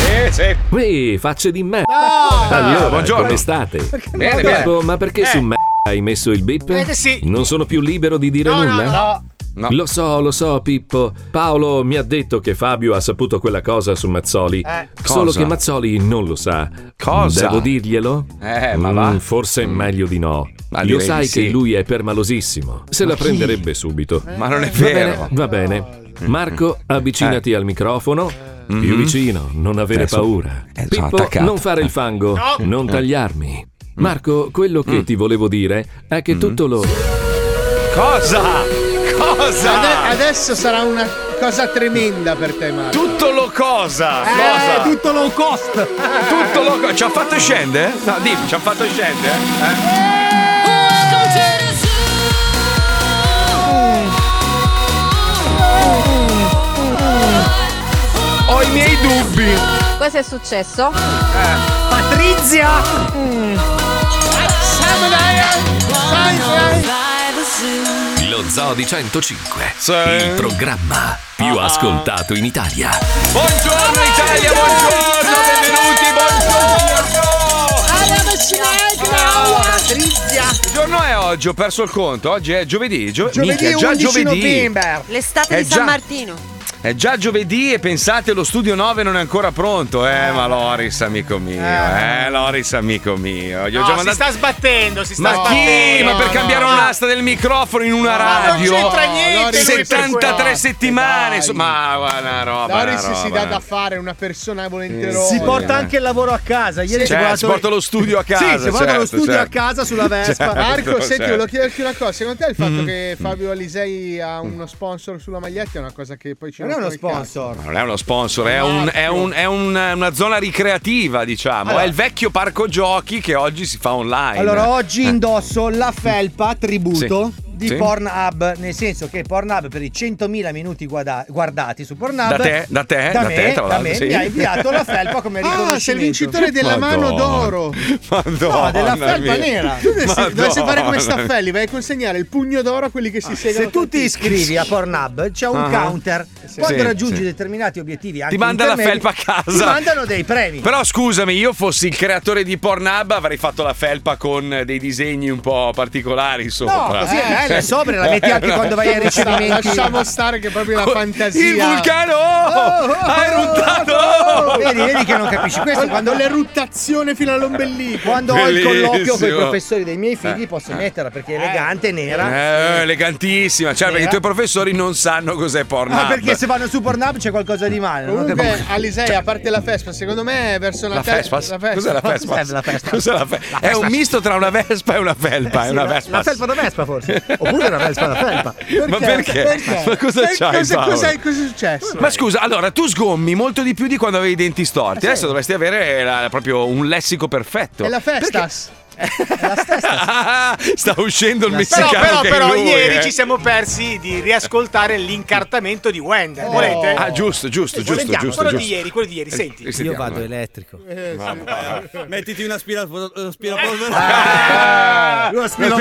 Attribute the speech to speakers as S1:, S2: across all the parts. S1: Eh, Sì. Ah,
S2: Ehi, facce di me.
S3: No!
S2: Allora,
S1: buongiorno.
S2: come state?
S1: Bene, bene.
S2: Marco, ma perché
S3: Eh.
S2: su me hai messo il bip?
S3: Eh, sì.
S2: Non sono più libero di dire
S3: No,
S2: nulla?
S3: no, no.
S1: No.
S2: Lo so, lo so, Pippo. Paolo mi ha detto che Fabio ha saputo quella cosa su Mazzoli.
S3: Eh.
S2: Solo
S1: Cosa?
S2: che Mazzoli non lo sa.
S1: Cosa?
S2: Devo dirglielo?
S1: Eh, ma va.
S2: Mm, forse è meglio di no.
S1: Ma
S2: lo
S1: direi
S2: sai
S1: di sì. Eh.
S2: che lui è permalosissimo. Se la prenderebbe subito.
S1: Ma non è
S2: Va bene,
S1: vero. Mm. Eh.
S2: va bene. Marco, avvicinati al microfono. Più
S1: Mhm.
S2: vicino, non avere
S1: Eh, so-
S2: paura.
S1: eh, sono
S2: Pippo,
S1: attaccato.
S2: non fare il fango,
S3: No.
S2: non tagliarmi.
S4: Mm.
S2: Marco, quello che ti volevo dire è che tutto lo...
S1: Cosa?
S5: Ade-
S1: Cosa?
S5: adesso sarà una cosa tremenda per te, Marco.
S1: Tutto lo cosa?
S5: Eh,
S1: Cosa?
S5: tutto low cost.
S1: Tutto lo cosa? Ci ha fatto scendere? No, dimmi, ci ha fatto scendere? Eh? Ho i miei dubbi. Eh,
S6: Cosa è successo?
S2: Lo Zoo di 105,
S1: Sì. Ah.
S2: il programma più ascoltato in Italia.
S1: Buongiorno Italia, buongiorno, benvenuti, buongiorno.
S5: Patrizia.
S1: Che giorno è oggi? Ho perso il conto. Oggi è giovedì. Gio-
S5: Giovedì
S1: minchia, è già
S5: 11
S1: giovedì.
S5: novembre.
S6: L'estate
S1: Eh,
S6: di San
S1: già.
S6: Martino.
S1: È già giovedì e pensate lo studio 9 non è ancora pronto. Eh, ma Loris amico mio, eh, Loris amico mio. Gli ho
S3: No,
S1: già
S3: si
S1: mandato-
S3: sta sbattendo, si sta
S1: Ma chi?
S3: sbattendo.
S1: ma per
S3: No,
S1: cambiare
S3: no, no.
S1: un'asta del microfono in una
S3: Ma non
S1: radio?
S3: c'entra
S5: No,
S3: niente.
S5: Loris,
S3: lui per quello. Eh,
S1: 73 settimane.
S5: Dai.
S1: insomma, Ma guarda una roba. una
S5: Doris si
S1: roba,
S5: dà
S1: una-
S5: da fare, una persona volenterosa.
S1: Eh,
S4: Si
S1: Oh,
S4: porta
S1: eh.
S4: anche il lavoro a casa. Ieri si è
S1: Cioè, si
S4: volato-
S1: porta lo studio a casa.
S4: Sì, si porta lo
S1: certo,
S4: studio
S1: certo.
S4: a casa sulla Vespa.
S5: Marco,
S1: Certo, Mm.
S5: senti,
S1: certo.
S5: volevo chiederti una cosa. Secondo te il fatto che Fabio Alisei ha uno sponsor sulla maglietta è una cosa che poi ci
S4: Non è uno
S5: rompono il cazzo?
S4: sponsor.
S1: Ma Non è uno sponsor, è, un- è un- è un- una zona ricreativa, diciamo.
S4: Allora.
S1: È il vecchio parco giochi che oggi si fa online.
S4: Allora, oggi indosso la felpa tributo
S1: Sì.
S4: di
S1: Sì.
S4: Pornhub, nel senso che Pornhub per i 100.000 minuti guada- guardati su Pornhub
S1: Da te, da te, da
S4: me,
S1: te, tra
S4: da
S1: l'altro,
S4: me
S1: sì.
S4: mi ha inviato la felpa come
S5: Ah, sei il
S4: riconoscimento.
S5: vincitore della
S1: Madonna.
S5: mano d'oro.
S1: Madonna
S4: No, della
S1: mia.
S4: felpa nera.
S5: Tu dovresti, dovresti
S1: Madonna.
S5: fare come Staffelli, vai a consegnare il pugno d'oro a quelli che si segano.
S4: Se tu ti iscrivi a Pornhub c'è un
S1: Ah.
S4: counter. Quando
S1: Sì,
S4: raggiungi
S1: sì.
S4: determinati obiettivi, anche
S1: Ti manda la
S4: intermedi,
S1: felpa a casa.
S4: Ti mandano dei premi.
S1: Però scusami, io fossi il creatore di Pornhub avrei fatto la felpa con dei disegni un po' particolari
S4: No,
S1: sopra. Esatto.
S4: così è bella, è sobria, la metti anche quando vai ai
S5: Lascia-
S4: ricevimenti.
S5: Lasciamo stare che proprio la fantasia.
S1: Eh,
S5: Oh,
S1: Il vulcano! Hai ruttato!
S4: Vedi, vedi che non capisci. Questo
S5: Con,
S4: è quando,
S5: con l'eruttazione fino all'ombelico.
S4: quando ho il
S1: Bellissimo.
S4: colloquio con i professori dei miei figli posso metterla perché è elegante, nera.
S1: Eh, elegantissima, cioè perché i tuoi professori non sanno cos'è Pornhub.
S4: Ma Eh? Ah, perché se vanno su Pornhub c'è qualcosa di male. Non ho
S5: Comunque,
S4: capito.
S5: Alisei, a parte la Vespa, secondo me è verso la,
S1: La
S5: te-
S1: Vespas?
S5: la Vespa.
S1: Cos'è la Vespa?
S4: Cos'è Eh, la Vespas?
S1: Cos'è la Vespa? È un misto tra una Vespa e una felpa. è una
S4: la,
S1: Vespa.
S4: la felpa da Vespa forse. Oppure la Vespa da felpa.
S1: Ma perché? Ma cosa
S5: Eh,
S1: c'hai,
S5: cosa,
S1: Paolo?
S5: cosa- cosa è successo?
S1: Ma scusa, allora tu sgommi molto di più di quando avevi i denti storti. Adesso dovresti avere eh, la- proprio un lessico perfetto.
S5: È la Festas.
S1: Ah, sta uscendo il
S3: Però,
S1: messicano.
S3: però,
S1: che è
S3: però,
S1: lui,
S3: ieri
S1: eh.
S3: ci siamo persi di riascoltare l'incartamento di Wender.
S4: Oh. Eh.
S3: Volete? Eh,
S1: Ah, giusto, giusto, giusto,
S4: sentiamo,
S1: giusto.
S3: quello
S1: giusto. Eh,
S3: di ieri, quello di ieri, senti.
S4: Io vado elettrico.
S7: Mettiti una aspirapolvere.
S1: Ah.
S4: Lo spiro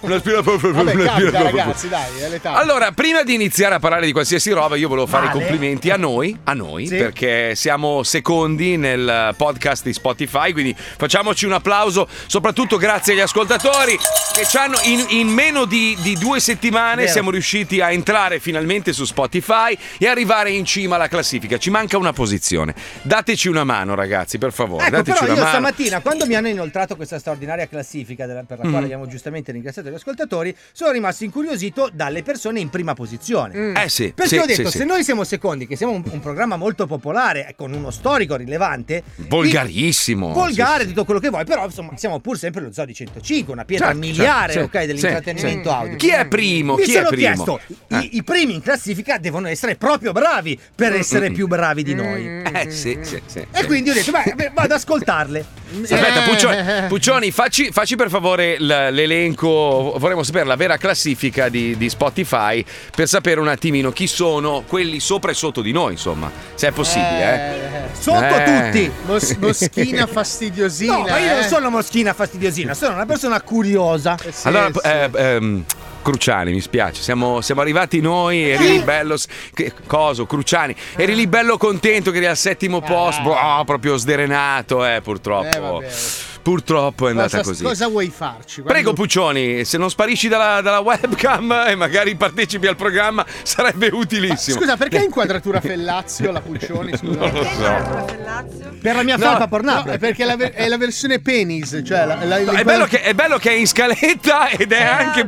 S1: Una spina
S5: Vabbè, capita, ragazzi, dai, è l'età.
S1: Ah. Allora, prima di iniziare a parlare di qualsiasi roba, io volevo fare
S4: Vale.
S1: i complimenti a noi, a noi,
S4: Sì.
S1: perché siamo secondi nel podcast di Spotify, quindi facciamoci un applauso, soprattutto grazie agli ascoltatori che ci hanno in, in meno di, di due settimane
S4: Vero.
S1: siamo riusciti a entrare finalmente su Spotify e arrivare in cima alla classifica. Ci manca una posizione. Dateci una mano, ragazzi, per favore.
S4: Ecco,
S1: Dateci
S4: però io
S1: una mano.
S4: stamattina, quando mi hanno inoltrato questa straordinaria classifica, della- per la
S1: Mm.
S4: quale abbiamo giustamente ringraziato gli ascoltatori, sono rimasto incuriosito dalle persone in prima posizione.
S1: Eh sì,
S4: Perché
S1: sì,
S4: ho detto,
S1: sì,
S4: se
S1: sì.
S4: noi siamo secondi, che siamo un, un programma molto popolare, eh, con uno storico rilevante,
S1: Volgarissimo.
S4: di- volgare,
S1: Oh, Sì, sì.
S4: tutto quello che vuoi, però insomma siamo pur sempre lo Zoo di 105, una pietra
S1: Certo,
S4: miliare
S1: certo,
S4: ok,
S1: sì,
S4: dell'intrattenimento
S1: sì.
S4: audio.
S1: Chi è primo?
S4: Mi
S1: Chi è
S4: sono
S1: primo?
S4: chiesto,
S1: Eh. Mm,
S4: i, i primi in classifica devono essere proprio bravi per essere più bravi di noi.
S1: Eh sì, sì, sì.
S4: E quindi ho detto, beh, beh, vado ad ascoltarle. Eh,
S1: Aspetta, eh.
S5: Eh.
S1: Puccioni, Puccioni, facci, facci per favore l- l'elenco, vorremmo sapere la vera classifica di, di Spotify per sapere un attimino chi sono quelli sopra e sotto di noi, insomma, se è possibile. Eh.
S4: Sotto
S1: Eh.
S4: tutti.
S5: Mos- moschina fastidiosina.
S4: No, ma io non
S5: eh.
S4: sono moschina fastidiosina, sono una persona curiosa.
S5: Eh sì,
S1: Allora,
S5: sì.
S1: eh, ehm, Cruciani, mi spiace. Siamo, siamo arrivati noi, eri
S5: Eh.
S1: lì bello. s- Che, coso, Cruciani. Eri lì bello contento che eri al settimo posto. boh, proprio sdrenato, eh,
S5: Eh,
S1: purtroppo.
S5: vabbè.
S1: purtroppo è andata
S5: Cosa,
S1: così.
S5: cosa vuoi farci? Guarda-
S1: Prego Puccioni, se non sparisci dalla, dalla webcam e magari partecipi al programma sarebbe utilissimo.
S5: Scusa, perché è inquadratura Fellazio la Puccioni? Scusa.
S1: Non lo so.
S4: Per la mia
S5: No,
S4: felpa
S5: no,
S4: pornata.
S5: è perché la ver- è la versione penis. Cioè la- la-
S1: È bello, che, è bello che è in scaletta ed è anche.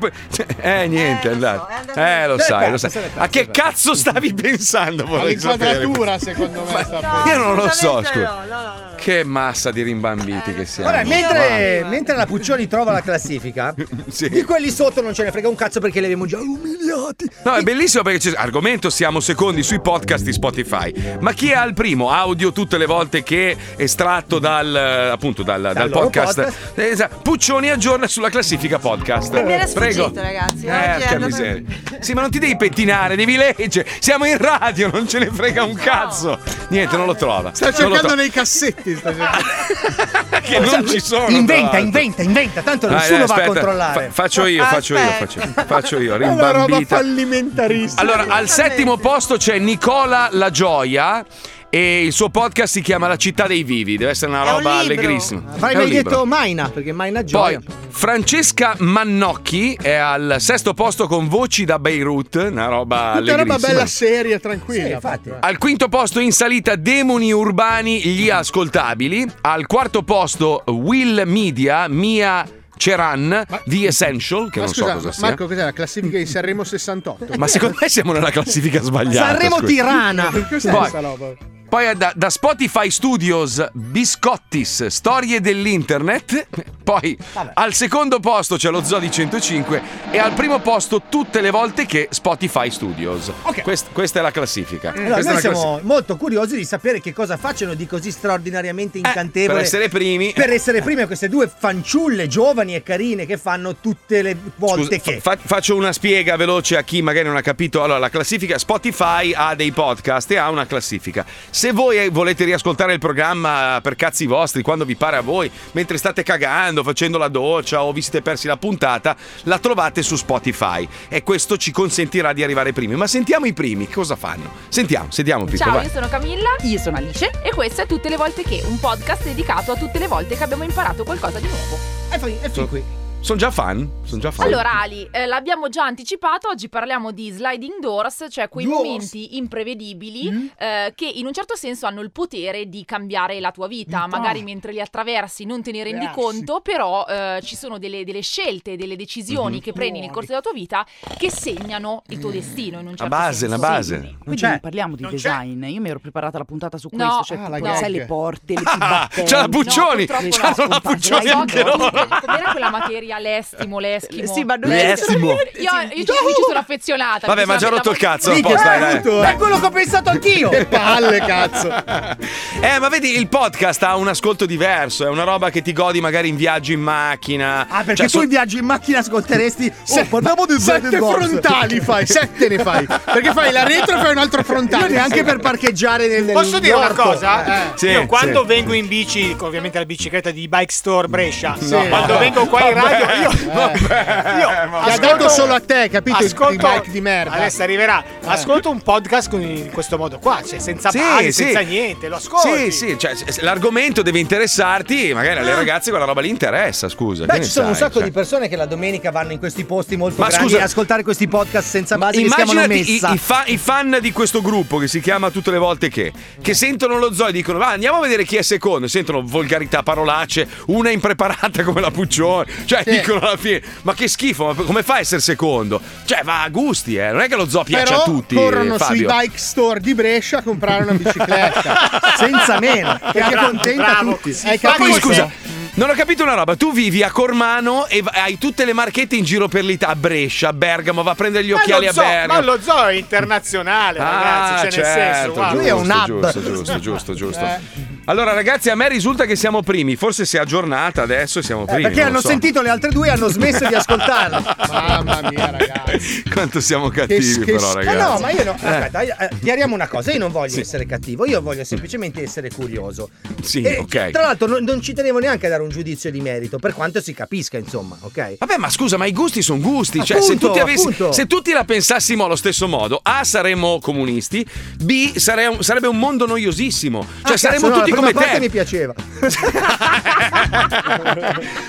S1: Eh, niente, è
S6: Eh, lo so,
S1: andato.
S6: è andato
S1: Eh, lo
S4: Dove
S1: sai,
S4: cazzo,
S1: lo sai.
S4: dove cazzo,
S1: A che
S4: dove
S1: cazzo stavi pensando? Vorrei sapere.
S5: L'inquadratura, secondo me, sta
S6: No,
S1: Io non lo so,
S6: assolutamente
S1: scusa.
S6: No, no, no, no. Eh,
S1: Che massa di rimbambiti che siamo.
S4: Guarda,
S6: Io
S4: mentre,
S6: guardo.
S4: mentre la Puccioni trova la classifica,
S1: Sì.
S4: di quelli sotto non ce ne frega un cazzo perché li abbiamo già umiliati.
S1: No, è bellissimo perché c'è argomento siamo secondi sui podcast di Spotify. Ma chi è al primo audio tutte le volte che estratto dal eh, appunto dal, dal
S4: Dal loro
S1: podcast?
S4: podcast.
S1: Esatto. Puccioni aggiorna sulla classifica podcast.
S6: Mi era
S1: Prego. Eh,
S6: sfuggito,
S8: Eh,
S6: ragazzi. Oggi
S1: Porca
S6: hanno-
S1: miseria. Sì, ma non ti devi pettinare, devi leggere. Siamo in radio, non ce ne frega un cazzo. Niente, non lo trova.
S5: Sta
S1: Non lo
S5: cercando
S1: trova.
S5: nei cassetti. Sta cercando.
S1: che non ci sono. tra
S4: Inventa,
S1: l'altro.
S4: inventa, inventa, tanto
S1: Dai,
S4: nessuno
S1: dai,
S4: va a
S1: aspetta.
S4: controllare.
S1: Fa- faccio io, faccio io, faccio io, faccio io, rimbambita.
S5: fallimentarissima.
S1: Allora, al settimo posto c'è Nicola La Gioia e il suo podcast si chiama La città dei vivi, deve essere una
S6: È un
S1: roba
S6: libro.
S1: allegrissima.
S4: Avrai
S1: È un
S4: mai
S1: libro.
S4: detto Maina, perché Maina
S1: Poi
S4: gioia.
S1: Francesca Mannocchi è al sesto posto con Voci da Beirut, una roba
S5: Tutta
S1: allegrissima.
S5: roba bella seria,
S4: Sì,
S5: tranquilla.
S4: infatti.
S1: Al quinto posto in salita Demoni Urbani, gli ascoltabili. Al quarto posto Will Media, Mia Ceran, The Essential, che
S5: Ma
S1: non so
S5: scusa,
S1: cosa sia.
S5: Marco, cos'è la classifica di Sanremo 68?
S1: Ma secondo me siamo nella classifica sbagliata.
S4: Sanremo
S1: scusa.
S4: Tirana.
S5: Cos'è
S1: Poi-
S5: questa roba?
S1: Poi da, da Spotify Studios Biscottis, storie dell'internet. Poi
S4: Vabbè.
S1: al secondo posto c'è lo Zoo di 105 e al primo posto tutte le volte che Spotify Studios.
S4: Ok.
S1: Quest- questa è la classifica.
S4: Allora,
S1: Questa è
S4: noi
S1: la
S4: siamo molto curiosi di sapere che cosa facciano di così straordinariamente incantevole.
S1: Eh, per essere primi.
S4: Per essere prime queste due fanciulle giovani e carine che fanno tutte le volte
S1: Scusa,
S4: che.
S1: fa- faccio una spiega veloce a chi magari non ha capito. Allora, la classifica Spotify ha dei podcast e ha una classifica. Se voi volete riascoltare il programma per cazzi vostri, quando vi pare a voi, mentre state cagando, facendo la doccia o vi siete persi la puntata, la trovate su Spotify e questo ci consentirà di arrivare primi. Ma sentiamo i primi, cosa fanno? Sentiamo, sentiamo Pippo,
S9: Ciao,
S1: vai.
S9: io sono Camilla. Io sono Alice. E questo è Tutte le volte che, un podcast dedicato a tutte le volte che abbiamo imparato qualcosa di nuovo.
S4: E poi- e fin qui.
S1: Sono già fan, sono già fan.
S9: Allora, Ali, eh, l'abbiamo già anticipato. Oggi parliamo di sliding doors, cioè quei
S4: Doors.
S9: momenti imprevedibili eh, che in un certo senso hanno il potere di cambiare la tua vita. Magari mentre li attraversi non te ne rendi
S5: Grazie.
S9: conto, però eh, ci sono delle, delle scelte, delle decisioni che prendi nel corso della tua vita che segnano il tuo destino in un certo
S1: base,
S9: senso.
S1: la base.
S9: Sì.
S6: Quindi
S4: Cioè,
S6: non parliamo di
S3: non c'è.
S6: design. Io mi ero preparata la puntata su
S9: No,
S6: questo. Cioè,
S5: ah,
S6: tu
S5: la
S6: poi sai
S5: gag.
S6: le porte, le
S1: Ah,
S6: pibattelle.
S1: c'è la Puccioni,
S9: purtroppo no.
S1: c'hanno la
S6: Scusate,
S1: Puccioni
S6: dai,
S1: anche
S6: no.
S1: loro.
S9: Com'era quella materia l'estimo, l'eschimo?
S6: Sì, ma non
S1: Le
S6: è-
S1: estimo.
S9: Io, io, ci- io ci sono affezionata.
S1: Vabbè,
S9: mi
S1: ma ha già
S9: sono
S1: rotto il
S9: innamorata.
S1: cazzo. a posto, dai, dai.
S4: Aiuto, È quello che ho pensato anch'io.
S5: Che palle, cazzo.
S1: Eh, ma vedi, il podcast ha un ascolto diverso, è una roba che ti godi magari in viaggio in macchina.
S4: Ah, perché
S1: Cioè,
S4: tu
S1: so-
S4: in viaggio in macchina ascolteresti. Oh,
S5: Se-
S4: parliamo di
S5: sette
S4: Zed Box.
S5: frontali fai, sette ne fai. Perché fai la retro e fai un altro
S4: Io
S5: frontale.
S4: neanche per parcheggiare nel. Eh.
S3: Posso dire una
S4: nell'orto.
S3: cosa?
S5: Eh.
S1: Sì,
S3: Io quando
S1: sì.
S3: vengo in bici, ovviamente la bicicletta di Bike Store Brescia,
S5: Sì.
S3: quando
S5: No.
S3: vengo qua in radio, io, io
S5: L'ha dato solo a te, capito? Il-
S3: ascolto,
S5: I mic di merda. Eh.
S3: Adesso arriverà. Ascolto un podcast con- in questo modo qua, cioè senza
S1: Sì,
S3: pali,
S1: sì.
S3: senza niente, lo ascolti.
S1: Sì, sì, cioè, se- se- l'argomento deve interessarti, magari alle ragazze quella roba lì interessa, scusa. che
S4: Ah. Beh,
S1: ne
S4: ci sono un
S1: sai,
S4: sacco
S1: cioè.
S4: di persone che la domenica vanno in questi posti molto
S1: Ma
S4: grandi
S1: scusa-
S4: a ascoltare questi podcast senza base Ah, che si chiamano
S1: Immaginati i,
S4: messa.
S1: i fa- i fan di questo gruppo che si chiama Tutte le volte che, che sentono lo zoo e dicono: Va, andiamo a vedere chi è secondo. E Sentono volgarità, parolacce, una impreparata come la Puccioni. Cioè,
S5: Sì.
S1: dicono alla fine: Ma che schifo, ma come fa a essere secondo? Cioè, va a gusti, eh. Non è che lo zoo piace
S5: Però
S1: a tutti.
S5: corrono sui
S1: Fabio.
S5: bike store di Brescia a comprare una bicicletta.
S4: Senza meno. Che
S5: Bravo,
S4: accontenta
S3: bravo.
S4: tutti.
S5: Hai
S1: Ma poi
S5: Eh, capito?
S1: scusa, non ho capito una roba. Tu vivi a Cormano e va- hai tutte le marchette in giro per l'Italia, a Brescia, a Bergamo, va a prendere gli
S3: Ma
S1: occhiali
S3: lo,
S1: a
S3: zoo, ma
S1: Bergamo.
S3: lo zoo è internazionale,
S1: Ah,
S3: ragazzi. Cioè, nel senso,
S1: certo,
S3: guarda.
S4: Lui è un
S1: giusto,
S4: hub. Eh.
S1: Giusto, giusto, giusto, giusto. Allora, ragazzi, a me risulta che siamo primi. Forse si è aggiornata adesso e siamo
S4: Eh,
S1: primi.
S4: perché
S1: non
S4: hanno
S1: so.
S4: sentito le altre due e hanno smesso di ascoltarli.
S5: Mamma mia, ragazzi.
S1: Quanto siamo cattivi,
S5: Che- che-
S1: però,
S4: Ma
S5: ma
S1: ragazzi.
S4: Eh Ah, no, ma io no. Aspetta, io- eh, chiariamo una cosa: io non voglio essere cattivo, io voglio semplicemente essere curioso.
S1: Sì, ok.
S4: Tra l'altro, non, non ci tenevo neanche a dare un un giudizio di merito, per quanto si capisca, insomma, ok?
S1: Vabbè, ma scusa, ma i gusti sono gusti. Cioè, se,
S4: Appunto,
S1: tutti avessi-
S4: appunto. Ah,
S1: se tutti la pensassimo allo stesso modo, A saremmo comunisti, B sare- sarebbe un mondo noiosissimo. Cioè,
S4: Ah,
S1: saremmo
S4: cazzo, no,
S1: tutti
S4: la
S1: come
S4: prima
S1: te.
S4: parte mi piaceva.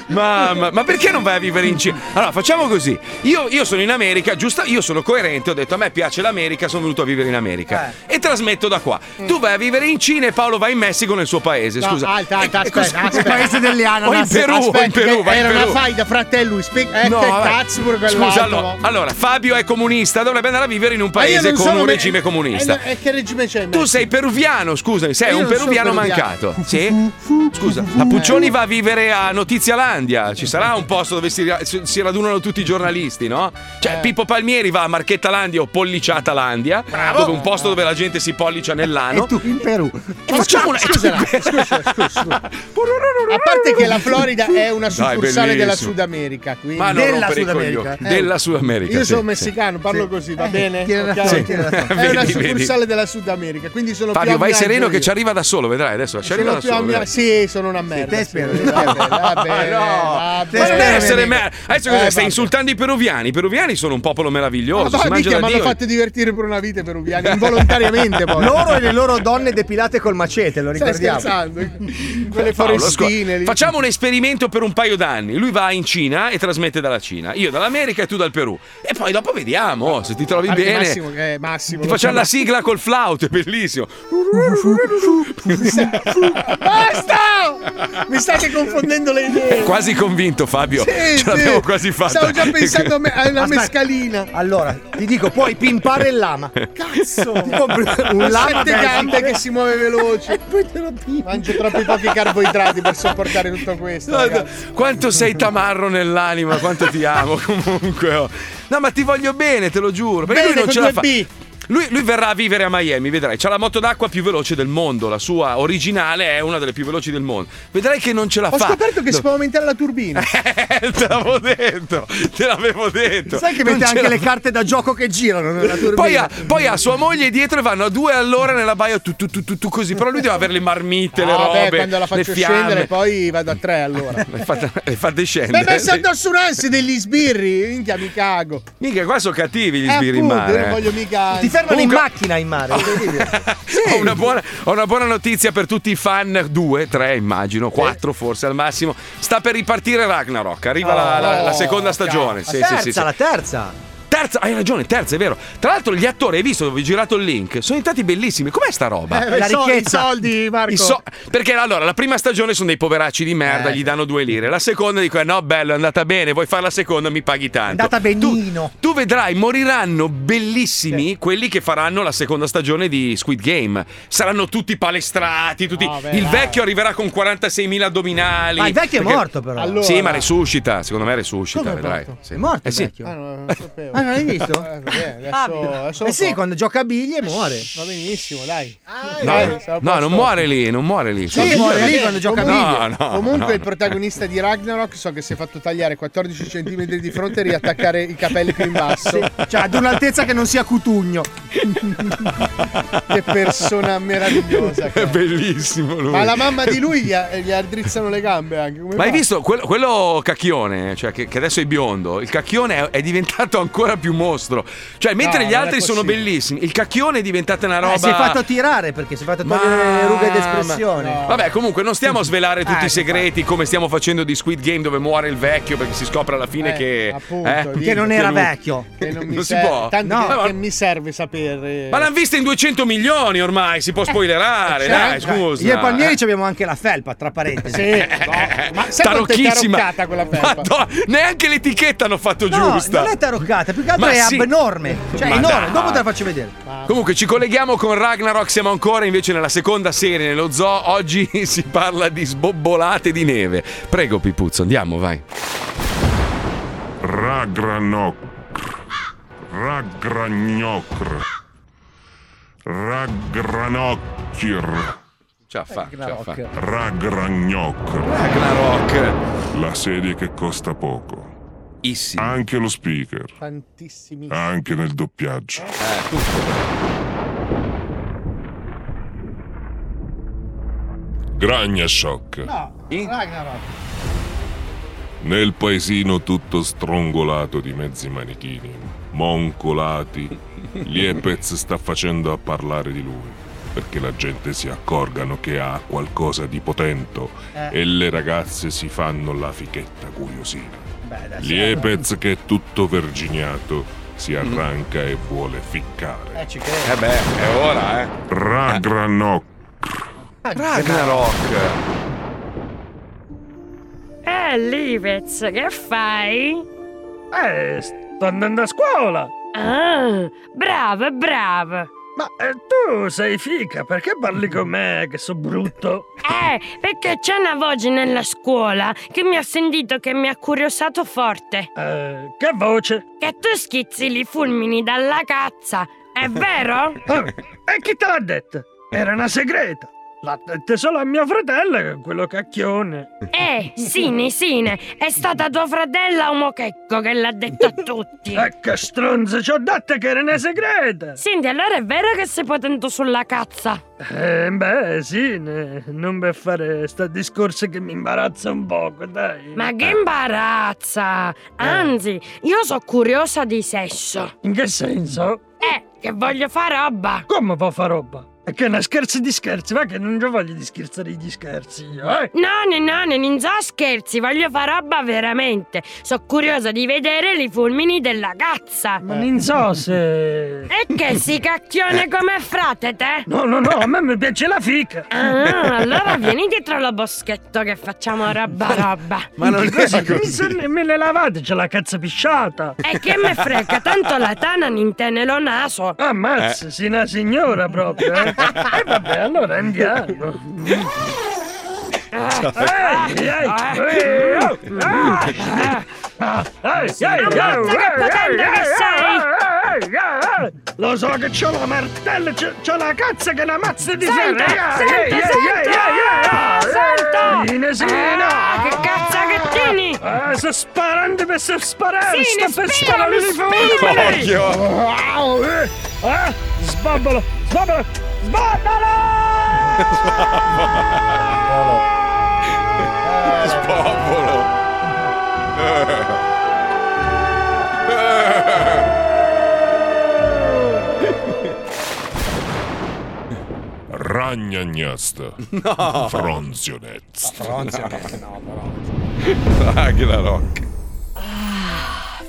S1: Mamma, ma perché non vai a vivere in Cina? Allora, facciamo così. Io, io sono in America, giusto? Io sono coerente, ho detto a me piace l'America, sono venuto a vivere in America.
S5: Eh.
S1: E trasmetto da qua. Tu vai a vivere in Cina e Paolo va in Messico nel suo paese.
S5: Mm. No,
S1: Scusa.
S5: alta, alta,
S1: E- e
S5: aspetta,
S1: cos-
S5: aspetta.
S1: O in Perù, o in
S5: Aspetta,
S1: Perù,
S5: che
S1: vai in
S5: era
S1: Perù.
S5: una faida fra te e lui. Spe- eh,
S1: No,
S5: te,
S1: vabbè.
S5: cazzo, pure quell'altro.
S1: Scusa, allora, allora, Fabio è comunista, dovrebbe andare a vivere in un
S5: Ma io
S1: paese
S5: non
S1: con
S5: sono
S1: un
S5: me- Eh,
S1: regime comunista.
S5: E, e che regime c'è? in
S1: Tu
S5: mezzo?
S1: sei peruviano, scusami, sei
S5: Io
S1: un
S5: non sono
S1: peruviano
S5: peruviano.
S1: mancato. Sì? Scusa, la
S5: Mm.
S1: Puccioni va a vivere a Notizialandia. Ci sarà un posto dove si, ra- si radunano tutti i giornalisti, no?
S5: Eh.
S1: Cioè, Pippo Palmieri va a Marchettalandia o Polliciatalandia, dove un posto dove la gente si pollicia nell'ano.
S10: tu in Perù.
S1: E Eh, facciamo una.
S5: Scusa, scusa, scusa, scusa. A parte che la Florida è una
S1: Dai,
S5: succursale
S1: bellissimo.
S5: della Sud America, quindi
S1: Ma non
S4: Della
S1: rompere i
S4: Sud America.
S1: coglioni.
S4: Eh.
S1: Della Sud America.
S5: io
S1: sì,
S5: sono
S1: sì.
S5: messicano, parlo
S4: Sì.
S5: così, va
S4: Eh,
S5: bene?
S4: tiene la
S5: Ok?
S4: razza, tiene la razza.
S5: È una
S1: Vedi, vedi.
S5: succursale della Sud America, quindi sono
S1: Fabio,
S5: più
S1: vai
S5: a mio
S1: sereno
S5: agio
S1: che
S5: io.
S1: ci arriva da solo, vedrai adesso. Ci arriva
S5: Sono
S1: da
S5: più a
S1: solo.
S5: mio...
S1: vedrai.
S5: Sì, sono una merda.
S4: te
S5: sì,
S4: spero.
S5: va bene, va
S1: Ah,
S5: bene, va
S1: no,
S5: bene,
S1: ma non
S5: va
S1: essere
S5: bene.
S1: mer- Adesso cosa
S5: Eh,
S1: stai
S5: vabbè.
S1: insultando i peruviani? I peruviani sono un popolo meraviglioso.
S5: Ma
S1: si
S5: va,
S1: mangia
S5: minchia, mi
S1: da
S5: hanno
S1: Dio.
S5: fatto divertire per una vita i peruviani, involontariamente poi.
S4: Loro e le loro donne depilate col macete, lo
S5: Stai
S4: ricordiamo.
S5: scherzando? Quelle
S1: Paolo,
S5: forestine
S1: ascolta,
S5: lì.
S1: Facciamo un esperimento per un paio d'anni. Lui va in Cina e trasmette dalla Cina, io dall'America e tu dal Perù. E poi dopo vediamo oh, se ti trovi
S5: Guarda che
S1: bene.
S5: Massimo, che è Massimo.
S1: Ti
S5: lo
S1: facciamo la
S5: chiamo.
S1: sigla col flauto, è bellissimo.
S5: Basta! Mi state confondendo le idee.
S1: Quasi convinto, Fabio.
S5: Sì,
S1: Ce l'abbiamo
S5: sì.
S1: quasi fatta.
S5: Stavo già pensando a me- a una
S4: Aspetta.
S5: mescalina.
S4: Allora, ti dico, puoi pimpare il lama. Cazzo! un
S5: Un
S4: lama
S5: sette
S4: da-
S5: gambe che si muove veloce. E poi te lo Mangio troppi pochi carboidrati per sopportare tutto questo.
S1: Guarda,
S5: ragazzi.
S1: quanto sei tamarro nell'anima, quanto ti amo comunque. oh. No, ma ti voglio bene, te lo giuro. Perché
S5: Bene,
S1: lui non
S5: con
S1: ce la
S5: due
S1: fa.
S5: B.
S1: Lui, lui verrà a vivere a Miami, vedrai. C'ha la moto d'acqua più veloce del mondo. La sua originale è una delle più veloci del mondo. Vedrai che non ce la
S5: Ho
S1: fa.
S5: scoperto che
S1: No.
S5: si può aumentare la turbina.
S1: Eh, te l'avevo detto, te l'avevo detto.
S4: Sai che
S1: Non
S4: mette
S1: ce
S4: anche
S1: la-
S4: le carte da gioco che girano nella turbina?
S1: Poi ha, poi ha sua moglie dietro e vanno a due all'ora nella baia tu, tu, tu, tu, tu così. Però lui deve avere le marmitte, le
S5: Ah,
S1: robe.
S5: vabbè, quando
S1: le
S5: la faccio
S1: fiamme.
S5: scendere, poi vado a tre allora.
S1: Le fate, le fate
S5: Mi hai
S1: scendere.
S5: messo addosso un ansia degli sbirri, minchia mi cago.
S1: Minchia, qua sono cattivi gli
S5: Eh,
S1: sbirri in
S5: appunto, io
S1: mare.
S5: non
S1: eh.
S5: voglio mica.
S4: Ti fermano
S1: Comunque-
S4: in macchina in mare.
S1: Ho, una buona, ho una buona notizia per tutti i fan, due, tre immagino, quattro forse al massimo. Sta per ripartire Ragnarok, arriva la, la- la seconda stagione.
S4: La
S1: Sì,
S4: terza,
S1: sì, sì, sì.
S4: la terza.
S1: Terza, hai ragione, terza, è vero. Tra l'altro gli attori, hai visto dove ho girato il link? Sono diventati bellissimi. Com'è sta roba?
S5: Eh,
S4: La
S5: i soldi,
S4: ricchezza.
S5: I soldi, Marco.
S1: I so- perché allora la prima stagione sono dei poveracci di
S4: Eh.
S1: merda, gli danno due lire. La seconda dico: eh, no, bello, è andata bene, vuoi fare la seconda, mi paghi tanto.
S4: Andata benino.
S1: Tu, tu vedrai, moriranno bellissimi quelli che faranno la seconda stagione di Squid Game. Saranno tutti palestrati, tutti.
S5: Ah, beh,
S1: Il
S5: dai.
S1: vecchio arriverà con 46.000 addominali.
S4: Ma il vecchio
S1: perché-
S4: è morto però.
S5: Allora-
S1: Sì, ma resuscita, secondo me resuscita,
S4: Come è
S1: vedrai.
S4: morto?
S1: Sì.
S4: È morto
S1: Eh
S4: il
S1: sì.
S4: vecchio.
S5: Ah, no, non lo sapevo.
S4: Ah, non l'hai visto?
S5: Eh, vabbè, adesso, adesso lo
S4: Eh sì,
S5: so.
S4: quando gioca a biglie muore.
S5: Va benissimo, dai. eh,
S1: No, no, non muore lì, non muore lì.
S5: Sì, muore lì
S4: Comunque-
S5: quando gioca a
S1: No,
S5: biglie.
S1: no,
S5: Comunque
S1: no.
S5: il protagonista di Ragnarok so che si è fatto tagliare 14 cm di fronte e riattaccare i capelli più in basso.
S4: Cioè, ad un'altezza che non sia cutugno.
S5: Che persona meravigliosa.
S1: È
S5: che è.
S1: bellissimo lui.
S5: Ma la mamma di lui gli, gli addrizzano le gambe anche. come
S1: Ma hai
S5: fa?
S1: visto quello, quello cacchione, cioè che, che adesso è biondo, il cacchione è, è diventato ancora più mostro. Cioè, mentre
S5: No,
S1: gli
S5: non è
S1: altri sono
S5: possibile.
S1: bellissimi, il cacchione è diventata una roba.
S4: Eh, si è fatto tirare perché si è fatto
S1: Ma-
S4: togliere le rughe d'espressione.
S5: No.
S1: Vabbè, comunque non stiamo a svelare
S4: Eh,
S1: tutti i segreti come stiamo facendo di Squid Game dove muore il vecchio perché si scopre alla fine
S5: Eh,
S1: che
S5: appunto,
S1: eh,
S5: dico.
S4: Che non
S1: che
S4: era
S1: lui-
S4: vecchio.
S5: Che non mi
S1: non si
S5: serve-
S1: può.
S5: Tanto
S1: No,
S5: che,
S1: ma-
S5: che mi serve sapere.
S1: Ma l'hanno vista in 200 milioni ormai,
S4: Eh,
S1: si può spoilerare,
S5: cioè,
S1: dai,
S4: Dai,
S1: scusa. Eh,
S4: Io e Palmieri ci abbiamo anche la felpa, tra parentesi.
S5: Sì, no, ma sai quanto è
S1: Tarocchissima.
S5: taroccata quella felpa?
S1: Madonna, neanche l'etichetta hanno fatto
S4: No,
S1: giusta.
S4: non è taroccata, più che altro
S1: Ma
S4: è
S1: sì.
S4: abnorme. Cioè,
S1: Ma
S4: è enorme.
S1: dai.
S4: Dopo te la faccio vedere.
S1: Comunque ci colleghiamo con Ragnarok, siamo ancora invece nella seconda serie nello zoo, oggi si parla di sbobbolate di neve. Prego Pipuzzo, andiamo, vai.
S11: Ragranokr. Ragragnokr. Ragranokir.
S1: Ciao fa, ciao fa.
S11: Ragragnokr.
S1: Ragnarok.
S11: La serie che costa poco.
S1: Issi.
S11: Anche lo speaker.
S5: Tantissimi.
S11: Anche nel doppiaggio.
S1: Eh,
S12: Gragna Shock.
S5: No, Ragnarok.
S12: Nel paesino tutto strongolato di mezzi manichini, moncolati, Liepez sta facendo a parlare di lui perché la gente si accorgano che ha qualcosa di potente
S5: Eh.
S12: e le ragazze si fanno la fichetta curiosina.
S5: Beh, adesso-
S12: Liepez che è tutto verginiato si arranca e vuole ficcare.
S5: Mm-hmm. Eh, ci credo.
S6: Eh beh, è ora, eh.
S12: Ragranok.
S6: Ragnarok.
S10: Eh, Livez, che fai?
S13: Eh, sto andando a scuola.
S10: Ah, bravo, Ah, bravo.
S13: Ma eh, tu sei fica, perché parli con me che so brutto?
S10: Eh, perché c'è una voce nella scuola che mi ha sentito che mi ha curiosato forte.
S13: Eh, che voce?
S10: Che tu schizzi li fulmini dalla cazza, è vero?
S13: Ah, e chi te l'ha detta? Era una segreta. L'ha detta solo a mio fratello, che è quello cacchione.
S10: Eh, sini, sine, è stata tua fratella omochetto che l'ha detto a tutti.
S13: E Eh, che stronzo, ci ho detto che era una segreta.
S10: Senti, allora è vero che sei potente sulla cazza?
S13: Eh, beh, sì, ne- non per fare sta discorso che mi imbarazza un poco, dai.
S10: Ma che
S13: Eh.
S10: imbarazza! Anzi, io sono curiosa di sesso.
S13: In che senso?
S10: Eh, che voglio fare roba!
S13: Come può fare roba? È che è una scherzo di scherzi, ma che non ci voglio di scherzare gli scherzi io, eh?
S10: No, no, no, no, non so scherzi, voglio fare roba veramente. Sono curiosa di vedere i fulmini della cazza.
S13: Ma non so se...
S10: E che si cacchione come frate te?
S13: No, no, no, a me mi piace la fica.
S10: Ah, allora vieni dietro lo boschetto che facciamo roba roba.
S6: Ma non è
S13: Mi se- me le lavate, c'è la cazza pisciata.
S10: E che me frega, tanto la tana non te ne lo naso.
S6: Eh.
S13: Ammazza, sei una signora proprio, eh? E vabbè, allora andiamo.
S6: Eh.
S13: Ehi, ehi, ehi, oh, ah, ah, ah, ehi, ehi,
S10: Ammazza
S13: oh,
S10: che
S13: ehi,
S10: potente
S13: ehi,
S10: che
S13: ehi, ehi, ehi, ehi. Eh, Lo so che c'ho la martella, c'ho, c'ho la cazza che ne ammazza di Ah,
S10: Sento,
S13: sera.
S10: sento, sento, sento.
S13: Sino,
S10: Ah, che cazzo che tieni?
S13: Ah, sto sparando per sto sparare,
S10: Sino,
S13: sto per
S10: spinami,
S13: sparare di fuoco.
S10: spinami.
S6: Occhio.
S13: Wow, eh, ah, sbabbalo, sbabbalo, sbabbalo!
S6: Spopolo.
S13: Eh.
S12: Ragnagnasta. No. Fronzionez.
S6: Ragnarok.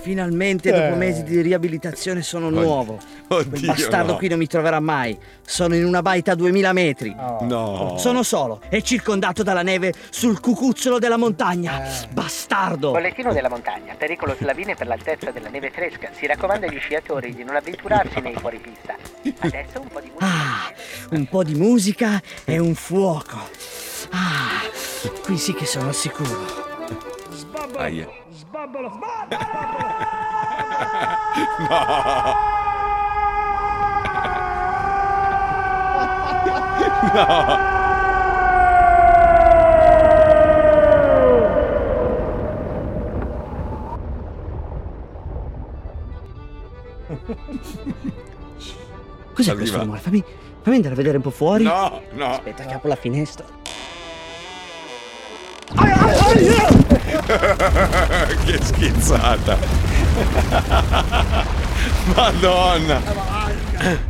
S14: Finalmente, dopo mesi di riabilitazione, sono nuovo. Quel
S6: Oddio.
S14: bastardo
S6: no.
S14: qui non mi troverà mai. Sono in una baita a 2000 metri.
S6: No.
S14: Sono solo e circondato dalla neve sul cucuzzolo della montagna. Bastardo!
S15: Bollettino della montagna, pericolo slavine per l'altezza della neve fresca. Si raccomanda agli sciatori di non avventurarsi nei fuoripista. Adesso un po' di musica.
S14: Ah, un po' di musica e un fuoco. Ah, qui sì che sono al sicuro.
S6: Aia.
S13: Sbabbalo, sbabbalo!
S6: No. No.
S14: Cos'è
S6: Arriva.
S14: questo rumore? Fammi, fammi andare a vedere un po' fuori.
S6: No, no.
S14: Aspetta, capo la finestra.
S6: che schizzata. Madonna.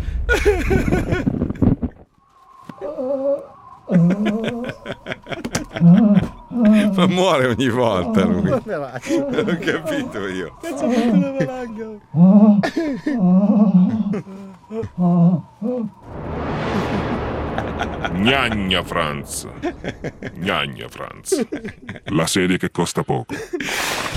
S6: Ma muore ogni volta lui. Non ho capito io.
S12: Gnagna Franz. Gnagna Franz. La serie che costa poco.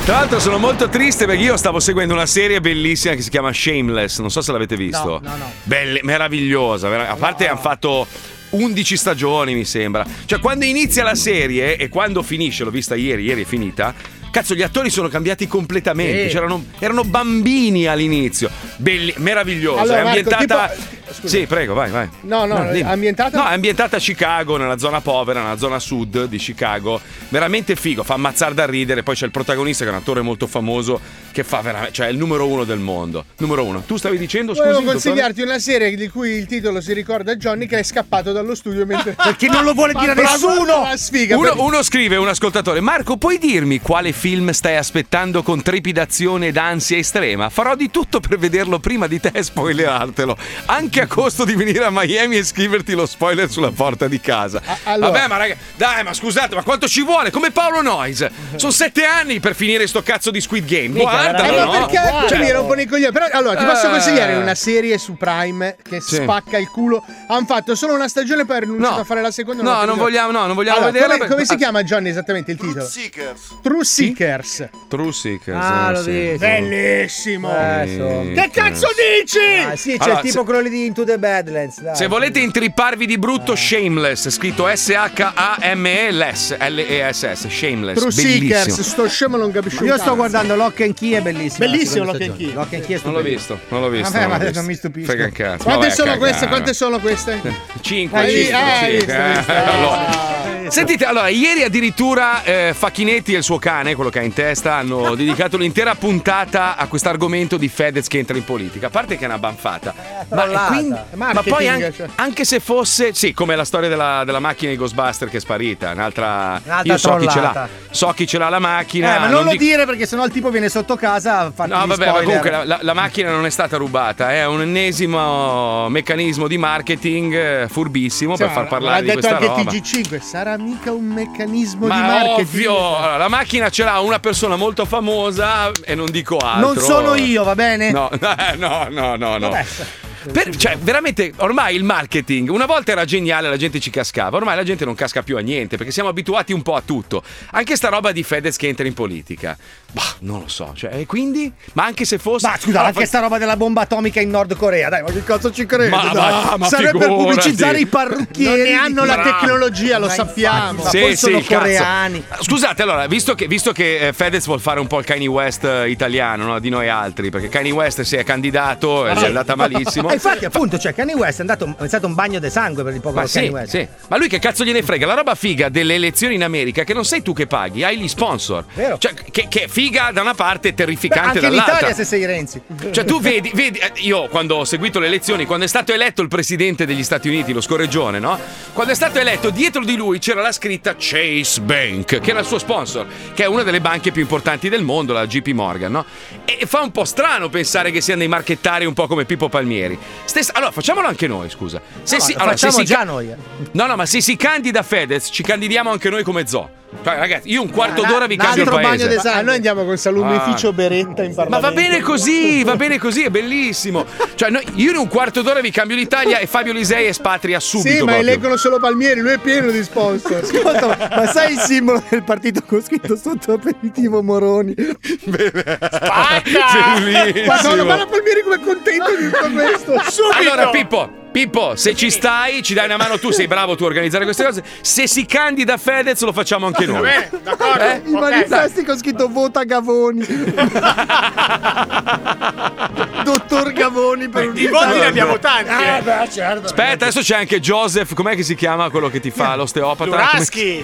S6: Tra l'altro sono molto triste perché io stavo seguendo una serie bellissima che si chiama Shameless, non so se l'avete visto.
S5: No, no, no.
S6: Belle- meravigliosa, vera- a parte hanno fatto 11 stagioni mi sembra. Cioè quando inizia la serie e quando finisce, l'ho vista ieri, ieri è finita. Cazzo, gli attori sono cambiati completamente.
S5: Sì.
S6: C'erano- erano bambini all'inizio. Belli- meravigliosa.
S1: Allora,
S6: è
S1: Marco,
S6: ambientata
S1: tipo-
S5: scusa.
S1: Sì, prego, vai, vai.
S5: No, no,
S1: dimmi.
S5: ambientata-
S1: No, è ambientata a Chicago, nella zona povera, nella zona sud di Chicago. Veramente figo, fa ammazzare da ridere. Poi c'è il protagonista, che è un attore molto famoso, che fa veramente. cioè è il numero uno del mondo. Numero uno. Tu stavi dicendo, scusi.
S5: Volevo
S1: dottore?
S5: consigliarti una serie di cui il titolo si ricorda a Johnny che è scappato dallo studio mentre...
S1: Perché non lo vuole dire
S5: Ma bravo,
S1: nessuno!
S5: La sfiga,
S1: uno,
S5: perché-
S1: uno scrive, un ascoltatore, Marco, puoi dirmi quale film stai aspettando con trepidazione ed ansia estrema? Farò di tutto per vederlo prima di te e spoilerartelo, anche a costo di venire a Miami e scriverti lo spoiler sulla porta di casa.
S5: allora.
S1: Vabbè, ma raga, dai, ma scusate, ma quanto ci vuole? Come Paolo Noyes, sono sette anni per finire sto cazzo di Squid Game.
S5: Mica,
S1: Guardalo, no?
S5: veramente. Eh, ma perché
S1: Cioè-
S5: mi rompono i coglioni? Però allora ti posso
S1: Eh.
S5: consigliare una serie su Prime che
S1: Sì.
S5: spacca il culo. Hanno fatto solo una stagione poi hanno rinunciato
S1: No.
S5: a fare la seconda.
S1: No,
S5: l'hanno
S1: non
S5: finita.
S1: vogliamo- no, non vogliamo
S5: Allora,
S1: vederla
S5: Come,
S1: perché-
S5: come si
S1: ah.
S5: chiama Johnny esattamente il titolo?
S16: Seekers.
S5: True Seekers.
S1: True Seekers.
S5: Ah,
S1: eh,
S5: lo
S1: sì.
S5: vedi. Bellissimo.
S1: Seekers.
S5: dici?
S4: Ah, sì, c'è
S1: Allora,
S4: il tipo
S1: se-
S4: quello lì di Into the Badlands. dai.
S1: Se volete intripparvi di
S4: Eh.
S1: brutto, Shameless, scritto S-H-A-M-E-L-S, L-E-S-S, Shameless.
S5: True
S1: bellissimo.
S5: Seekers, sto scemo non capisco.
S4: Io sto guardando Lock and Key, è bellissimo.
S5: Bellissimo
S4: la seconda
S5: Lock and
S4: stagione. Lock and Key è
S1: Non l'ho
S4: stupendo.
S1: visto, non l'ho visto.
S4: Vabbè,
S1: non
S4: ma
S1: l'ho visto.
S4: non mi stupisco.
S1: Frega un cazzo.
S5: Quante sono queste? Quante sono queste?
S1: 5,
S5: Eh,
S1: 5,
S5: eh, hai visto, hai visto.
S1: Sentite, allora, ieri addirittura eh, Facchinetti e il suo cane, quello che ha in testa, hanno dedicato l'intera puntata a quest'argomento di Fedez che entra in politica. A parte che è una banfata. Ma,
S4: trollata.
S1: quindi-
S4: È
S1: ma poi
S4: marketing,
S1: anche,
S4: cioè.
S1: anche se fosse, sì, come la storia della, della macchina di Ghostbuster che è sparita, un'altra.
S4: Un'altra
S1: io so chi ce l'ha,
S4: trollata.
S1: so chi ce l'ha la macchina.
S4: Eh, ma non, lo
S1: dico-
S4: dire perché sennò il tipo viene sotto casa a farti
S1: No,
S4: gli
S1: vabbè, ma
S4: spoiler.
S1: comunque la, la- la macchina non è stata rubata, è un ennesimo meccanismo di marketing eh, furbissimo
S4: Cioè,
S1: per far parlare di
S5: L'ha detto
S1: questa
S5: anche
S1: roba.
S5: TG5, sarà mica un meccanismo di
S1: Ma
S5: marketing.
S1: ovvio, allora, la macchina ce l'ha una persona molto famosa e non dico altro.
S4: Non sono io, va bene?
S1: No, no, no, no, no. Per- cioè, veramente, ormai il marketing una volta era geniale, la gente ci cascava, ormai la gente non casca più a niente perché siamo abituati un po' a tutto. Anche sta roba di Fedez che entra in politica, bah, non lo so, cioè, e quindi, ma anche se fosse. Ma
S4: Scusa, anche sta roba della bomba atomica in Nord Corea, dai, ma che cazzo ci credi?
S1: Ma-
S4: dai?
S1: ma- ma
S4: Serve per
S1: figurati.
S4: pubblicizzare i parrucchieri.
S5: Non ne hanno la
S4: Bravo.
S5: tecnologia, lo
S4: Ma
S5: sappiamo.
S4: infatti, ma poi sono
S1: cazzo.
S4: coreani.
S1: Ah, Scusate, allora, visto che, visto che, eh, Fedez vuol fare un po' il Kanye West eh, italiano, no? di noi altri, perché Kanye West si è candidato
S4: Ah,
S1: e gli è andata malissimo.
S4: E infatti, appunto, cioè, Kanye West è andato è stato un bagno di sangue per il povero
S1: Ma
S4: Kanye
S1: sì,
S4: West.
S1: sì. Ma lui che cazzo gliene frega? La roba figa delle elezioni in America è che non sei tu che paghi, hai gli sponsor. Cioè, che, che è figa da una parte e
S4: Beh,
S1: terrificante
S4: anche in
S1: dall'altra.
S4: Italia se sei Renzi.
S1: Cioè, tu vedi, vedi, eh, io quando ho seguito le elezioni, quando è stato eletto il presidente degli Stati Uniti, lo scorreggione, no? Quando è stato eletto, dietro di lui c'era la scritta Chase Bank, che era il suo sponsor, che è una delle banche più importanti del mondo, la JP Morgan, no? E fa un po' strano pensare che siano dei marchettari un po' come Pippo Palmieri. Stessa- allora, facciamolo anche noi, scusa. Se
S4: No,
S1: si-
S4: lo
S1: allora, se
S4: facciamo
S1: si
S4: già
S1: ca-
S4: noi.
S1: No, no, ma se si candida Fedez, ci candidiamo anche noi come zoo. Cioè, ragazzi, io un
S4: Ah,
S1: quarto d'ora vi cambio il
S5: L'altro bagno
S1: paese.
S5: di sangue. Noi andiamo con salumificio
S1: Ah.
S5: Beretta in
S1: Ma
S5: Parlamento.
S1: va bene così, va bene così, è bellissimo. Cioè, noi- io in un quarto d'ora vi cambio l'Italia e Fabio Lisei espatria subito.
S5: Sì, ma
S1: proprio.
S5: eleggono solo Palmieri, lui è pieno di sponsor.
S4: Ascolta, ma- ma sai il simbolo del partito con scritto sotto aperitivo Moroni?
S1: Bellissimo.
S5: Madonna, guarda Palmieri come è contento di tutto questo.
S1: Allora, Pippo. Pippo, se ci stai, ci dai una mano tu, sei bravo tu a organizzare queste cose. Se si candida Fedez lo facciamo
S5: Eh,
S1: anche noi.
S5: d'accordo.
S1: Eh?
S4: I manifesti con scritto vota Gavoni. Dottor Gavoni
S1: Eh,
S4: per un
S3: I voti ne abbiamo tanti.
S6: Eh.
S4: Ah, beh, certo.
S1: Aspetta, adesso c'è anche Joseph, com'è che si chiama quello che ti fa l'osteopata?
S3: Luraschi.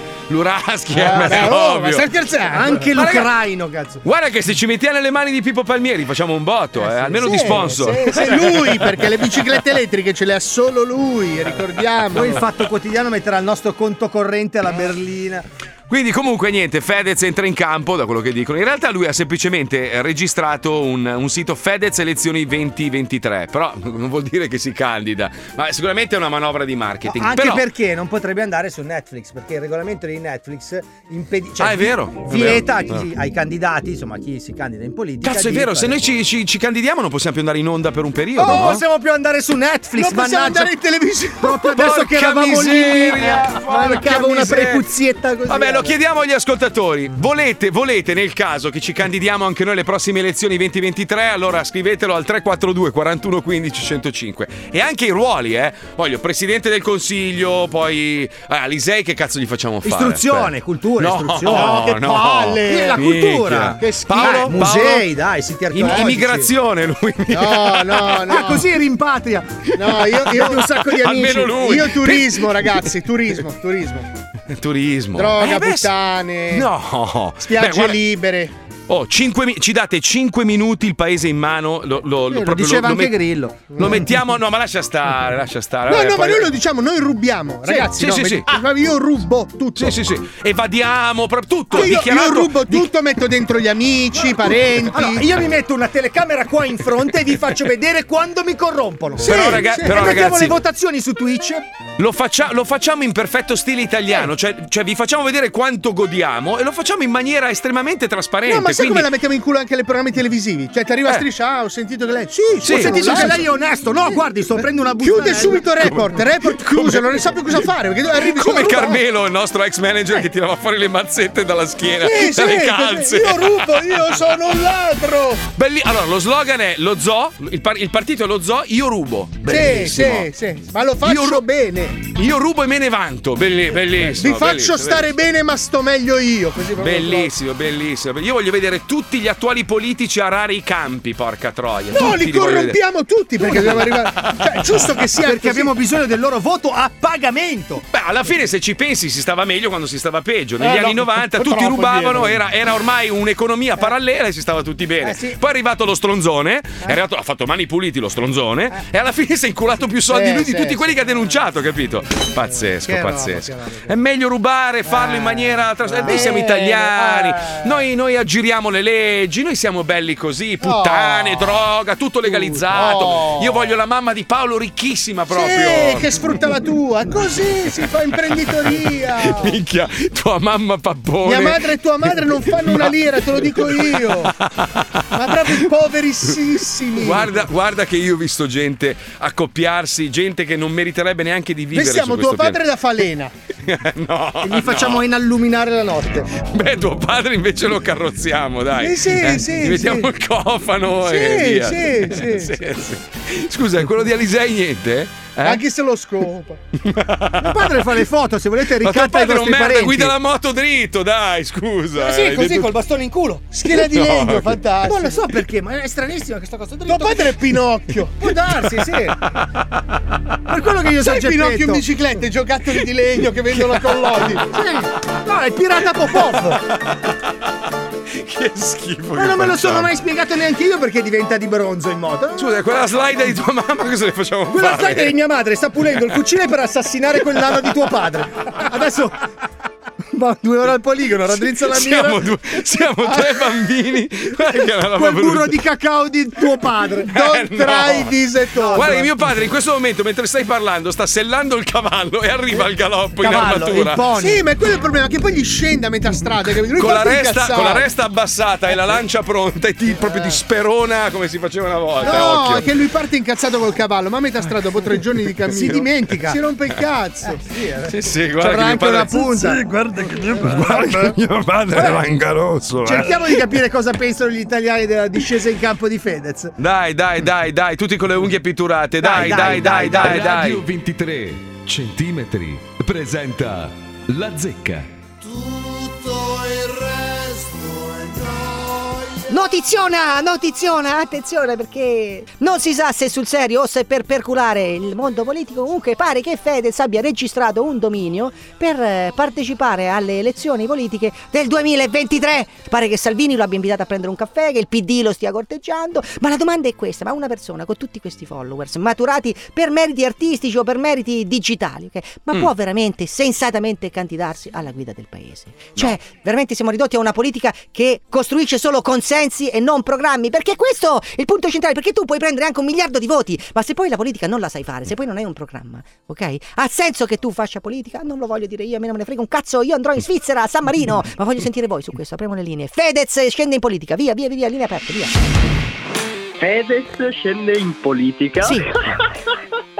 S1: Come- Luraschi, eh,
S4: Ah,
S1: ma
S4: beh,
S1: è
S4: oh, ma
S1: ovvio.
S4: stai scherzando? Anche
S1: Ma ragazzi,
S4: l'ucraino, cazzo.
S1: Guarda che se ci mettiamo nelle mani di Pippo Palmieri facciamo un botto, eh, almeno di
S5: Sì,
S1: sponsor.
S5: sì, sì, lui, perché le biciclette elettriche ce le ha solo lui, ricordiamo.
S4: Poi il fatto quotidiano metterà il nostro conto corrente alla berlina.
S1: Quindi comunque niente, Fedez entra in campo da quello che dicono. In realtà lui ha semplicemente eh, registrato un, un sito Fedez Elezioni 2023, però non vuol dire che si candida, ma sicuramente è una manovra di marketing.
S4: Anche
S1: Però-
S4: perché non potrebbe andare su Netflix, perché il regolamento di Netflix impedisce.
S1: Ah, è vero, è
S4: Vieta a
S1: vero. Ah.
S4: chi- ai candidati, insomma, a chi si candida in politica.
S1: Cazzo è
S4: di
S1: vero, se
S4: fare-
S1: noi ci, ci- ci candidiamo non possiamo più andare in onda per un
S4: Oh,
S1: periodo.
S4: non
S1: no?
S4: possiamo più andare su Netflix,
S5: Non possiamo andare in televisione.
S4: Proprio adesso
S1: Porca
S4: che eravamo lì.
S1: miseria,
S4: Mancava
S1: porca
S4: una
S1: miseria.
S4: prepuzietta così. eh.
S1: Vabbè, Glielo chiediamo agli ascoltatori. Volete, volete nel caso che ci candidiamo anche noi alle prossime elezioni 2023? Allora scrivetelo al 342 41 15 105. E anche i ruoli, eh. Voglio presidente del consiglio, poi ah, Lisei che cazzo gli facciamo fare?
S4: Istruzione, cultura,
S1: No,
S4: istruzione.
S1: no, che no. palle.
S4: La cultura.
S1: Minchia. Che schifo. Paolo?
S4: musei,
S1: Paolo?
S4: dai, siti
S1: Im-
S4: archeologici.
S1: immigrazione lui.
S5: No, no, no.
S16: Ah, così rimpatria.
S5: No, io, io ho un sacco di amici.
S1: Almeno lui.
S5: Io turismo, ragazzi, turismo, turismo.
S1: Turismo.
S5: Droga,
S1: Eh, beh,
S5: puttane.
S1: No. Beh,
S5: Spiagge
S1: guarda-
S5: libere.
S1: Oh, cinque mi- ci date 5 minuti il paese in mano. Lo, lo- lo-
S16: lo
S1: proprio
S16: diceva anche
S1: met-
S16: Grillo.
S1: Lo mettiamo. No, ma lascia stare, lascia stare.
S5: No,
S1: Vabbè,
S5: no, ma
S1: poi- eh.
S5: noi lo diciamo, noi rubiamo,
S1: Sì,
S5: ragazzi.
S1: sì,
S5: no,
S1: sì,
S5: ma-
S1: sì.
S5: ma Io rubo
S1: Sì,
S5: tutto.
S1: sì, sì. Evadiamo proprio tutto.
S5: Io, io
S1: dichiarato-
S5: rubo tutto, metto dentro gli amici, i parenti.
S16: Allora, io mi metto una telecamera qua in fronte e vi faccio vedere quando mi corrompono.
S1: Sì, Però, raga-
S16: E
S1: però,
S16: mettiamo
S1: ragazzi-
S16: le votazioni su Twitch.
S1: Lo, faccia- lo facciamo in perfetto stile
S5: Eh.
S1: italiano, cioè, cioè vi facciamo vedere quanto godiamo e lo facciamo in maniera estremamente trasparente.
S5: No, ma sai
S1: quindi-
S5: come la mettiamo in culo anche nei programmi televisivi? Cioè, ti arriva
S1: Eh.
S5: striscia, ah, ho sentito che lei. Sì,
S1: Sì.
S5: ho sentito
S16: Dice che lei è onesto. No, guardi, sto prendendo una bustina.
S5: Chiude subito report, report chiuso, non ne sa più cosa fare. Perché arrivi
S1: Come
S5: solo-
S1: Carmelo, il nostro ex manager che tirava fuori le mazzette dalla schiena,
S5: Sì, sì,
S1: dalle calze.
S5: io rubo, io sono un ladro.
S1: Belli- allora, lo slogan è lo zoo, il, par- il partito è lo zoo, io rubo. Bellissimo.
S5: Sì, sì, sì, ma lo faccio bene.
S1: Io rubo e me ne vanto. Belli-
S5: Eh, Vi
S1: bellissimo.
S5: faccio stare bene, ma sto meglio io. Così proprio-
S1: Bellissimo, bellissimo. Io voglio vedere tutti gli attuali politici arare i campi, porca troia.
S5: No,
S1: Tutti
S5: li
S1: voglio vedere.
S5: corrompiamo tutti perché dobbiamo arrivare. Cioè, è giusto che sia
S16: Perché
S5: così.
S16: abbiamo bisogno del loro voto a pagamento.
S1: Beh, alla fine se ci pensi si stava meglio quando si stava peggio. Negli
S16: Eh,
S1: anni
S16: no,
S1: 90 tutti
S16: purtroppo
S1: rubavano,
S16: indietro.
S1: era, era ormai
S5: Eh.
S1: un'economia parallela e si stava tutti bene. Poi è arrivato lo stronzone,
S5: Eh.
S1: è arrivato- ha fatto mani puliti lo stronzone e alla fine si è inculato più soldi
S16: Eh,
S1: lui di
S16: sì,
S1: tutti
S16: sì.
S1: quelli che ha denunciato, capito? Pazzesco,
S16: Che roba,
S1: pazzesco. È meglio rubare, farlo in maniera... tras- eh, noi siamo
S16: Eh,
S1: italiani,
S5: eh.
S1: noi, noi aggiriamo le leggi, noi siamo belli così, puttane, droga, tutto legalizzato. Io voglio la mamma di Paolo ricchissima proprio.
S5: Sì, che sfrutta la tua. Così si fa imprenditoria.
S1: Minchia, tua mamma pappone.
S5: Mia madre e tua madre non fanno una lira, te lo dico io. Ma proprio poverissimi.
S1: Guarda, guarda che io ho visto gente accoppiarsi, gente che non meriterebbe neanche di
S5: Noi
S1: vivere
S5: siamo
S1: su
S5: tuo
S1: questo
S5: padre da falena
S1: pianeta. no,
S5: e gli facciamo
S1: no.
S5: inalluminare la notte.
S1: Beh, tuo padre invece lo carrozziamo, dai.
S5: Eh sì, sì,
S1: gli mettiamo il cofano
S5: Sì,
S1: e via. Eh,
S5: sì, sì.
S1: sì. Scusa, quello di Alisei niente? Eh?
S5: Anche se lo scopa.
S16: Mio padre fa le foto, se volete
S1: Ma tuo
S16: ricatta i
S1: padre è un
S16: vostri
S1: merda,
S16: parenti.
S1: guida la moto dritto, dai,
S16: Eh
S1: scusa. hai
S16: sì, così
S1: detto-
S16: col bastone in culo.
S1: Schiena di No, legno, che- fantastico.
S16: Non lo so perché, ma è stranissima questa cosa. Dritto
S5: Tuo padre è Pinocchio.
S16: Può darsi, sì. Per quello che io so
S5: Sai
S16: Geppetto.
S5: Pinocchio in bicicletta, i giocattoli di legno che vendono a Collodi.
S16: Sì. No, è pirata Popov.
S1: Che schifo.
S16: Ma
S1: che
S16: Eh, non me lo sono
S1: facciamo.
S16: mai spiegato neanche io perché diventa di bronzo in moto.
S1: Scusa, Eh, quella slide di tua mamma cosa le facciamo
S16: Quella
S1: fare?
S16: slide di mia madre sta pulendo il fucile per assassinare quel nano di tuo padre. Adesso. Ma due ore al poligono, raddrizza la mira.
S1: Siamo due, siamo tre bambini. Guarda che è una roba
S16: Quel burro
S1: brutta.
S16: di cacao di tuo padre.
S1: Eh,
S16: Don't
S1: no.
S16: try this at all.
S1: Guarda che mio padre in questo momento, mentre stai parlando, sta sellando il cavallo e arriva al galoppo in armatura.
S5: Sì, ma quello è il problema, che poi gli scende a metà strada. capito? Lui
S1: Con la,
S5: fa per
S1: resta,
S5: incazzare.
S1: con la resta abbassata e
S16: Eh.
S1: la lancia pronta e ti, proprio ti sperona come si faceva una volta. eh,
S5: No,
S1: occhio.
S5: è che lui parte incazzato col cavallo, ma a metà strada dopo tre giorni di Eh. cammino
S16: Si dimentica.
S5: Si rompe il cazzo.
S1: Sì, sì, guarda
S16: C'avrà
S1: che mio
S16: anche
S1: padre-
S16: una punta. guarda che mio padre.
S1: Eh,
S16: Guarda che mio
S11: Padre
S10: Eh.
S11: Langarosso.
S16: Cerchiamo di capire cosa pensano gli italiani della discesa in campo di Fedez.
S1: Dai, dai, dai, dai, tutti con le unghie pitturate. Dai, dai, dai, dai, dai.
S17: Radio 23 centimetri presenta La zecca.
S8: Notiziona, notiziona, attenzione perché non si sa se sul serio o se per perculare il mondo politico, comunque pare che Fedez abbia registrato un dominio per eh, partecipare alle elezioni politiche del 2023. Pare che Salvini lo abbia invitato a prendere un caffè, che il PD lo stia corteggiando, ma la domanda è questa, ma una persona con tutti questi followers maturati per meriti artistici o per meriti digitali, ok? ma
S18: Mm.
S8: può veramente sensatamente candidarsi alla guida del paese? Cioè, veramente siamo ridotti a una politica che costruisce solo consensi e non programmi, perché questo è il punto centrale, perché tu puoi prendere anche un miliardo di voti, ma se poi la politica non la sai fare, se poi non hai un programma, ok? Ha senso che tu faccia politica? Non lo voglio dire io, a me non me ne frega un cazzo, io andrò in Svizzera, a San Marino, ma voglio sentire voi su questo, apriamo le linee. Fedez scende in politica, via, via, via, via, linee aperte, via.
S19: Fedez scende in politica.
S8: Sì.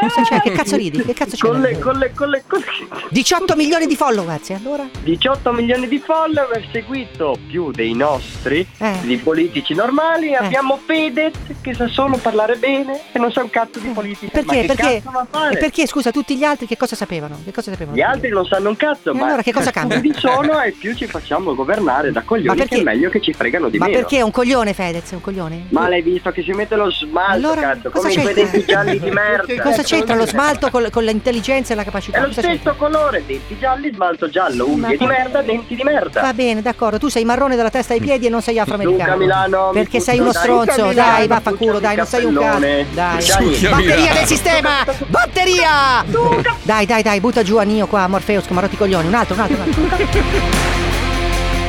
S8: Non so, cioè, che cazzo ridi? Che cazzo c'è?
S18: Colle, colle, colle, colle.
S8: 18 milioni di followers, e allora?
S18: 18 milioni di follower, seguito più dei nostri,
S8: Eh.
S18: di politici normali. Abbiamo Fedez che sa solo parlare bene e non sa un cazzo di politica. Ma
S8: Perché?
S18: che
S8: Perché?
S18: cazzo va a fare?
S8: E perché, scusa, tutti gli altri che cosa sapevano? Che cosa sapevano?
S18: Gli altri non sanno un cazzo,
S8: E
S18: ma
S8: allora che cosa cambia?
S18: più vi sono e più ci facciamo governare da coglioni
S8: Ma perché?
S18: che è meglio che ci fregano di
S8: Ma
S18: meno.
S8: perché è un coglione Fedez, è un coglione?
S18: Ma l'hai visto che si mette lo smalto, cazzo, come
S8: cosa
S18: quei
S8: c'entra?
S18: denti gialli di ecco, merda.
S8: Cosa c'entra lo smalto col- con l'intelligenza e la capacità?
S18: È lo
S8: Cosa
S18: stesso colore, denti gialli, smalto giallo,
S8: Ma-
S18: unghie di merda, denti di merda.
S8: Va bene, d'accordo. Tu sei marrone dalla testa ai piedi e non sei afroamericano.
S18: Luca Milano, mi
S8: perché
S18: puzzi,
S8: sei uno
S18: dai.
S8: stronzo. Dai,
S18: Luca Milano,
S8: vaffanculo, dai, non sei un cazzo.
S18: cappellone.
S8: Dai.
S18: Succhia
S8: Batteria
S18: Milano.
S8: del sistema! Batteria! Dai, dai, dai, butta giù a Nio qua, Morfeo, scomarotti i coglioni. Un altro, un altro, un altro.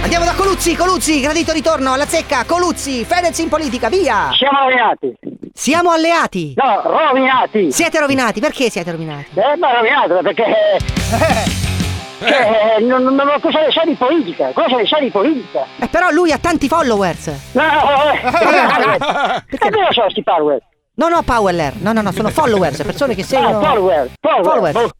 S8: Andiamo da Coluzzi, Coluzzi, gradito ritorno alla zecca. Coluzzi, Fedez in politica, via!
S18: Siamo alleati.
S8: Siamo alleati?
S18: No, rovinati.
S8: Siete rovinati, perché siete rovinati?
S18: Eh, ma rovinato perché.
S1: Eh.
S18: Cioè, non, non, non, cosa ne sa di politica? Cosa ne sa di politica?
S8: Eh, però lui ha tanti followers.
S18: No,
S8: Perché
S18: Eh, cosa sono questi follower?
S8: No, no, Powerer. No, no, no, sono followers, persone che seguono.
S18: Ah, follower, follower, boh,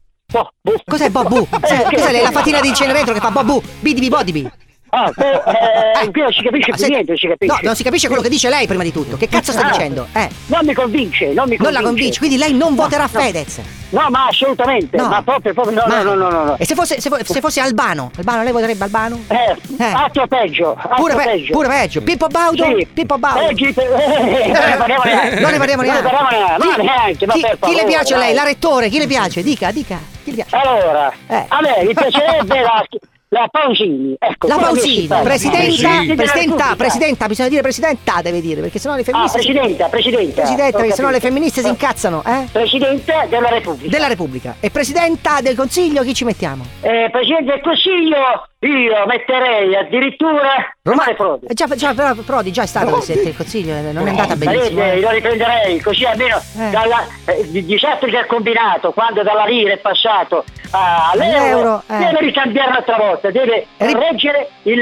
S8: Cos'è Bobu? Cos'è, cos'è la fatina di Cenerentola che fa Bobu? Bidibi bodibi.
S18: Ah, eh, qui non si capisce
S8: Ah,
S18: più
S8: se-
S18: niente, non si capisce.
S8: No, non si capisce quello che dice lei prima di tutto. Che cazzo sta
S18: Ah.
S8: dicendo? Eh.
S18: Non mi convince, non mi convince.
S8: Non la convince, quindi lei non voterà Fedez.
S18: No, ma assolutamente,
S8: No.
S18: ma proprio, proprio, no,
S8: Ma-
S18: no, no, no, no.
S8: E se fosse, se fo- se fosse Albano? Albano, lei voterebbe Albano?
S18: Eh, altro peggio, altro
S8: Pure, pe-
S18: peggio.
S8: pure peggio. Pippo Baudo?
S18: Sì.
S8: Pippo Baudo.
S18: Peggio, pe- eh, non ne parliamo neanche.
S8: Non ne parliamo
S18: Non ne parliamo neanche, ma
S8: neanche.
S18: neanche,
S8: Chi-
S18: ma
S8: Chi,
S18: per
S8: chi le
S18: favore,
S8: piace a lei?
S18: dai.
S8: La rettore, chi le piace? Dica, dica. Chi le piace?
S18: Allora,
S8: Eh.
S18: a me mi piacerebbe la, la Pausini. Ecco,
S8: La
S18: quella
S8: Pausini,
S18: che si parla.
S8: presidenta,
S18: Sì.
S8: presidenta,
S18: Repubblica. Ah,
S8: presidenta, bisogna dire presidenta, deve dire, perché sennò le femministe. si-
S18: presidenta, presidenta.
S8: Presidenta,
S18: Ho
S8: perché sennò le
S18: capito.
S8: femministe si incazzano, eh?
S18: Presidente della Repubblica.
S8: Della Repubblica. E presidenta del Consiglio, chi ci mettiamo?
S18: Eh, presidente del Consiglio, io metterei addirittura Romano Prodi.
S8: Eh, Già, già, però Prodi già è stato presidente del Consiglio, eh, non è andata benissimo.
S18: Vedete,
S8: eh.
S18: lo riprenderei così almeno dalla, eh, di disastri che ha combinato quando dalla lira è passato a- all'euro
S8: All'euro, eh.
S18: deve ricambiare un'altra volta deve correggere il,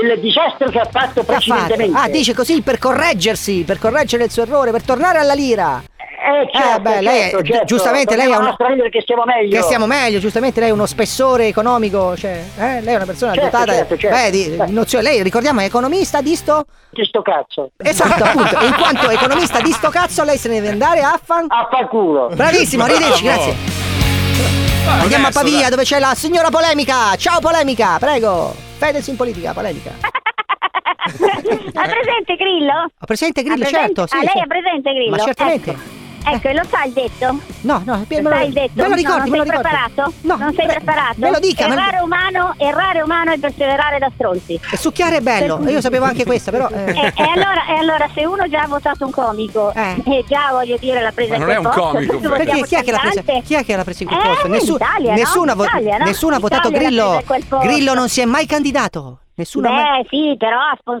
S18: il disastro che ha fatto
S8: Che ha fatto?
S18: precedentemente
S8: Ah, dice così per correggersi, per correggere il suo errore, per tornare alla lira.
S18: eh, certo,
S8: beh, lei è-
S18: certo, certo.
S8: giustamente lei ha
S18: Dobbiamo
S8: una-
S18: nostra ridere che stiamo meglio
S8: Che stiamo meglio, giustamente lei è uno spessore economico, cioè, eh? lei è una persona
S18: Certo,
S8: dotata
S18: certo, certo.
S8: beh, di
S18: Eh.
S8: nozione. Lei ricordiamo è economista di sto?
S18: Di sto cazzo.
S8: Esatto, appunto. E in quanto economista di sto cazzo lei se ne deve andare a fan.
S18: A fanculo.
S8: Bravissimo, arrivederci,
S18: Bravo.
S8: grazie. Andiamo a Pavia dove c'è la signora polemica. Ciao polemica, prego. Fedez in politica, polemica.
S19: Ha presente Grillo?
S8: Ha presente Grillo?
S19: Ha presente-
S8: Certo, sì,
S19: Ah, lei
S8: certo.
S19: ha presente Grillo?
S8: Ma certamente.
S19: Ecco, ecco, e lo sa il detto?
S8: No, no, me
S19: lo
S8: lo-
S19: sa il detto?
S8: me lo ricordi,
S19: no,
S8: me
S19: non
S8: lo
S19: sei
S8: ricordi.
S19: preparato? non sei preparato?
S8: me lo dica, me lo-
S19: Errare umano, errare umano e perseverare da stronzi.
S8: E succhiare è bello, io sapevo anche questa, però. eh.
S19: E, e allora, e allora se uno già ha votato un comico e già voglio dire l'ha presa
S8: Ma
S19: in
S8: non è
S19: quel
S8: un
S19: posto,
S8: comico,
S19: tutti
S8: Perché
S19: votiamo
S8: chi è che l'ha presa?
S19: Cantante?
S8: Chi è che l'ha presa in quel
S19: Eh,
S8: posto? Nessu-
S19: l'Italia, no?
S8: nessuno ha vo-
S19: Italia, no?
S8: nessuno ha votato
S19: L'Italia l'ha presa
S8: Grillo.
S19: in quel posto.
S8: Grillo non si è mai candidato. Nessuno ha
S19: Beh,
S8: mai...
S19: sì, però ha
S8: Cosa?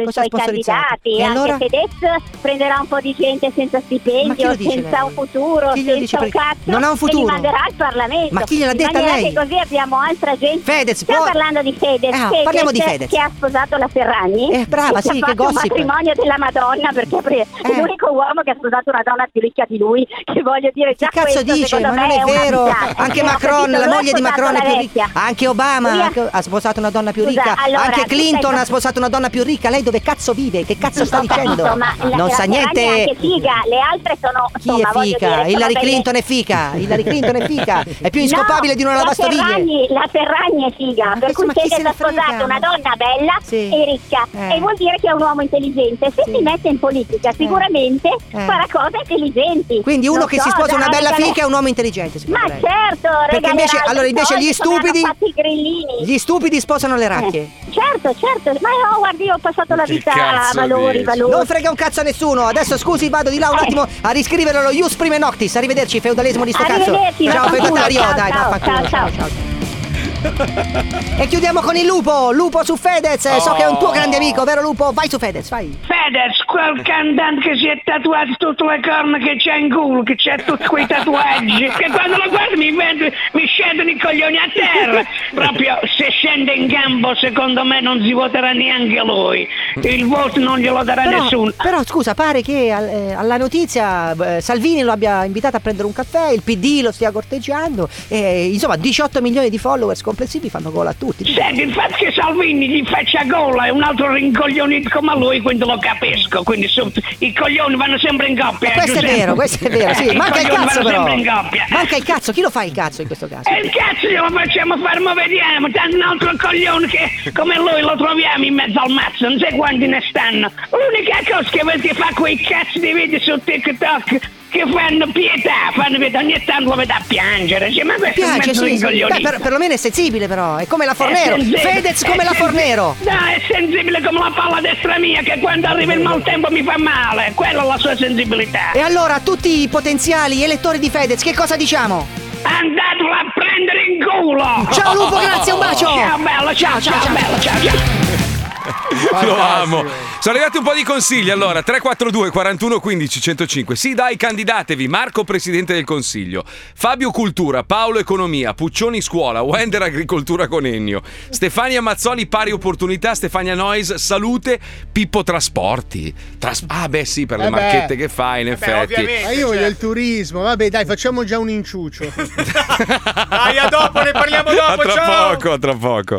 S8: Cosa ha
S19: i suoi
S8: sponsorizzato?
S19: candidati.
S8: E
S19: Anche
S8: allora?
S19: Fedez prenderà un po' di gente senza
S8: Ma chi lo
S19: stipendio,
S8: dice
S19: senza
S8: lei?
S19: un futuro,
S8: Chi glielo dice
S19: senza un
S8: perché-
S19: cazzo.
S8: Non ha un futuro?
S19: E li manderà al Parlamento.
S8: Ma chi gliel'ha
S19: In
S8: detta
S19: maniera
S8: lei?
S19: che così abbiamo altra gente.
S8: Fedez,
S19: Stiamo
S8: può-
S19: parlando di Fedez.
S8: Ah,
S19: Fedez
S8: parliamo di Fedez.
S19: Che ha sposato la Ferragni.
S8: Eh, brava,
S19: e
S8: sì,
S19: ha
S8: che
S19: fatto un
S8: gossip. Eh.
S19: matrimonio della Madonna perché ha pre- è l'unico uomo che ha sposato una donna più ricca di lui. Che voglio dire, già
S8: Che cazzo
S19: questo,
S8: dice?
S19: secondo
S8: Ma non
S19: me,
S8: è
S19: una
S8: vero.
S19: bizzarra.
S8: Anche
S19: Eh, ho
S8: Macron,
S19: capito,
S8: la
S19: lui ha
S8: moglie di
S19: sposato
S8: Macron è
S19: la
S8: più
S19: vecchia.
S8: ricca. Anche Obama
S19: Lui ha-
S8: anche- ha sposato una donna più
S19: Scusa,
S8: ricca.
S19: allora,
S8: Anche
S19: tu
S8: Clinton
S19: pensa-
S8: ha sposato una donna più ricca. Lei dove cazzo vive? Che cazzo sta
S19: Ho capito,
S8: dicendo?
S19: ma la-
S8: Non
S19: la
S8: sa
S19: Ferragni
S8: niente.
S19: è anche figa, le altre sono
S8: Chi è fica? Hillary Clinton è fica. Hillary Clinton è figa. È più inscopabile di una
S19: La
S8: lavastoviglie.
S19: Ferragni, la Ferragni è figa, per cui
S8: ma chi
S19: se
S8: se
S19: è
S8: ne frega? Eh.
S19: sposata una donna bella e ricca e vuol dire che è un uomo intelligente. Se si mette in politica sicuramente farà cose intelligenti.
S8: Eh. Quindi uno
S19: Non
S8: che
S19: so,
S8: si sposa una
S19: dai,
S8: bella
S19: regale-
S8: figa è un uomo intelligente, secondo
S19: Ma
S8: lei.
S19: certo,
S8: Perché invece,
S19: regalerà
S8: allora,
S19: le
S8: invece gli
S19: cose, saranno
S8: stupidi
S19: fatti i grillini.
S8: Gli stupidi sposano
S19: Eh.
S8: le racche.
S19: Certo, certo, ma io guardi, io ho passato la vita a valori, valori. Eh.
S8: Non frega un cazzo a nessuno. Adesso scusi, vado di là un attimo a riscrivere lo Ius Prime Noctis. Arrivederci, feudalesimo di sto cazzo.
S19: Arrivederci,
S8: Ciao,
S19: vaffanculo,
S8: feudatario.
S19: ciao,
S8: Dai,
S19: ciao,
S8: vaffanculo.
S19: ciao, ciao.
S8: E chiudiamo con il lupo, lupo su Fedez, eh, so che è un tuo
S20: Oh.
S8: grande amico, vero lupo? Vai su Fedez, vai.
S20: Fedez, quel cantante che si è tatuato tutte le corna che c'è in culo, che c'è tutti quei tatuaggi, che quando lo guardo mi, vedo- mi scendono i coglioni a terra. Proprio se scende in campo, secondo me non si voterà neanche lui. Il voto non glielo darà nessuno.
S8: però, scusa, pare che al- eh, alla notizia eh, Salvini lo abbia invitato a prendere un caffè, il PD lo stia corteggiando, e, insomma 18 milioni di followers complessivi fanno gol a tutti.
S20: Senti, il fatto che Salvini gli faccia gola è un altro rincoglionito come lui, quindi lo capisco. Quindi su- i coglioni vanno sempre in coppia.
S8: Questo è
S20: Eh, Giuseppe.
S8: vero, questo è vero,
S20: Eh,
S8: sì,
S20: i
S8: manca il
S20: coglioni
S8: cazzo
S20: vanno
S8: però.
S20: sempre in Eh, coppia.
S8: Manca il cazzo, chi lo fa il cazzo in questo caso?
S20: E il cazzo glielo facciamo fare, ma vediamo, tanto un altro coglione che come lui lo troviamo in mezzo al mazzo, non sai quanti ne stanno. L'unica cosa che avete fa quei cazzo di video su TikTok che fanno pietà, fanno pietà, ogni tanto lo vedo a piangere, cioè, ma questo è un
S8: Piace,
S20: mezzo Eh,
S8: sì, sì. Beh,
S20: rincoglionito.
S8: per, perlomeno è sensibile però, è come la Fornero,
S20: È sensibile,
S8: Fedez come la
S20: è sensi-
S8: Fornero.
S20: No, è sensibile come la palla destra mia che quando arriva il maltempo mi fa male, quella è la sua sensibilità.
S8: E allora a tutti i potenziali elettori di Fedez che cosa diciamo?
S20: Andatelo a prendere in culo!
S8: Ciao, Lupo, grazie, un bacio!
S20: Ciao bello, ciao, ciao, bello, ciao, ciao!
S1: Lo amo. Sono arrivati un po' di consigli. Allora, 342 41 15 105. Sì, dai, candidatevi. Marco, presidente del consiglio. Fabio, cultura. Paolo, economia. Puccioni, scuola. Wender, agricoltura con Ennio. Stefania Mazzoli, pari opportunità. Stefania Nois, salute. Pippo, trasporti. Tras- ah, beh, sì, per le
S5: Eh beh.
S1: marchette che fa, in effetti.
S5: Ma io voglio il turismo, vabbè dai facciamo già un inciucio.
S3: Dai, a dopo, ne parliamo dopo,
S1: A tra
S3: ciao!
S1: poco, a tra poco.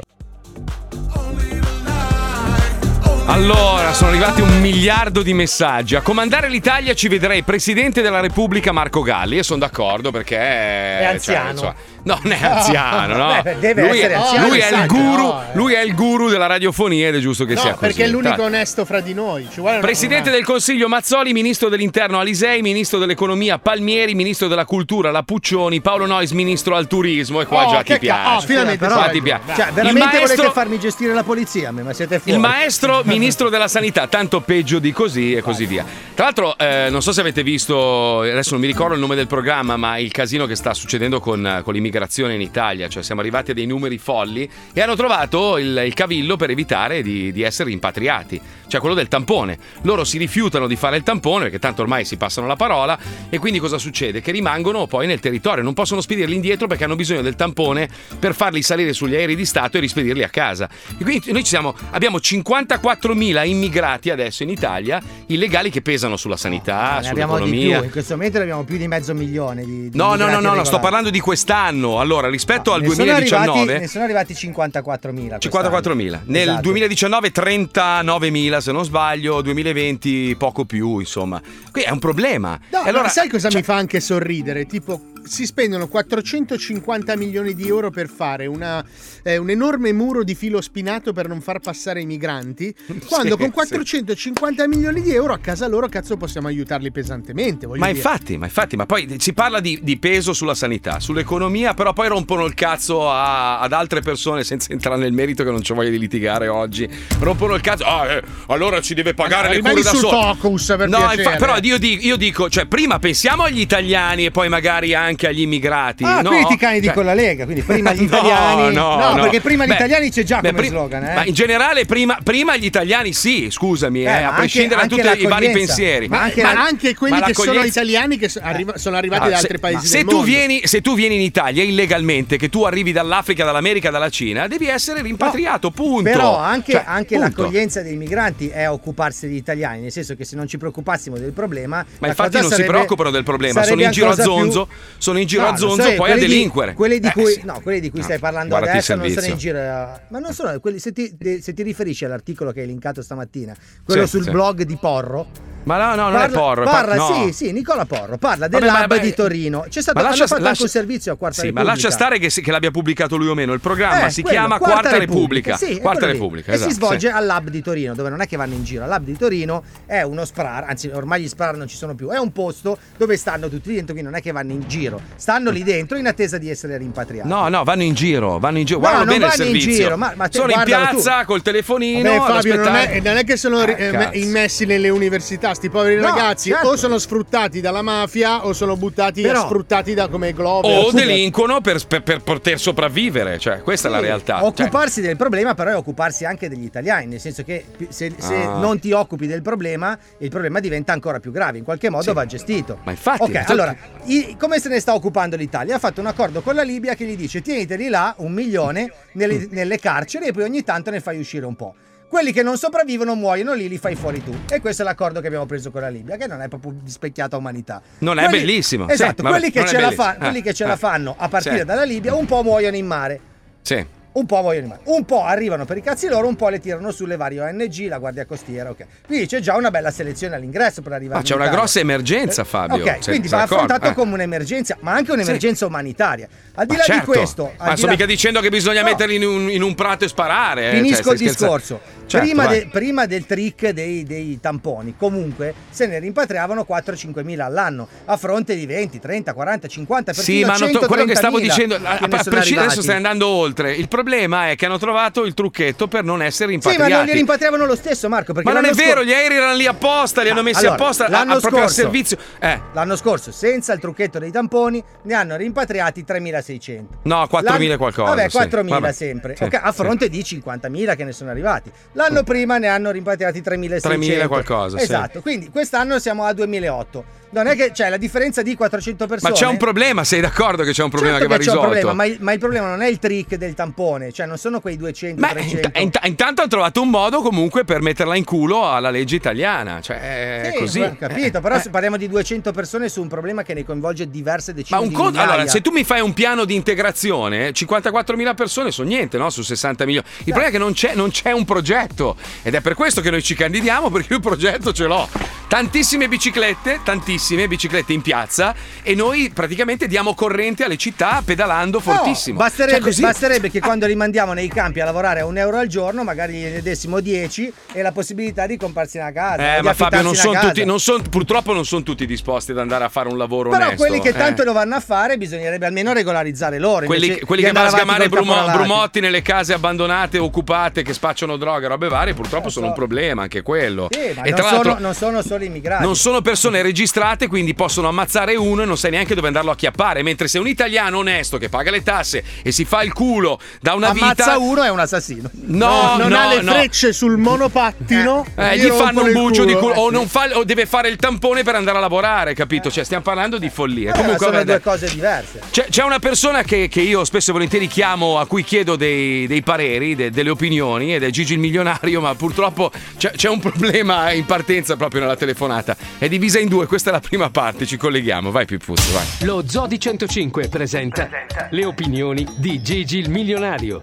S1: Allora, sono arrivati un miliardo di messaggi. A comandare l'Italia ci vedrei Presidente della Repubblica Marco Galli e sono d'accordo perché... È
S4: anziano.
S1: no, non è anziano, no.
S4: Beh, deve
S1: lui,
S4: essere
S1: è,
S4: anziano,
S1: lui è il
S4: messaggio,
S1: guru,
S4: no,
S1: lui è il guru della radiofonia ed è giusto che sia
S5: No,
S1: così.
S5: perché è l'unico
S1: Tra-
S5: onesto fra di noi. Ci vuole una-
S1: Presidente del Consiglio Mazzoli, ministro dell'Interno Alisei, ministro dell'Economia Palmieri, ministro della Cultura La Puccioni, Paolo Nois, ministro al Turismo e qua
S4: Oh,
S1: già
S4: che
S1: ti
S4: ca-
S1: piace.
S4: oh, finalmente,
S1: Qua
S4: però,
S1: ti piace.
S4: Cioè,
S1: il
S4: veramente
S1: maestro,
S4: volete farmi gestire la polizia? a me, Ma siete fuori.
S1: il maestro ministro della sanità, tanto peggio di così e così via. Tra l'altro, eh, non so se avete visto, adesso non mi ricordo il nome del programma, ma il casino che sta succedendo con, con l'immigrazione in Italia, cioè siamo arrivati a dei numeri folli e hanno trovato il, il cavillo per evitare di, di essere rimpatriati, cioè quello del tampone. Loro si rifiutano di fare il tampone perché tanto ormai si passano la parola e quindi cosa succede? Che rimangono poi nel territorio, non possono spedirli indietro perché hanno bisogno del tampone per farli salire sugli aerei di Stato e rispedirli a casa. E quindi noi ci siamo, abbiamo 54.000 immigrati adesso in Italia, illegali che pesano sulla sanità,
S4: ne abbiamo di più, in
S1: sull'economia.
S4: questo momento ne abbiamo più di mezzo milione di, di
S1: No, no, no,
S4: immigrati
S1: no, no, sto
S4: regolari.
S1: parlando di quest'anno. Allora, rispetto al
S4: Ne sono arrivati-
S1: 2019...
S4: Ne sono arrivati 54.000. quest'anno.
S1: 54.000. Nel
S4: Esatto.
S1: 2019 39.000 se non sbaglio, 2020 poco più, insomma. Qui è un problema.
S5: No,
S1: E allora- cioè
S5: ma sai cosa mi fa anche sorridere? Tipo, si spendono 450 milioni di euro per fare una- eh, un enorme muro di filo spinato per non far passare i migranti, quando con
S1: sì.
S5: 450 milioni di euro a casa loro, cazzo, possiamo aiutarli pesantemente. voglio
S1: Ma
S5: dire.
S1: infatti, ma infatti, ma poi si parla di, di peso sulla sanità, sull'economia, però poi rompono il cazzo a- ad altre persone senza entrare nel merito che non c'ho voglia di litigare oggi. Rompono il cazzo, ah, eh, allora ci deve pagare le
S5: Rimani
S1: cure da
S5: sul
S1: solo.
S5: focus, per
S1: no,
S5: piacere.
S1: infa- però io dico, io dico, cioè, prima pensiamo agli italiani e poi magari anche agli immigrati.
S4: Ah,
S1: no?
S4: quindi ti cani
S1: Cioè-
S4: con la Lega, quindi prima gli
S1: No,
S4: italiani.
S1: no, no.
S4: perché prima gli
S1: Beh,
S4: italiani c'è già
S1: beh,
S4: come
S1: pri-
S4: slogan, eh.
S1: Ma in generale, prima, prima gli italiani, sì, scusami, eh,
S4: ma
S1: a
S4: anche-
S1: prescindere
S4: anche
S1: da tutti i vari
S4: l'accoglienza.
S1: pensieri.
S5: Ma anche,
S1: Ma-
S5: ma anche quelli
S1: ma
S5: che sono
S1: l'accoglienza-
S5: italiani che so- arriva- sono arrivati
S1: Ah,
S5: da altri
S1: se,
S5: paesi
S1: se
S5: del
S1: tu
S5: mondo.
S1: vieni, se tu vieni in Italia illegalmente, che tu arrivi dall'Africa, dall'America, dalla Cina, devi essere rimpatriato, punto.
S4: Però anche,
S1: Cioè,
S4: anche
S1: punto.
S4: l'accoglienza dei migranti è occuparsi degli italiani, nel senso che se non ci preoccupassimo del problema.
S1: Ma
S4: la
S1: infatti
S4: cosa
S1: non si
S4: sarebbe-
S1: preoccupano del problema,
S4: sarebbe
S1: sono in giro a
S4: ancora più-
S1: zonzo, sono in giro
S4: No,
S1: a
S4: lo
S1: zonzo
S4: sai,
S1: poi a
S4: quelli di-
S1: delinquere.
S4: quelli di
S1: Eh,
S4: cui,
S1: sì.
S4: no, quelli di cui
S1: No,
S4: stai parlando
S1: guardati il
S4: adesso non sono
S1: servizio.
S4: in giro. a- Ma non solo, quelli- se, ti, de- se ti riferisci all'articolo che hai linkato stamattina, quello
S1: Sì,
S4: sul
S1: sì.
S4: blog di Porro.
S1: Ma no, no, non è Porro, è Par-
S4: Parla,
S1: no.
S4: sì, sì, Nicola Porro. Parla
S1: Vabbè,
S4: dell'hub
S1: ma- ma-
S4: di Torino. C'è stato
S1: ma lascia-
S4: hanno fatto anche
S1: lascia-
S4: un servizio a Quarta
S1: Sì,
S4: Repubblica.
S1: ma lascia stare che, si- che l'abbia pubblicato lui o meno. Il programma
S4: Eh,
S1: si
S4: quello,
S1: chiama Quarta, Repubblica.
S4: Sì, è
S1: Quarta
S4: quello lì.
S1: Repubblica,
S4: e
S1: esatto,
S4: si svolge
S1: sì.
S4: all'Hub di Torino, dove non è che vanno in giro. All'Hub di Torino è uno SPRAR, anzi ormai gli SPRAR non ci sono più, è un posto dove stanno tutti dentro, quindi non è che vanno in giro. giro, stanno lì dentro in attesa di essere rimpatriati.
S1: No, no, vanno in giro, vanno in giro.
S4: No,
S1: Guardano
S4: non
S1: bene il
S4: vanno in
S1: servizio.
S4: giro, ma- ma te-
S1: Sono in
S4: guardalo
S1: piazza col telefonino.
S5: Vabbè,
S1: ad
S5: Fabio, non
S1: aspettare. Ah,
S5: è, non è che sono ri- eh,
S1: cazzo.
S5: immessi nelle università, sti poveri
S1: No,
S5: ragazzi
S1: certo.
S5: o sono sfruttati dalla mafia o sono buttati
S1: Però-
S5: sfruttati da come globo.
S1: O delinquono per, per- per poter sopravvivere. Cioè, questa è la realtà. Cioè,
S4: Occuparsi del problema, però, è occuparsi anche degli italiani, nel senso che pi- se, se
S1: Ah.
S4: non ti occupi del problema, il problema diventa ancora più grave. In qualche modo va gestito.
S1: Ma infatti,
S4: Ok,
S1: ma-
S4: allora, i- come se ne sta occupando l'Italia? Ha fatto un accordo con la Libia che gli dice: tieniteli là un milione nelle,
S1: Mm.
S4: nelle carceri e poi ogni tanto ne fai uscire un po'. Quelli che non sopravvivono muoiono lì, li fai fuori tu. E questo è l'accordo che abbiamo preso con la Libia, che non è proprio di specchiata umanità.
S1: Non è bellissimo. Sì,
S4: Esatto,
S1: vabbè,
S4: quelli, che
S1: non è
S4: ce la
S1: bellissimo.
S4: fa- quelli
S1: Eh,
S4: che ce
S1: eh. certo.
S4: la fanno a partire
S1: Sì.
S4: dalla Libia un po' muoiono in mare.
S1: cioè, sì.
S4: Un po' vogliono in mare. Un po' arrivano per i cazzi loro, un po' le tirano sulle varie ONG, la Guardia Costiera, ok. Quindi c'è già una bella selezione all'ingresso per arrivare.
S1: Ma Ah, c'è
S4: in
S1: una
S4: Italia.
S1: grossa emergenza,
S4: Eh,
S1: Fabio.
S4: Ok,
S1: Se-
S4: quindi
S1: se
S4: va
S1: d'accordo?
S4: affrontato
S1: Eh.
S4: come un'emergenza, ma anche un'emergenza umanitaria. Al di
S1: Ma
S4: là di
S1: certo.
S4: questo, al
S1: ma
S4: di
S1: sto
S4: là-
S1: mica dicendo che bisogna
S4: No.
S1: metterli in un, in un prato e sparare. eh,
S4: Finisco
S1: cioè,
S4: il
S1: stai scherzando?
S4: discorso.
S1: Certo,
S4: prima,
S1: vai.
S4: de- prima del trick dei, dei tamponi, comunque se ne rimpatriavano 4-5 mila all'anno, a fronte di 20, 30, 40, 50 persino
S1: Sì, ma hanno tro- quello che stavo
S4: 130.000
S1: dicendo, a, a
S4: che ne sono
S1: prescindere adesso
S4: arrivati.
S1: stai andando oltre. Il problema è che hanno trovato il trucchetto per non essere
S4: Sì,
S1: rimpatriati.
S4: ma non li rimpatriavano lo stesso, Marco. Perché
S1: Ma non è
S4: l'anno scor-
S1: vero, gli aerei erano lì apposta, li hanno messi
S4: Allora,
S1: apposta a-
S4: l'anno
S1: a- proprio al
S4: scorso-
S1: servizio. Eh,
S4: L'anno scorso, senza il trucchetto dei tamponi, ne hanno rimpatriati 3.600.
S1: no, 4.000
S4: L'anno-
S1: qualcosa.
S4: Vabbè,
S1: sì.
S4: 4.000
S1: Vabbè.
S4: sempre.
S1: Sì,
S4: Ok, a
S1: sì.
S4: fronte di 50.000 che ne sono arrivati. L'anno prima ne hanno rimpatriati 3.600.
S1: 3.000 qualcosa, sì.
S4: Esatto, quindi quest'anno siamo a 2.008. Non è che c'è la differenza di 400
S1: Ma
S4: persone.
S1: c'è un problema, sei d'accordo che c'è un problema
S4: Certo
S1: che va
S4: che c'è un
S1: risolto?
S4: problema, ma il, ma il problema non è il trick del tampone, cioè non sono quei 200,
S1: Ma
S4: 300.
S1: int- int- intanto hanno trovato un modo comunque per metterla in culo alla legge italiana. Cioè, è
S4: Sì,
S1: così. Eh.
S4: ho Eh, capito, però se parliamo di 200 persone su un problema che ne coinvolge diverse decine
S1: Ma un
S4: di
S1: conto,
S4: migliaia.
S1: allora, se tu mi fai un piano di integrazione, 54.000 persone sono niente, no? Su 60 milioni. Il problema è che non c'è, non c'è un progetto ed è per questo che noi ci candidiamo, perché io il progetto ce l'ho. Tantissime biciclette, tantissime biciclette in piazza e noi praticamente diamo corrente alle città pedalando
S4: No,
S1: fortissimo. Cioè,
S4: basterebbe,
S1: così-
S4: basterebbe che quando li mandiamo nei campi a lavorare a un euro al giorno, magari gliene dessimo 10 e la possibilità di comparsi una casa.
S1: Eh,
S4: di
S1: ma Fabio, non
S4: affittarsi
S1: sono
S4: una casa.
S1: tutti, non son- purtroppo non sono tutti disposti ad andare a fare un lavoro
S4: Però
S1: onesto.
S4: quelli che
S1: eh.
S4: tanto lo vanno a fare, bisognerebbe almeno regolarizzare loro.
S1: quelli,
S4: invece
S1: quelli
S4: di
S1: che vanno a
S4: andare
S1: sgamare
S4: avanti col
S1: Brumo-
S4: caporalato.
S1: Brumotti nelle case abbandonate, occupate, che spacciano droga, robe varie, purtroppo sono un problema anche quello.
S4: Sì, ma
S1: e
S4: non
S1: tra
S4: sono,
S1: l'altro
S4: non sono solo immigrati.
S1: non sono persone registrate, quindi possono ammazzare uno e non sai neanche dove andarlo a chiappare. Mentre se un italiano onesto che paga le tasse e si fa il culo da una
S4: Ammazza
S1: vita.
S4: uno è un assassino.
S1: No,
S5: non
S1: no,
S5: ha le
S1: no.
S5: frecce sul monopattino.
S1: Eh, gli fanno un bucio di culo
S5: Eh,
S1: o, non fa- o deve fare il tampone per andare a lavorare, capito? Cioè, stiamo parlando di follia.
S4: Comunque,
S1: Comunque,
S4: Eh, sono
S1: vabbè,
S4: due cose diverse.
S1: C'è, c'è una persona che, che io spesso e volentieri chiamo, a cui chiedo dei, dei pareri, de- delle opinioni, ed è Gigi il milionario, ma purtroppo c'è, c'è un problema in partenza proprio nella telefonata. È divisa in due, questa è la prima parte, ci colleghiamo. Vai Pipuzzo, vai.
S12: Lo Zodi 105 presenta, le opinioni di Gigi il milionario.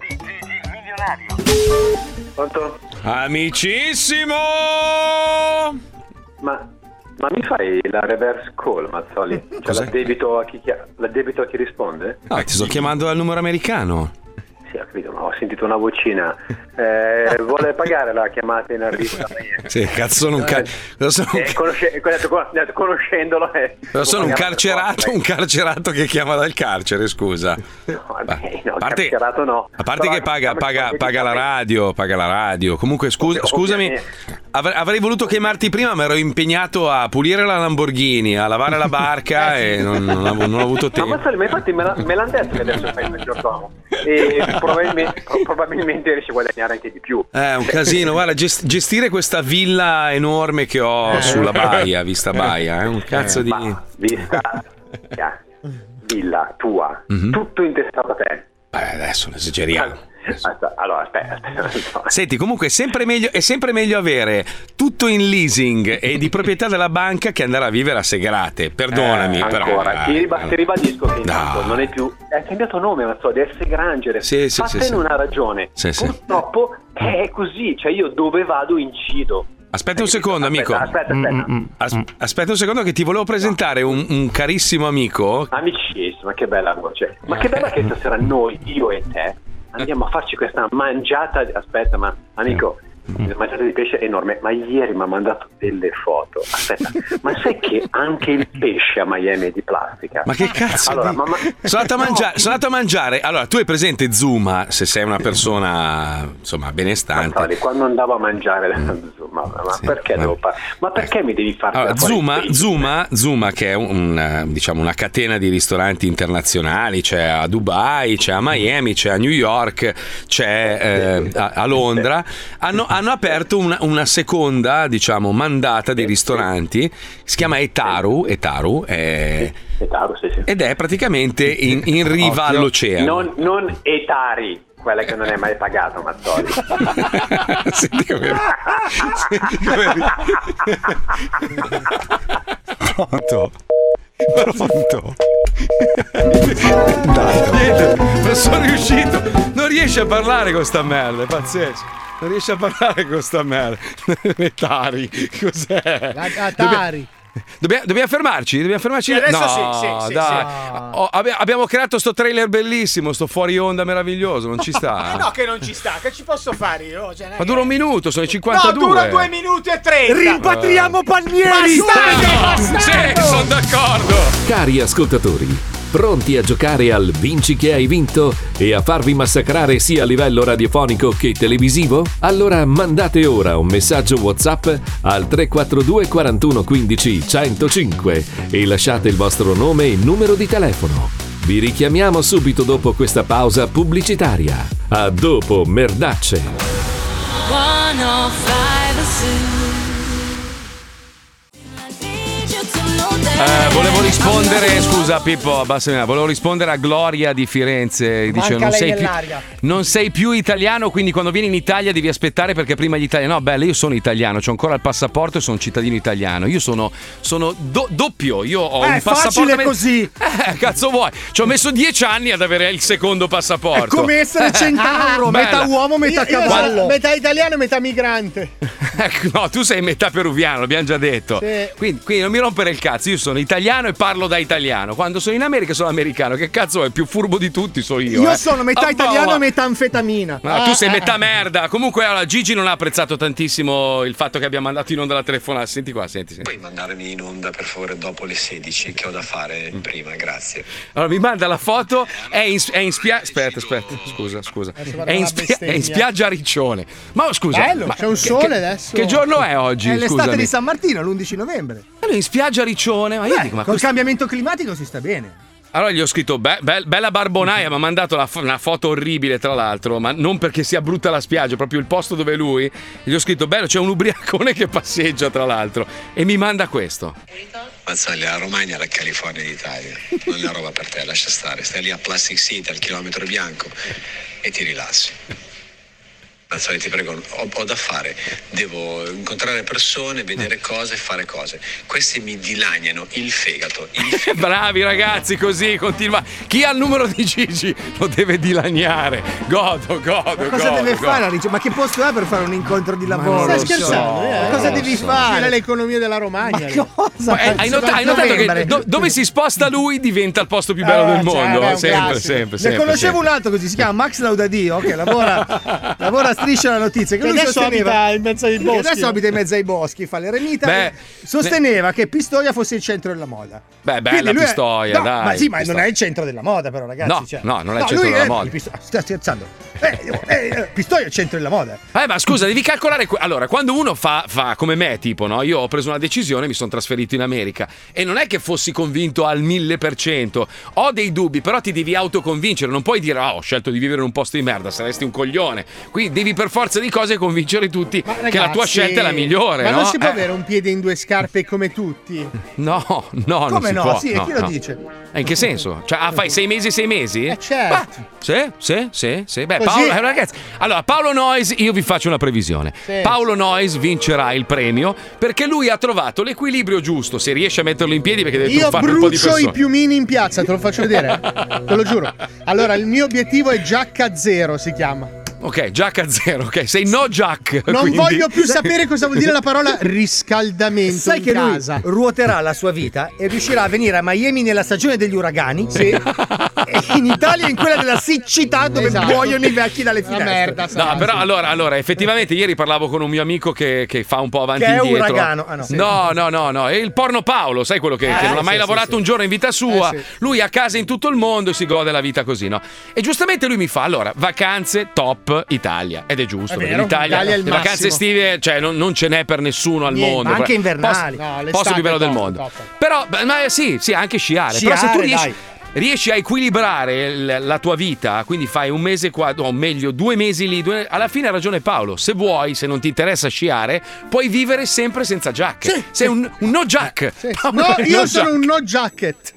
S18: Pronto?
S1: Amicissimo!
S21: Ma, ma mi fai la reverse call,
S1: Eh,
S21: Mazzoli? Cioè, la debito, a chi chia- la debito a chi risponde?
S1: Ah, ti sto chiamando dal numero americano.
S21: Sì, ho capito, ma ho sentito una vocina. Eh, vuole pagare la chiamata in arrivo?
S1: Sì, cazzo, non ca- sono un
S21: Eh, conosce- detto, con- detto, conoscendolo eh,
S1: Però sono un
S21: pagare-
S1: carcerato, un carcerato che chiama dal carcere, scusa.
S21: No,
S1: a parte-
S21: carcerato no.
S1: A parte
S21: Però-
S1: che paga, paga- paga la radio, paga la radio. Comunque, scusa- scusami, avre- avrei voluto chiamarti prima, ma ero impegnato a pulire la Lamborghini, a lavare la barca e non, non ho, non ho avuto
S21: Eh, Ma
S1: tempo.
S21: Mazzoli, ma infatti me, la- me l'hanno detto che adesso fai il maggiordomo e probabilmente, probabilmente riesci a guadagnare anche di più.
S1: È Eh, un casino, guarda, gest- gestire questa villa enorme che ho
S21: Eh.
S1: sulla baia, vista baia, è un cazzo
S21: Eh,
S1: di...
S21: ma vista via, villa tua, tutto intestato a te.
S1: Beh, Mhm. adesso ne esageriamo.
S21: Aspetta, allora, aspetta, aspetta.
S1: Senti, comunque è sempre, meglio, è sempre meglio avere tutto in leasing e di proprietà della banca che andare a vivere a Segrate. Perdonami,
S21: Eh,
S1: però.
S21: Ancora, ti, riba- ti ribadisco che intanto
S1: Dai.
S21: non è più. È cambiato nome, Mazzoli, è Segrangere.
S1: Sì, sì,
S21: Ma
S1: sì,
S21: te
S1: sì.
S21: non ha ragione.
S1: Sì, sì.
S21: Purtroppo è così, cioè io dove vado incido.
S1: Aspetta un secondo, amico.
S21: aspetta, aspetta.
S1: As- aspetta un secondo, che ti volevo presentare un, un carissimo amico.
S21: Amicissima, che bella voce. Ma che bella che stasera noi, io e te, andiamo a farci questa mangiata. di- Aspetta, ma amico,
S1: Eh.
S21: Il mangiato di pesce è enorme, ma ieri mi ha mandato delle foto. Aspetta, ma sai che anche il pesce a Miami è di plastica?
S1: Ma che cazzo
S21: Allora,
S1: di-
S21: ma- ma-
S1: Sono andato, a mangiare, sono andato a mangiare. Allora, tu hai presente Zuma, se sei una persona insomma benestante.
S21: Guardi, quando andavo a mangiare Zuma, ma perché devo par- Ma perché mi devi far
S1: Allora,
S21: parlare
S1: Eh, Zuma,
S21: di pesce?
S1: Zuma- Zuma, che è un, eh, diciamo, una catena di ristoranti internazionali, c'è a Dubai, c'è a Miami, c'è a New York, c'è eh, a, a Londra, hanno, hanno aperto una, una seconda diciamo, mandata di ristoranti, si chiama Etaru, Etaru, è- ed è praticamente in, in riva
S21: Occhio.
S1: all'oceano.
S21: Non, non etari, quella che non hai mai pagato, Mazzoli.
S1: Senti come... Senti come... Pronto? Pronto? Niente, non sono riuscito. Non riesce a parlare con sta merda, è pazzesco. Non riesce a parlare con sta merda. Metari, cos'è?
S5: Atari.
S1: Dobbiamo, dobbiamo fermarci? Dobbiamo fermarci?
S5: Sì, adesso
S1: no,
S5: sì, sì, sì,
S1: dai.
S5: sì.
S1: Oh, abbi- abbiamo creato sto trailer bellissimo, sto fuori onda meraviglioso, non ci sta.
S3: Eh no, che non ci sta, che ci posso fare io? Cioè,
S1: Ma dura un minuto, sono i
S3: No,
S1: 52.
S3: dura 2 minuti e 30.
S1: Rimpatriamo
S3: Palmieri! Bastardo, bastardo!
S1: Sì, sono d'accordo.
S2: Cari ascoltatori, pronti a giocare al Vinci che hai vinto e a farvi massacrare sia a livello radiofonico che televisivo? Allora mandate ora un messaggio WhatsApp al 342 41 15 105 e lasciate il vostro nome e numero di telefono. Vi richiamiamo subito dopo questa pausa pubblicitaria. A dopo, merdacce!
S22: 105
S1: Eh, volevo rispondere, scusa Pippo, abbassami, la- volevo rispondere a Gloria di Firenze. Dice,
S4: Manca
S1: non,
S4: lei
S1: sei più,
S4: nell'aria."
S1: non sei più italiano, quindi quando vieni in Italia devi aspettare perché prima gli italiani... No, bella, io sono italiano, ho ancora il passaporto e sono un cittadino italiano. Io sono, sono do- doppio, io ho
S16: Eh,
S1: un passaporto...
S16: facile
S1: amer-
S16: così.
S1: Eh, cazzo vuoi? Ci ho messo dieci anni ad avere il secondo passaporto. Eh,
S16: È come essere centauro, metà
S1: Bella.
S16: uomo, metà
S1: Io- io
S16: cavallo.
S1: sono-
S5: Metà italiano e metà migrante.
S1: Ecco, No, tu sei metà peruviano, l'abbiamo già detto.
S5: Sì.
S1: Quindi, quindi non mi rompere il cazzo, io sono italiano e parlo da italiano. Quando sono in America sono americano, che cazzo è? Più furbo di tutti sono io.
S5: Io,
S1: eh.
S5: sono metà
S1: Ah,
S5: italiano
S1: boh,
S5: e metà anfetamina. Eh,
S1: ma- ma tu sei metà merda. Comunque, allora, Gigi non ha apprezzato tantissimo il fatto che abbiamo mandato in onda la telefonata. Senti qua, senti, senti.
S23: Puoi mandarmi in onda per favore dopo le 16 che ho da fare prima, grazie.
S1: Allora, mi manda la foto, è in, è in spiaggia. Aspetta, aspetta, scusa, scusa.
S5: Eh,
S1: È in, spia- è in spiaggia a Riccione. Ma oh, scusa,
S5: Bello,
S1: ma
S5: c'è un
S1: che-
S5: sole
S1: che-
S5: adesso.
S1: Che giorno è oggi?
S5: È l'estate
S1: Scusami.
S5: di San Martino, l'11 novembre.
S1: Allora in spiaggia Riccione, ma io dico, ma
S4: Col
S1: questo-
S4: cambiamento climatico si sta bene.
S1: Allora gli ho scritto "Be- be- bella barbonaia, mi ha mandato la fo- una foto orribile tra l'altro, ma non perché sia brutta la spiaggia, proprio il posto dove è lui. E Gli ho scritto bello, c'è un ubriacone che passeggia tra l'altro e mi manda questo.
S23: Mazzoli, la Romagna è la California d'Italia, non è una roba per te, lascia stare. Stai lì a Plastic City, al chilometro bianco e ti rilassi. Mazzoli, ti prego, ho, ho da fare, devo incontrare persone, vedere cose, fare cose. Questi mi dilagnano il fegato, il
S1: Bravi ragazzi, così continua. Chi ha il numero di Gigi lo deve dilaniare. Godo, godo,
S4: Ma cosa
S1: godo,
S4: deve
S1: godo.
S4: fare? la ricerca? Ma che posto è per fare un incontro di
S1: non
S4: lavoro?
S1: lo Stai so, scherzando, eh? non
S4: Cosa
S1: lo
S4: devi
S1: so.
S5: Quella è
S4: fare?
S5: l'economia della Romagna. lì.
S1: Ma, eh, hai, nota- hai notato che do- dove si sposta lui diventa il posto più bello
S4: Ah,
S1: del
S4: cioè,
S1: mondo?
S4: beh, è un
S1: sempre, sempre,
S4: classico.
S1: sempre,
S4: Ne conoscevo un altro così, si chiama Max Laudadio, che lavora, lavora a striscia la notizia. Che
S5: Che
S4: lui
S5: adesso
S4: sosteneva,
S5: abita in mezzo ai
S4: che
S5: boschi,
S4: Adesso
S5: eh.
S4: abita in mezzo ai boschi, fa l'eremita.
S1: Beh,
S4: sosteneva che Pistoia fosse il centro della moda.
S1: Beh,
S4: Quindi
S1: bella
S4: lui è-
S1: Pistoia,
S4: no,
S1: dai.
S4: Ma sì, ma
S1: Pistoia.
S4: non è il centro della moda, però, ragazzi.
S1: No,
S4: cioè.
S1: no, non è il centro
S4: lui
S1: della
S4: è-
S1: moda.
S4: Pisto- Sta scherzando. Eh, eh, eh, Pistoia è il centro della moda.
S1: Eh, ma scusa, devi calcolare. que- Allora, quando uno fa, fa come me, tipo, no? Io ho preso una decisione, mi sono trasferito in America e non è che fossi convinto al mille per cento. Ho dei dubbi, però ti devi autoconvincere. Non puoi dire, ah, ho scelto di vivere in un posto di merda, saresti un coglione. Quindi devi per forza di cose convincere tutti che la tua
S5: Ragazzi,
S1: scelta è la migliore,
S5: Ma
S1: no?
S5: non si può
S1: Eh,
S5: avere un piede in due scarpe come tutti.
S1: No, no, non
S5: Come
S1: si
S5: no?
S1: può.
S5: Sì, e chi lo dice?
S1: Eh, In che senso? Cioè, ah, fai sei mesi, sei mesi? Eh,
S5: certo.
S1: Sì, sì, sì, sì. Beh,
S5: Così.
S1: Paolo, eh, ragazzi, allora Paolo Noyes, io vi faccio una previsione.
S5: Sì.
S1: Paolo Noyes vincerà il premio perché lui ha trovato l'equilibrio giusto, se riesce a metterlo in piedi perché deve
S5: Io
S1: truffare Eh, un po' di
S5: brucio
S1: persone.
S5: i piumini in piazza, te lo faccio vedere. te lo giuro. Allora, il mio obiettivo è giacca zero, si chiama.
S1: Ok, Jack a zero, ok, sei no Jack.
S5: Non
S1: quindi-
S5: voglio più sapere cosa vuol dire la parola riscaldamento
S4: Sai
S5: in
S4: che lui
S5: casa.
S4: ruoterà la sua vita e riuscirà a venire a Miami nella stagione degli uragani.
S5: Sì.
S16: in Italia in quella della siccità dove
S5: Esatto.
S16: muoiono i vecchi dalle
S5: Una
S16: finestre.
S5: merda,
S1: No, però allora, allora, effettivamente ieri parlavo con un mio amico che, che fa un po' avanti
S16: Che
S1: e
S16: è un
S1: indietro.
S16: uragano. Ah, no. Sì.
S1: no, no, no, no. E il porno Paolo, sai quello che,
S16: Eh,
S1: che non ha mai
S16: sì,
S1: lavorato
S16: sì, sì.
S1: un giorno in vita sua.
S16: Eh, sì.
S1: Lui a casa in tutto il mondo e si gode la vita così, no? E giustamente lui mi fa: allora, vacanze top Italia. Ed è giusto,
S16: È
S1: perché
S16: vero,
S1: in Italia,
S16: l'Italia è il
S1: le
S16: massimo.
S1: vacanze estive, cioè, non, non ce n'è per nessuno al
S16: Niente,
S1: mondo.
S16: ma anche
S1: Posto-
S16: invernali. No,
S1: Posto,
S16: l'estate
S1: più bello del
S16: top,
S1: mondo.
S16: top.
S1: Però, beh, ma eh, sì, sì, anche sciare. Però se tu
S16: Sciare,
S1: riesci.
S16: dai.
S1: Riesci a equilibrare l- la tua vita, quindi fai un mese qua, o meglio due mesi lì, due- alla fine ha ragione Paolo, se vuoi, se non ti interessa sciare, puoi vivere sempre senza giacche. Sei un, un no jack. Paolo
S5: No,
S1: è un
S5: io
S1: no
S5: sono
S1: jack.
S5: un no jacket.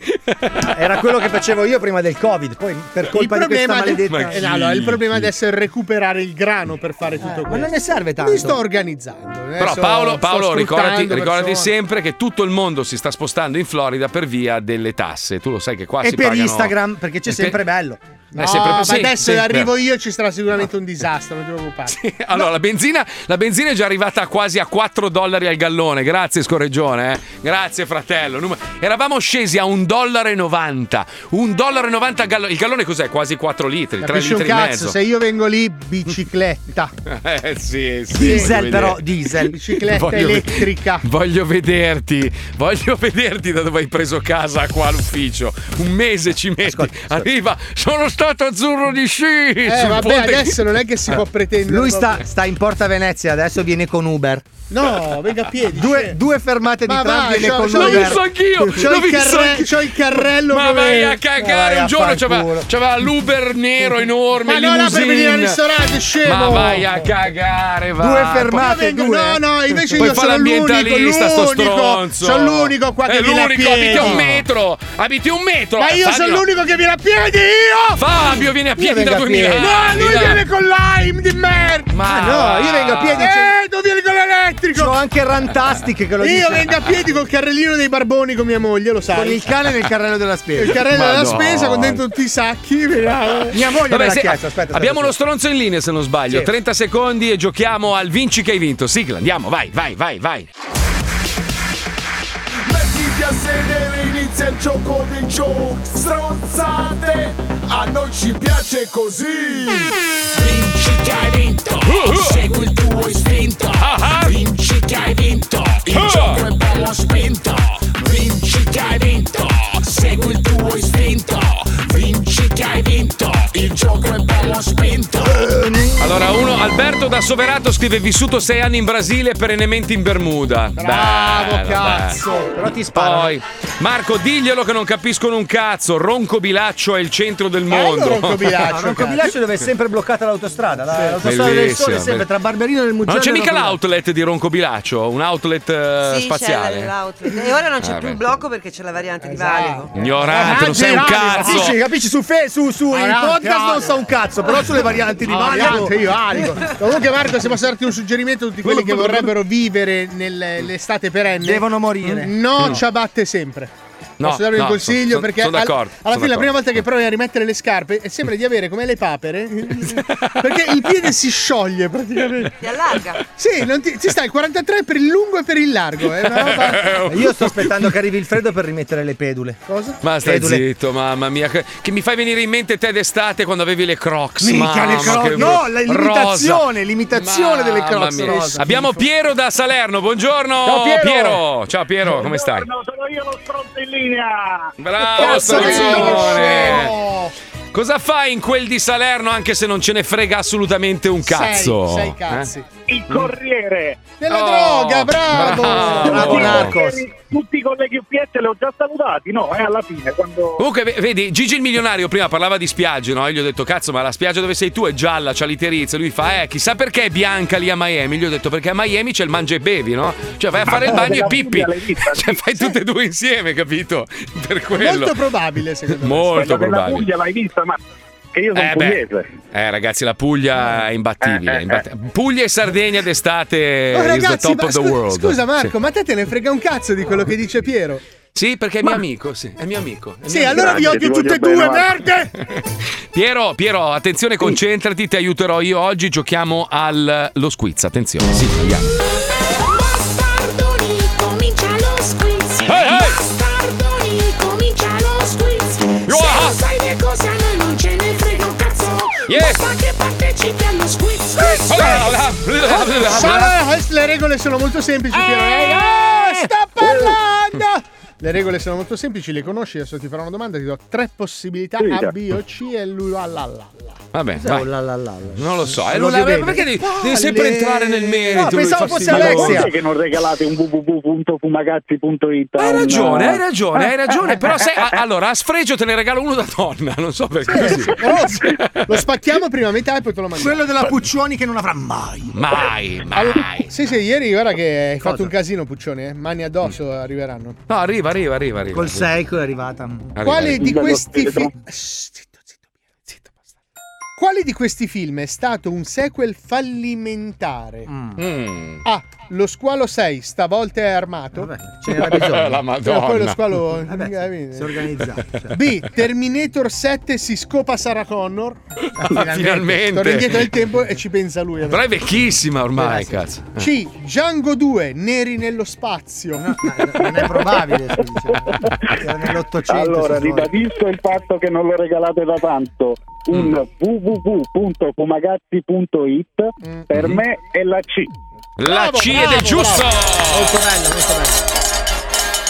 S4: Era quello che facevo io prima del Covid, poi per
S5: Il
S4: colpa di questa
S5: problema,
S4: maledetta.
S5: eh, no, allora, il problema adesso è recuperare il grano per fare tutto
S1: Eh,
S5: questo. Ma non
S4: ne serve tanto.
S5: Mi sto organizzando. eh,
S1: Però
S5: sto-
S1: Paolo,
S5: sto
S1: Paolo ricordati,
S5: sfruttando
S1: ricordati
S5: persone.
S1: sempre che tutto il mondo si sta spostando in Florida per via delle tasse. Tu lo sai che qua
S4: E
S1: si pagano-
S4: per Instagram, perché c'è
S1: E per-
S4: sempre bello.
S1: Eh, sempre-
S5: ma
S1: sì,
S5: adesso
S1: sì,
S5: arrivo
S1: vero.
S5: io e ci sarà sicuramente un disastro, non ti preoccupare.
S1: Allora, la, benzina, la benzina è già arrivata a quasi a 4 dollari al gallone. Grazie, Scorreggione. eh. Grazie, fratello. Num- Eravamo scesi a 1,90 dollaro. 1,90 al gallone. Il gallone cos'è? Quasi 4 litri, 3
S5: Capisci un
S1: litri e
S5: cazzo,
S1: mezzo.
S5: se io vengo lì bicicletta.
S1: Eh sì, sì.
S5: Diesel,
S1: voglio
S5: però,
S1: vedere.
S5: diesel. Bicicletta elettrica.
S1: Voglio vederti, voglio vederti da dove hai preso casa qua all'ufficio. Un mese ci metti. Arriva, sono stato azzurro di sci.
S5: Eh,
S1: sul
S5: vabbè,
S1: ponte- Eh.
S5: adesso non è che si può pretendere.
S4: Lui
S5: proprio-
S4: sta, sta in Porta Venezia, adesso viene con Uber.
S5: No, venga a piedi.
S4: Due, due fermate di
S5: Ma
S4: tram
S5: vai,
S4: viene
S5: c'ho-
S4: con
S5: c'ho-
S4: Uber.
S5: l'ho visto anch'io, C'ho l'ho il visto carre- anch'io. c'ho il carrello
S1: Ma
S5: come-
S1: vai a
S5: Ma
S1: cagare
S5: vai
S1: un
S5: a
S1: giorno cioè,
S5: far
S1: c'aveva,
S5: culo.
S1: c'aveva l'Uber nero enorme.
S5: Ma no, là per
S1: limousine.
S5: venire al ristorante, scemo!
S1: Ma vai a cagare, va.
S5: Due fermate,
S1: Poi-
S5: due. No, no, invece
S1: Poi
S5: io
S1: fa
S5: sono
S1: l'ambientalista, sto
S5: l'unico, l'unico,
S1: stronzo.
S5: sono l'unico qua che
S1: È
S5: viene a
S1: l'unico, abiti
S5: piedi.
S1: a un metro. Abiti un metro.
S5: Ma io
S1: Fabio-
S5: sono l'unico che viene a piedi, io!
S1: Fabio viene a piedi da 2000
S5: No,
S1: anni.
S5: lui
S1: dai.
S5: viene con l'AIM di merda!
S1: Ma Ah, no, io vengo a piedi, c'è-
S5: Eh, tu vieni con l'elettrico!
S4: C'ho anche Rantastic che lo
S5: Io
S4: dice.
S5: vengo a piedi col carrellino dei barboni con mia moglie, lo sai.
S4: Con il cane nel carrello della spesa. Ah,
S5: Il carrello della
S1: Madonna.
S5: spesa con dentro tutti i sacchi. eh.
S4: Mia moglie
S1: Vabbè,
S4: me l'ha
S1: se-
S4: chiesto, aspetta.
S1: abbiamo lo
S4: aspetta.
S1: stronzo in linea se non sbaglio.
S4: Sì.
S1: 30 secondi e giochiamo al vinci che hai vinto. Sigla, andiamo, vai, vai, vai, vai.
S6: Mettiti a sedere, inizia il gioco dei giochi Stronzate, a noi ci piace così Vinci che hai vinto, segui il tuo istinto Vinci che hai vinto, il gioco è bello spinto Vinci che hai vinto, segui il tuo istinto Vinci che hai vinto, il gioco è bello spinto
S1: Allora, uno, Alberto da Soverato scrive: Vissuto sei anni in Brasile, perennemente in Bermuda.
S5: Bravo,
S1: Bello,
S5: cazzo.
S1: bello.
S4: Però ti sparo.
S1: Poi, Marco, diglielo che non capiscono un cazzo. Ronco Bilaccio è il centro del mondo. Cioè,
S4: Bello Ronco Bilaccio, Ronco Bilaccio dove è sempre bloccata l'autostrada. La- l'autostrada del
S1: Bellissimo,
S4: sole è sempre
S1: bello.
S4: tra Barberino e il
S1: Ma
S4: Mugello.
S1: non c'è
S4: e
S1: mica
S4: Ronco
S1: l'outlet di Ronco Bilaccio, un outlet eh,
S7: Sì,
S1: spaziale.
S7: c'è l'outlet. E ora non c'è
S20: Eh,
S1: Ah,
S7: più
S1: beh.
S7: il blocco perché c'è la variante
S20: Esatto.
S7: di valico.
S1: Ignorante, non sei un cazzo.
S4: Ah, Capisci, capisci? Su, fe- su, su il
S5: Variante,
S4: podcast non
S5: variante.
S4: so un cazzo, però sulle varianti di
S5: Ah, No,
S4: Mario.
S5: variante, io alico. Comunque, Marco, se posso darti un suggerimento a tutti quelli che vorrebbero vivere nell'estate perenne,
S4: Devono morire.
S5: No,
S4: No.
S5: ciabatte sempre.
S1: Mm. No,
S5: posso darvi
S1: no,
S5: un consiglio
S1: son-
S5: perché
S1: son
S5: al-
S1: d'accordo, son
S5: alla fine la prima
S1: d'accordo.
S5: volta che provi a rimettere le scarpe sembra di avere come le papere perché il piede si scioglie praticamente.
S7: Ti allarga.
S5: Sì, non ti, ci sta il 43 per il lungo e per il largo. eh, È una roba-
S4: Eh, Io sto aspettando che arrivi il freddo per rimettere le pedule.
S5: Cosa?
S1: Ma stai
S4: Pedule.
S1: zitto, mamma mia. Che che mi fai venire in mente te d'estate quando avevi le crocs.
S4: Minchia,
S1: mamma,
S4: le Crocs.
S1: che
S4: No,
S1: brutto.
S4: la limitazione,
S1: Rosa.
S4: limitazione delle Crocs,
S1: Mamma mia.
S4: rosa.
S1: Abbiamo Piero da Salerno, buongiorno.
S4: Ciao, Piero.
S1: Ciao Piero, come stai?
S20: Sono io lo stronzo in linea.
S1: Bravo,
S20: Cazzo di
S1: stronzone.
S20: stronzo.
S1: Cosa fai in quel di Salerno anche se non ce ne frega assolutamente un cazzo?
S20: Sei- sei
S1: Eh?
S20: cazzi. Il corriere.
S5: Della
S1: Oh, droga, bravo. bravo. Bravo, Narcos.
S20: Tutti i colleghi UPS li ho già salutati, no? E alla fine, quando...
S1: Comunque, ve- vedi, Gigi il milionario prima parlava di spiagge, no? E gli ho detto, cazzo, ma la spiaggia dove sei tu è gialla, c'ha l'iterizia. Lui fa, eh, chissà perché è bianca lì a Miami. Gli ho detto, perché a Miami c'è il mangia e bevi, no? Cioè, vai a fare il bagno e pippi. Cioè, fai tutte e due insieme, capito? Per quello.
S5: Molto probabile, secondo me.
S1: Molto
S20: Quella della
S1: probabile.
S20: Puglia l'hai vista, ma... Che io sono
S1: Eh, beh.
S20: pugliese.
S1: Eh, ragazzi, la Puglia è imbattibile.
S20: Eh, eh, eh.
S1: imbatt- Puglia e Sardegna d'estate
S5: Oh,
S1: is
S5: ragazzi,
S1: eh, the top
S5: ma
S1: of the
S5: scu-
S1: world.
S5: scusa Marco,
S1: Sì.
S5: ma te te ne frega un cazzo di quello che dice Piero?
S1: Sì, perché è mio amico, sì, è mio amico. è
S5: Sì,
S1: mio
S5: allora vi
S1: amico.
S5: odio tutte e due, merde!
S1: Piero, Piero, attenzione, concentrati, ti aiuterò io oggi. Giochiamo allo squiz. Attenzione, sì, andiamo.
S20: Comincia lo squiz.
S1: Ehi, ehi!
S20: Bastardoni, comincia lo squiz.
S1: Ioa!
S20: Se non sai le cose
S1: Yes.
S5: Ma
S1: che
S5: partecipi allo squiz
S1: squiz, Hola, hola, hola, hola, hola.
S5: eh, le regole sono molto semplici. Piero. Eh, eh, sta parlando! Le regole sono molto semplici, le conosci, adesso ti farò una domanda, ti do tre possibilità
S1: Sì, già.
S5: A, B o C e lui la la la.
S1: Vabbè,
S5: Cos'è
S1: vai.
S5: un
S1: Non lo so, eh, non
S5: Non si
S1: la-
S5: vede.
S1: perché devi, devi
S5: Palle.
S1: sempre entrare nel merito? lui fa
S9: Ma
S1: sti-
S9: non è che non regalate un www.fumagazzi.it
S1: Hai ragione, hai ragione, hai
S5: Eh,
S20: Eh,
S1: ragione. Però sai, a- allora a sfregio te ne regalo uno da donna, non so perché. così.
S5: Oh, Lo spacchiamo prima a metà e poi te lo mandiamo.
S10: Quello della Puccioni che non avrà mai.
S1: Mai, mai.
S5: Sì, sì, ieri ora che hai fatto un casino, Puccione, eh? mani
S1: Mm.
S5: addosso arriveranno.
S1: No, arriva, arriva, arriva. arriva.
S10: Col 6 è arrivata.
S5: Quali di questi Eh, film? Quale di questi film è stato un sequel fallimentare?
S10: Mm.
S1: Mm.
S5: A. Lo squalo 6, stavolta è armato.
S1: ce n'era bisogno. La Madonna.
S5: E poi lo squalo eh,
S10: Si organizza. cioè.
S5: B. Terminator 7 si scopa Sarah Connor.
S1: Finalmente. Finalmente.
S5: Torna indietro nel tempo e ci pensa lui.
S1: Però è vecchissima ormai, cazzo.
S5: C. Eh. Django 2, neri nello spazio.
S10: non è probabile.
S9: Allora, ribadisco il fatto che non lo regalate da tanto. Un
S1: Mm.
S9: www.fumagazzi.it
S1: Mm.
S9: per
S1: Mm-hmm.
S9: me è la C.
S1: La C ed è giusto.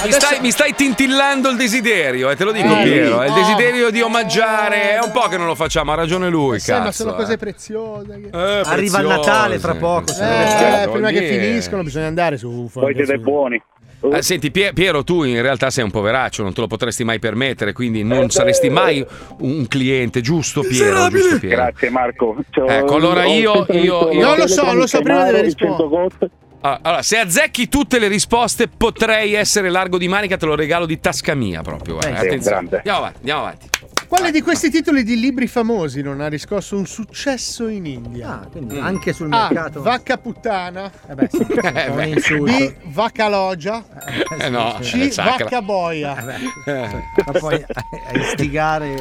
S1: Mi stai, mi stai tintillando il desiderio, eh, te lo dico
S5: Eh,
S1: Piero.
S5: sì.
S1: È il
S5: Oh.
S1: desiderio di omaggiare. È un po' che non lo facciamo, ha ragione lui.
S5: Sì, ma
S1: cazzo,
S5: sono
S1: eh.
S5: cose preziose. che-
S1: Eh,
S10: Arriva
S1: preziose.
S10: il Natale fra poco. se
S5: Eh,
S10: non restiamo.
S5: prima che
S1: dire.
S5: finiscono bisogna andare su Ufa.
S9: Voi siete buoni.
S1: Eh, senti, Pie- Piero, tu in realtà sei un poveraccio, non te lo potresti mai permettere, quindi non saresti mai un cliente, giusto Piero? Giusto, Piero?
S9: Grazie Marco. Cioè,
S1: Ecco, allora
S9: ho
S1: io-
S9: sempre
S1: io-
S9: visto
S1: io-
S9: la
S1: Non lo so,
S9: telecronaca
S1: lo so, prima
S9: Maro
S1: delle
S9: di 100 volte.
S1: Ah, Allora, se azzecchi tutte le risposte, potrei essere largo di manica, te lo regalo di tasca mia proprio. eh.
S9: Eh, sì,
S1: Attenzione.
S9: grande.
S1: Andiamo avanti, andiamo avanti.
S5: Quale di questi titoli di libri famosi non ha riscosso un successo in India?
S10: Ah,
S5: Mm.
S10: quindi anche sul
S5: A,
S10: mercato.
S5: Vacca puttana.
S1: Eh, un beh. insulto.
S5: B. Vacca loggia.
S1: Eh, no, eh,
S5: C.
S1: sacra.
S5: Vacca
S10: Eh
S5: boia. Eh,
S10: Ma poi a istigare.
S1: ma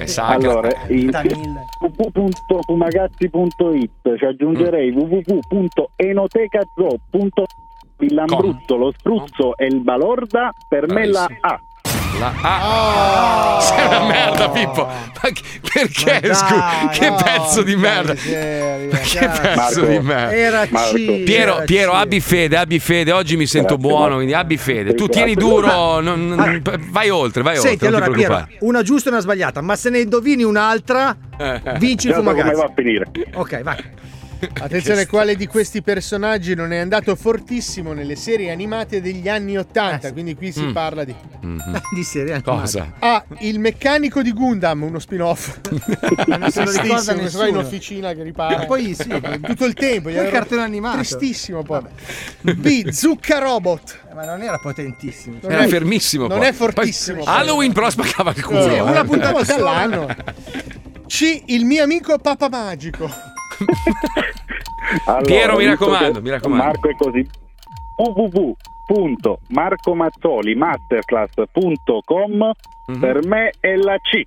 S1: Eh, è
S9: Allora, il www.fumagazzi.it ci aggiungerei
S1: Mm.
S9: www.enotecazo.it il lambruzzo, lo spruzzo e il balorda per me la A.
S1: La A. Sei una merda, Pippo. Ma che- perché?
S9: Ma dai,
S1: scu- che
S9: no,
S1: pezzo di merda. Ma che
S9: dai.
S1: pezzo
S9: Marco,
S1: di merda.
S9: era Marco. C,
S1: Piero,
S9: era
S1: Piero, abbi fede, abbi fede. Oggi mi sento
S9: Grazie,
S1: buono,
S9: Marco.
S1: quindi abbi fede. Tu
S9: Grazie.
S1: tieni duro, non- non- vai oltre, vai
S10: Ah. Senti,
S1: oltre. non
S10: allora,
S1: ti
S10: Piero,
S1: preoccupare.
S10: una giusta e una sbagliata, ma se ne indovini un'altra, eh, vinci il
S9: Guarda come va
S10: fumagazzi.
S9: a finire.
S10: Ok, vai.
S5: Attenzione, quale di questi personaggi non è andato fortissimo nelle serie animate degli anni 80? Quindi qui si
S10: Mm.
S5: parla di
S1: Mhm.
S10: Di serie animata.
S1: Cosa?
S5: A. Il meccanico di Gundam, uno spin-off.
S10: non se lo ricorda
S5: Tristissimo, questo qua in
S10: nessuno.
S5: officina che ripara.
S10: E poi sì,
S5: tutto il tempo.
S10: poi
S5: gli
S10: il
S5: avevo-
S10: cartone animato.
S5: Tristissimo poi. B. Zucca Robot.
S10: Ma non era potentissimo.
S5: Non
S1: Era
S5: è-
S1: fermissimo.
S5: non
S1: poi.
S5: è fortissimo,
S1: Poi-
S5: poi.
S1: Halloween però spaccava il culo.
S5: Sì, una
S1: eh.
S5: puntata all'anno. C. Il mio amico Papa Magico.
S9: Allora,
S1: Piero, mi
S9: visto
S1: raccomando,
S9: che
S1: mi raccomando.
S9: Marco è così. www.marcomazzolimasterclass.com per me è la C.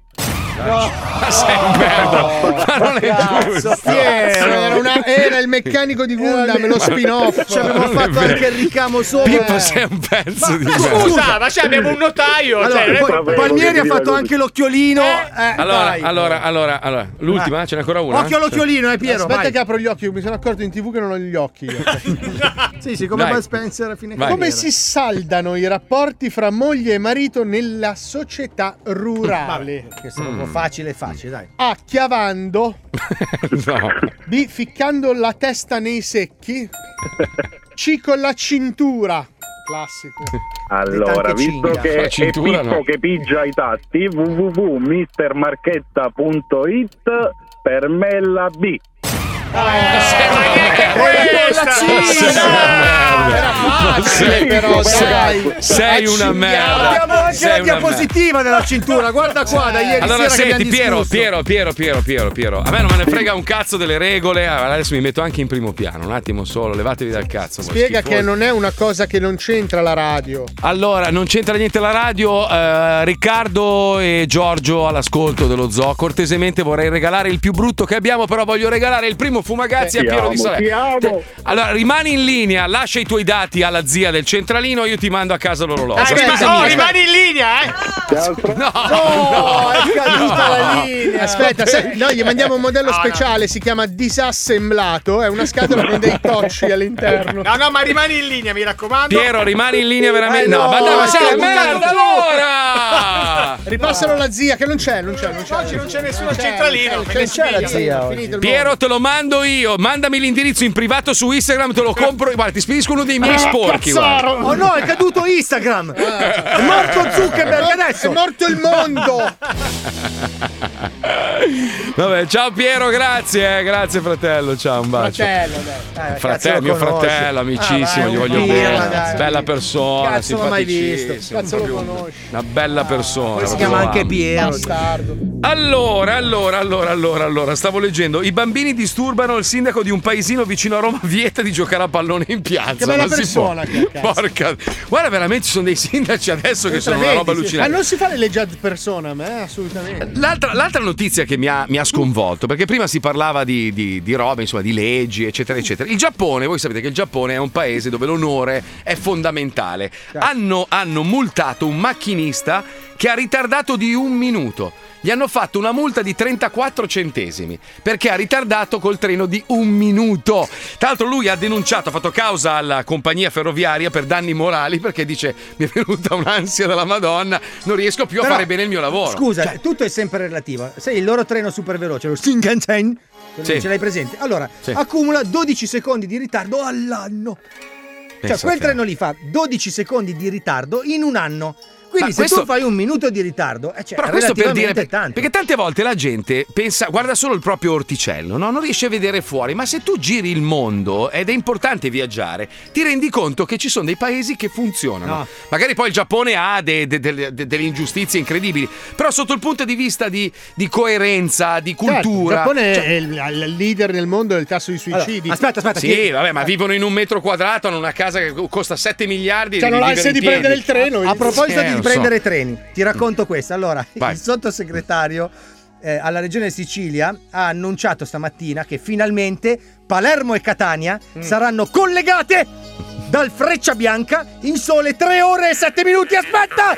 S1: Mhm. Ma sei un merda. Ma non è giusto.
S5: Sì, Oh, era,
S6: Ah,
S5: una- era il meccanico di
S10: Eh,
S5: Gundam, lo
S1: Cioè,
S5: spin-off.
S10: Ci avevo fatto anche il ricamo sopra.
S1: Pippo sei un pezzo di merda.
S3: Scusa, ma cioè abbiamo un notaio.
S10: Allora,
S3: cioè,
S10: poi
S3: non è-
S10: Palmieri ha fatto anche l'occhiolino. eh,
S1: Allora,
S10: dai.
S1: allora, allora, allora, l'ultima, ce n'è ancora una? cioè.
S10: Occhio all'occhiolino, eh, Piero.
S5: Aspetta
S10: vai.
S5: che apro gli occhi, mi sono accorto in tv che non ho gli occhi. io.
S10: Sì, sì, come
S5: Dai.
S10: Bud Spencer a fine
S5: Vai. Come si saldano i rapporti fra moglie e marito nella società rurale?
S10: Mm.
S5: Mm.
S10: Questo è proprio facile, facile, dai.
S5: A. Chiavando.
S1: No.
S5: B. Ficcando la testa nei secchi. C. Con la cintura. Classico.
S9: Allora,
S5: tante
S9: visto
S5: cinghia.
S9: che
S5: La
S9: è
S5: cintura,
S9: Pippo
S5: no.
S9: che pigia i tatti, www.mistermarchetta.it per me la B.
S6: Eh,
S1: Eh, Ma sei,
S10: però,
S1: sei-
S10: dai.
S1: sei una
S10: Abbiamo
S1: merda.
S10: anche
S1: Sei
S10: la
S1: una merda.
S10: diapositiva nella cintura, guarda
S11: Eh,
S10: qua, eh. da ieri
S1: Allora,
S10: sera che
S1: senti,
S10: abbiamo
S1: Piero,
S10: discusso.
S1: Piero, Piero, Piero, Piero, Piero. A me non me ne frega un cazzo delle regole. Allora, Adesso mi metto anche in primo piano. Un attimo solo, levatevi dal cazzo. voi
S5: Spiega
S1: schifosi.
S5: che non è una cosa che non c'entra la radio.
S1: Allora, non c'entra niente la radio. eh, Riccardo e Giorgio all'ascolto dello zoo. Cortesemente vorrei regalare il più brutto che abbiamo, però voglio regalare il primo fumagazzi a
S9: Ti
S1: Piero
S9: amo,
S1: di Salè.
S9: ti amo.
S1: Te- Allora, rimani in linea, lascia i tuoi dati alla zia del centralino, io ti mando a casa l'orologio.
S3: Dai, rima-
S1: Scusami,
S3: oh,
S1: eh.
S3: rimani in linea, eh!
S1: No,
S3: No, è caduta la
S1: linea.
S5: Aspetta, sai- no, gli mandiamo un modello
S3: No, no.
S5: speciale, si chiama disassemblato, è una scatola con dei cocci all'interno.
S3: No, no, ma rimani in linea, mi raccomando.
S1: Piero, rimani in linea veramente.
S5: Eh,
S1: no,
S5: no,
S1: ma dai, ma
S5: eh,
S1: sei la
S5: no,
S1: merda
S5: no.
S1: allora!
S5: Ripassalo alla zia, che non c'è, non c'è, non c'è. Oggi non c'è nessuno
S3: al centralino, perché
S5: Non c'è la
S3: sbiglia.
S5: zia.
S3: Finito
S5: oggi.
S1: Piero, te lo mando io. Mandami l'indirizzo in privato su Instagram, te lo compro. Guarda, ti spedisco uno dei miei
S3: Eh,
S16: Ah,
S1: sporchi.
S16: cazzaro!
S1: guarda.
S16: Oh no, è caduto Instagram! È morto Zuckerberg adesso!
S5: Ah. È morto il mondo!
S1: Vabbè, ciao Piero, grazie, eh, grazie fratello, ciao, un bacio.
S5: Fratello, dai. Eh,
S1: Fratello,
S5: cazzo
S1: mio
S5: lo conosci.
S1: fratello, amicissimo,
S5: Ah, vai,
S1: gli voglio
S5: un pirla,
S1: bene.
S5: dai.
S1: Bella persona,
S5: Cazzo l'ho mai visto.
S1: simpaticissimo,
S5: Cazzo lo
S1: proprio
S5: conosci.
S1: Una bella persona.
S5: Poi si
S1: proprio
S5: chiama
S1: lo
S5: anche
S1: amo.
S5: Piero. Bastardo.
S1: Allora, allora, allora, allora, allora, stavo leggendo. I bambini disturbano il sindaco di un paesino vicino a Roma, vieta di giocare a pallone in piazza.
S5: Che bella
S1: Ma si
S5: persona
S1: può.
S5: che è, cazzo.
S1: Porca. Guarda, veramente ci sono dei sindaci adesso che sono una roba
S5: Vedi, sì. Ah,
S1: allucinante.
S5: non si fa le legge persona, ma eh, assolutamente.
S1: L'altra, l'altra notizia che mi ha, mi ha sconvolto, perché prima si parlava di, di, di robe, insomma, di leggi, eccetera, eccetera. Il Giappone, voi sapete che il Giappone è un paese dove l'onore è fondamentale.
S4: Certo.
S1: Hanno, hanno multato un macchinista che ha ritardato di un minuto. Gli hanno fatto una multa di 34 centesimi perché ha ritardato col treno di un minuto. Tra l'altro, lui ha denunciato, ha fatto causa alla compagnia ferroviaria per danni morali perché dice: Mi è venuta un'ansia della Madonna, non riesco più a
S4: Però,
S1: fare bene il mio lavoro. Cioè,
S4: Scusa, tutto è sempre relativo. Sai, il loro treno super veloce, lo Shinkansen, se
S1: Sì.
S4: non ce l'hai presente. Allora,
S1: Sì.
S4: accumula 12 secondi di ritardo all'anno.
S1: Pensa
S4: cioè, quel
S1: te.
S4: treno lì fa 12 secondi di ritardo in un anno. Quindi
S1: Ma
S4: se
S1: questo-
S4: tu fai un minuto di ritardo, eh, cioè,
S1: Però questo per dire.
S4: relativamente tanto.
S1: Perché tante volte la gente pensa, guarda solo il proprio orticello, no? non riesce a vedere fuori. Ma se tu giri il mondo ed è importante viaggiare, ti rendi conto che ci sono dei paesi che funzionano.
S4: No.
S1: Magari poi il Giappone ha de- de- de- de- delle ingiustizie incredibili, però sotto il punto di vista di, di coerenza, di
S5: Certo, il
S1: cultura.
S5: Giappone
S1: cioè-
S5: è il, il leader nel mondo del tasso di suicidi. Eh,
S1: Sì, vabbè, ma vivono in un metro quadrato, hanno una casa che costa 7 miliardi. e
S5: Cioè,
S1: devi
S5: non ha
S1: vivere
S5: ansia
S1: in
S5: di prendere
S1: piedi.
S5: il treno.
S4: A proposito
S1: Eh,
S4: di
S1: lo
S4: prendere
S1: so.
S4: treni, ti racconto questo. Allora,
S1: Vai.
S4: il sottosegretario eh, alla regione Sicilia ha annunciato stamattina che finalmente Palermo e Catania
S1: Mm.
S4: saranno collegate dal Freccia Bianca in sole 3 ore e 7 minuti.
S1: Ah,
S4: Aspetta!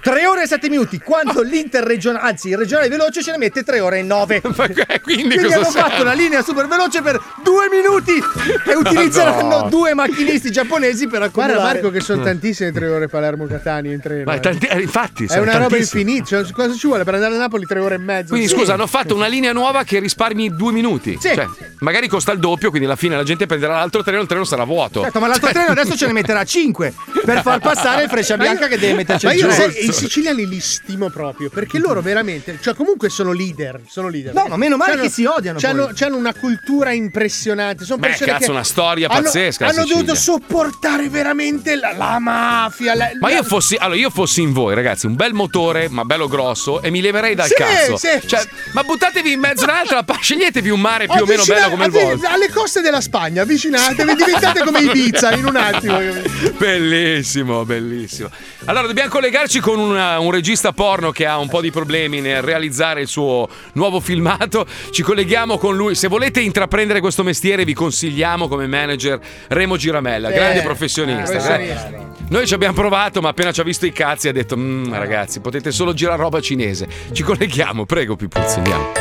S4: 3 ore, e 7 minuti, quando l'interregionale, anzi il regionale veloce ce ne mette 3 ore e 9.
S1: Quindi,
S4: Quindi
S1: cosa
S4: hanno
S1: serve? Ah,
S4: fatto una linea super veloce per 2 minuti e utilizzeranno
S1: No.
S4: due macchinisti giapponesi per accumulare.
S5: Guarda Marco che sono tantissime tre ore Palermo-Catania in treno.
S1: Mm. Ma
S5: eh.
S1: tanti- eh, infatti,
S5: è
S1: sono
S5: una roba
S1: tantissime.
S5: infinita. Cioè, cosa ci vuole per andare a Napoli tre ore e mezzo?
S1: Quindi
S5: Sì.
S1: scusa, hanno fatto una linea nuova che risparmi due minuti.
S5: Sì.
S1: Cioè, magari costa il doppio, quindi alla fine la gente prenderà l'altro treno e il treno sarà vuoto.
S4: Certo, ma l'altro
S1: Cioè-
S4: treno adesso ce ne metterà 5 per far passare il Freccia
S5: Ma io-
S4: Bianca che deve metterci
S5: Ma
S4: il
S5: io
S4: giusto.
S5: sai, i siciliani li stimo proprio perché loro veramente, cioè comunque sono leader, sono leader.
S4: No, ma meno male
S5: C'hanno-
S4: che si odiano
S5: C'hanno,
S4: poi.
S5: c'hanno una cultura impressionante. Sono
S1: Beh,
S5: persone
S1: cazzo,
S5: che
S1: una storia
S5: hanno-
S1: pazzesca la
S5: Hanno
S1: Sicilia.
S5: dovuto sopportare veramente la, la mafia. la-
S1: Ma
S5: la-
S1: io fossi, allora io fossi in voi, ragazzi, un bel motore, ma bello grosso, e mi leverei dal
S5: Sì,
S1: cazzo.
S5: sì,
S1: Cioè,
S5: sì.
S1: Ma buttatevi in mezzo a un'altra, pa- sceglietevi un mare più o meno
S5: Avvicina-
S1: bello come il vostro.
S5: avvi- Alle coste della Spagna, avvicinatevi, diventate come Ibiza in un attimo.
S1: Bellissimo, bellissimo. Allora, dobbiamo collegarci con una- un regista porno che ha un po' di problemi nel realizzare il suo nuovo filmato. Ci colleghiamo con lui. Se volete intraprendere questo mestiere, vi consigliamo come manager Remo Giramella,
S6: Eh,
S13: Sì,
S1: grande professionista. eh.
S13: professionista.
S1: sai. Noi ci abbiamo provato, ma appena ci ha visto i cazzi ha detto: "Mm, ragazzi, potete solo girare roba cinese. Ci colleghiamo, prego, Pipuzzi, andiamo.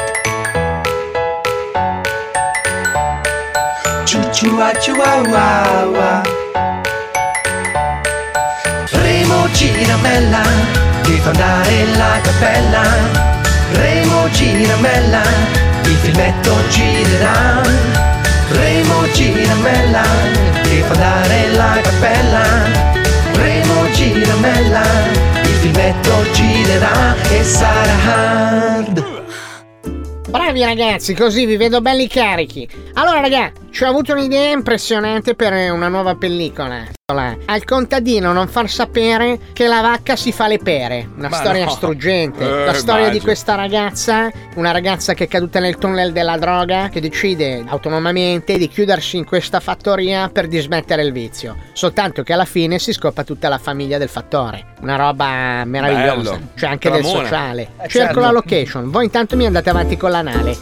S14: Ciucciua chihuahua Remo Giramella Ti fa andare la cappella Remo Giramella Il filmetto girerà Remo Giramella Ti fa andare la cappella Remo Giramella Il filmetto girerà E sarà hard
S15: Bravi ragazzi, così vi vedo belli carichi. Allora ragazzi, ci ho avuto un'idea impressionante per una nuova pellicola. Al contadino non far sapere che la vacca si fa le pere. Una
S22: Ma
S15: storia
S22: no.
S15: struggente.
S22: Eh,
S15: la storia di
S22: immagino.
S15: questa ragazza, una ragazza che è caduta nel tunnel della droga, che decide autonomamente di chiudersi in questa fattoria per dismettere il vizio. Soltanto che alla fine si scopa tutta la famiglia del fattore. Una roba meravigliosa.
S22: Bello.
S15: C'è anche del
S22: Tramona.
S15: sociale.
S22: Eh,
S15: Cerco la
S22: certo.
S15: location. Voi intanto mi andate avanti con l'anale.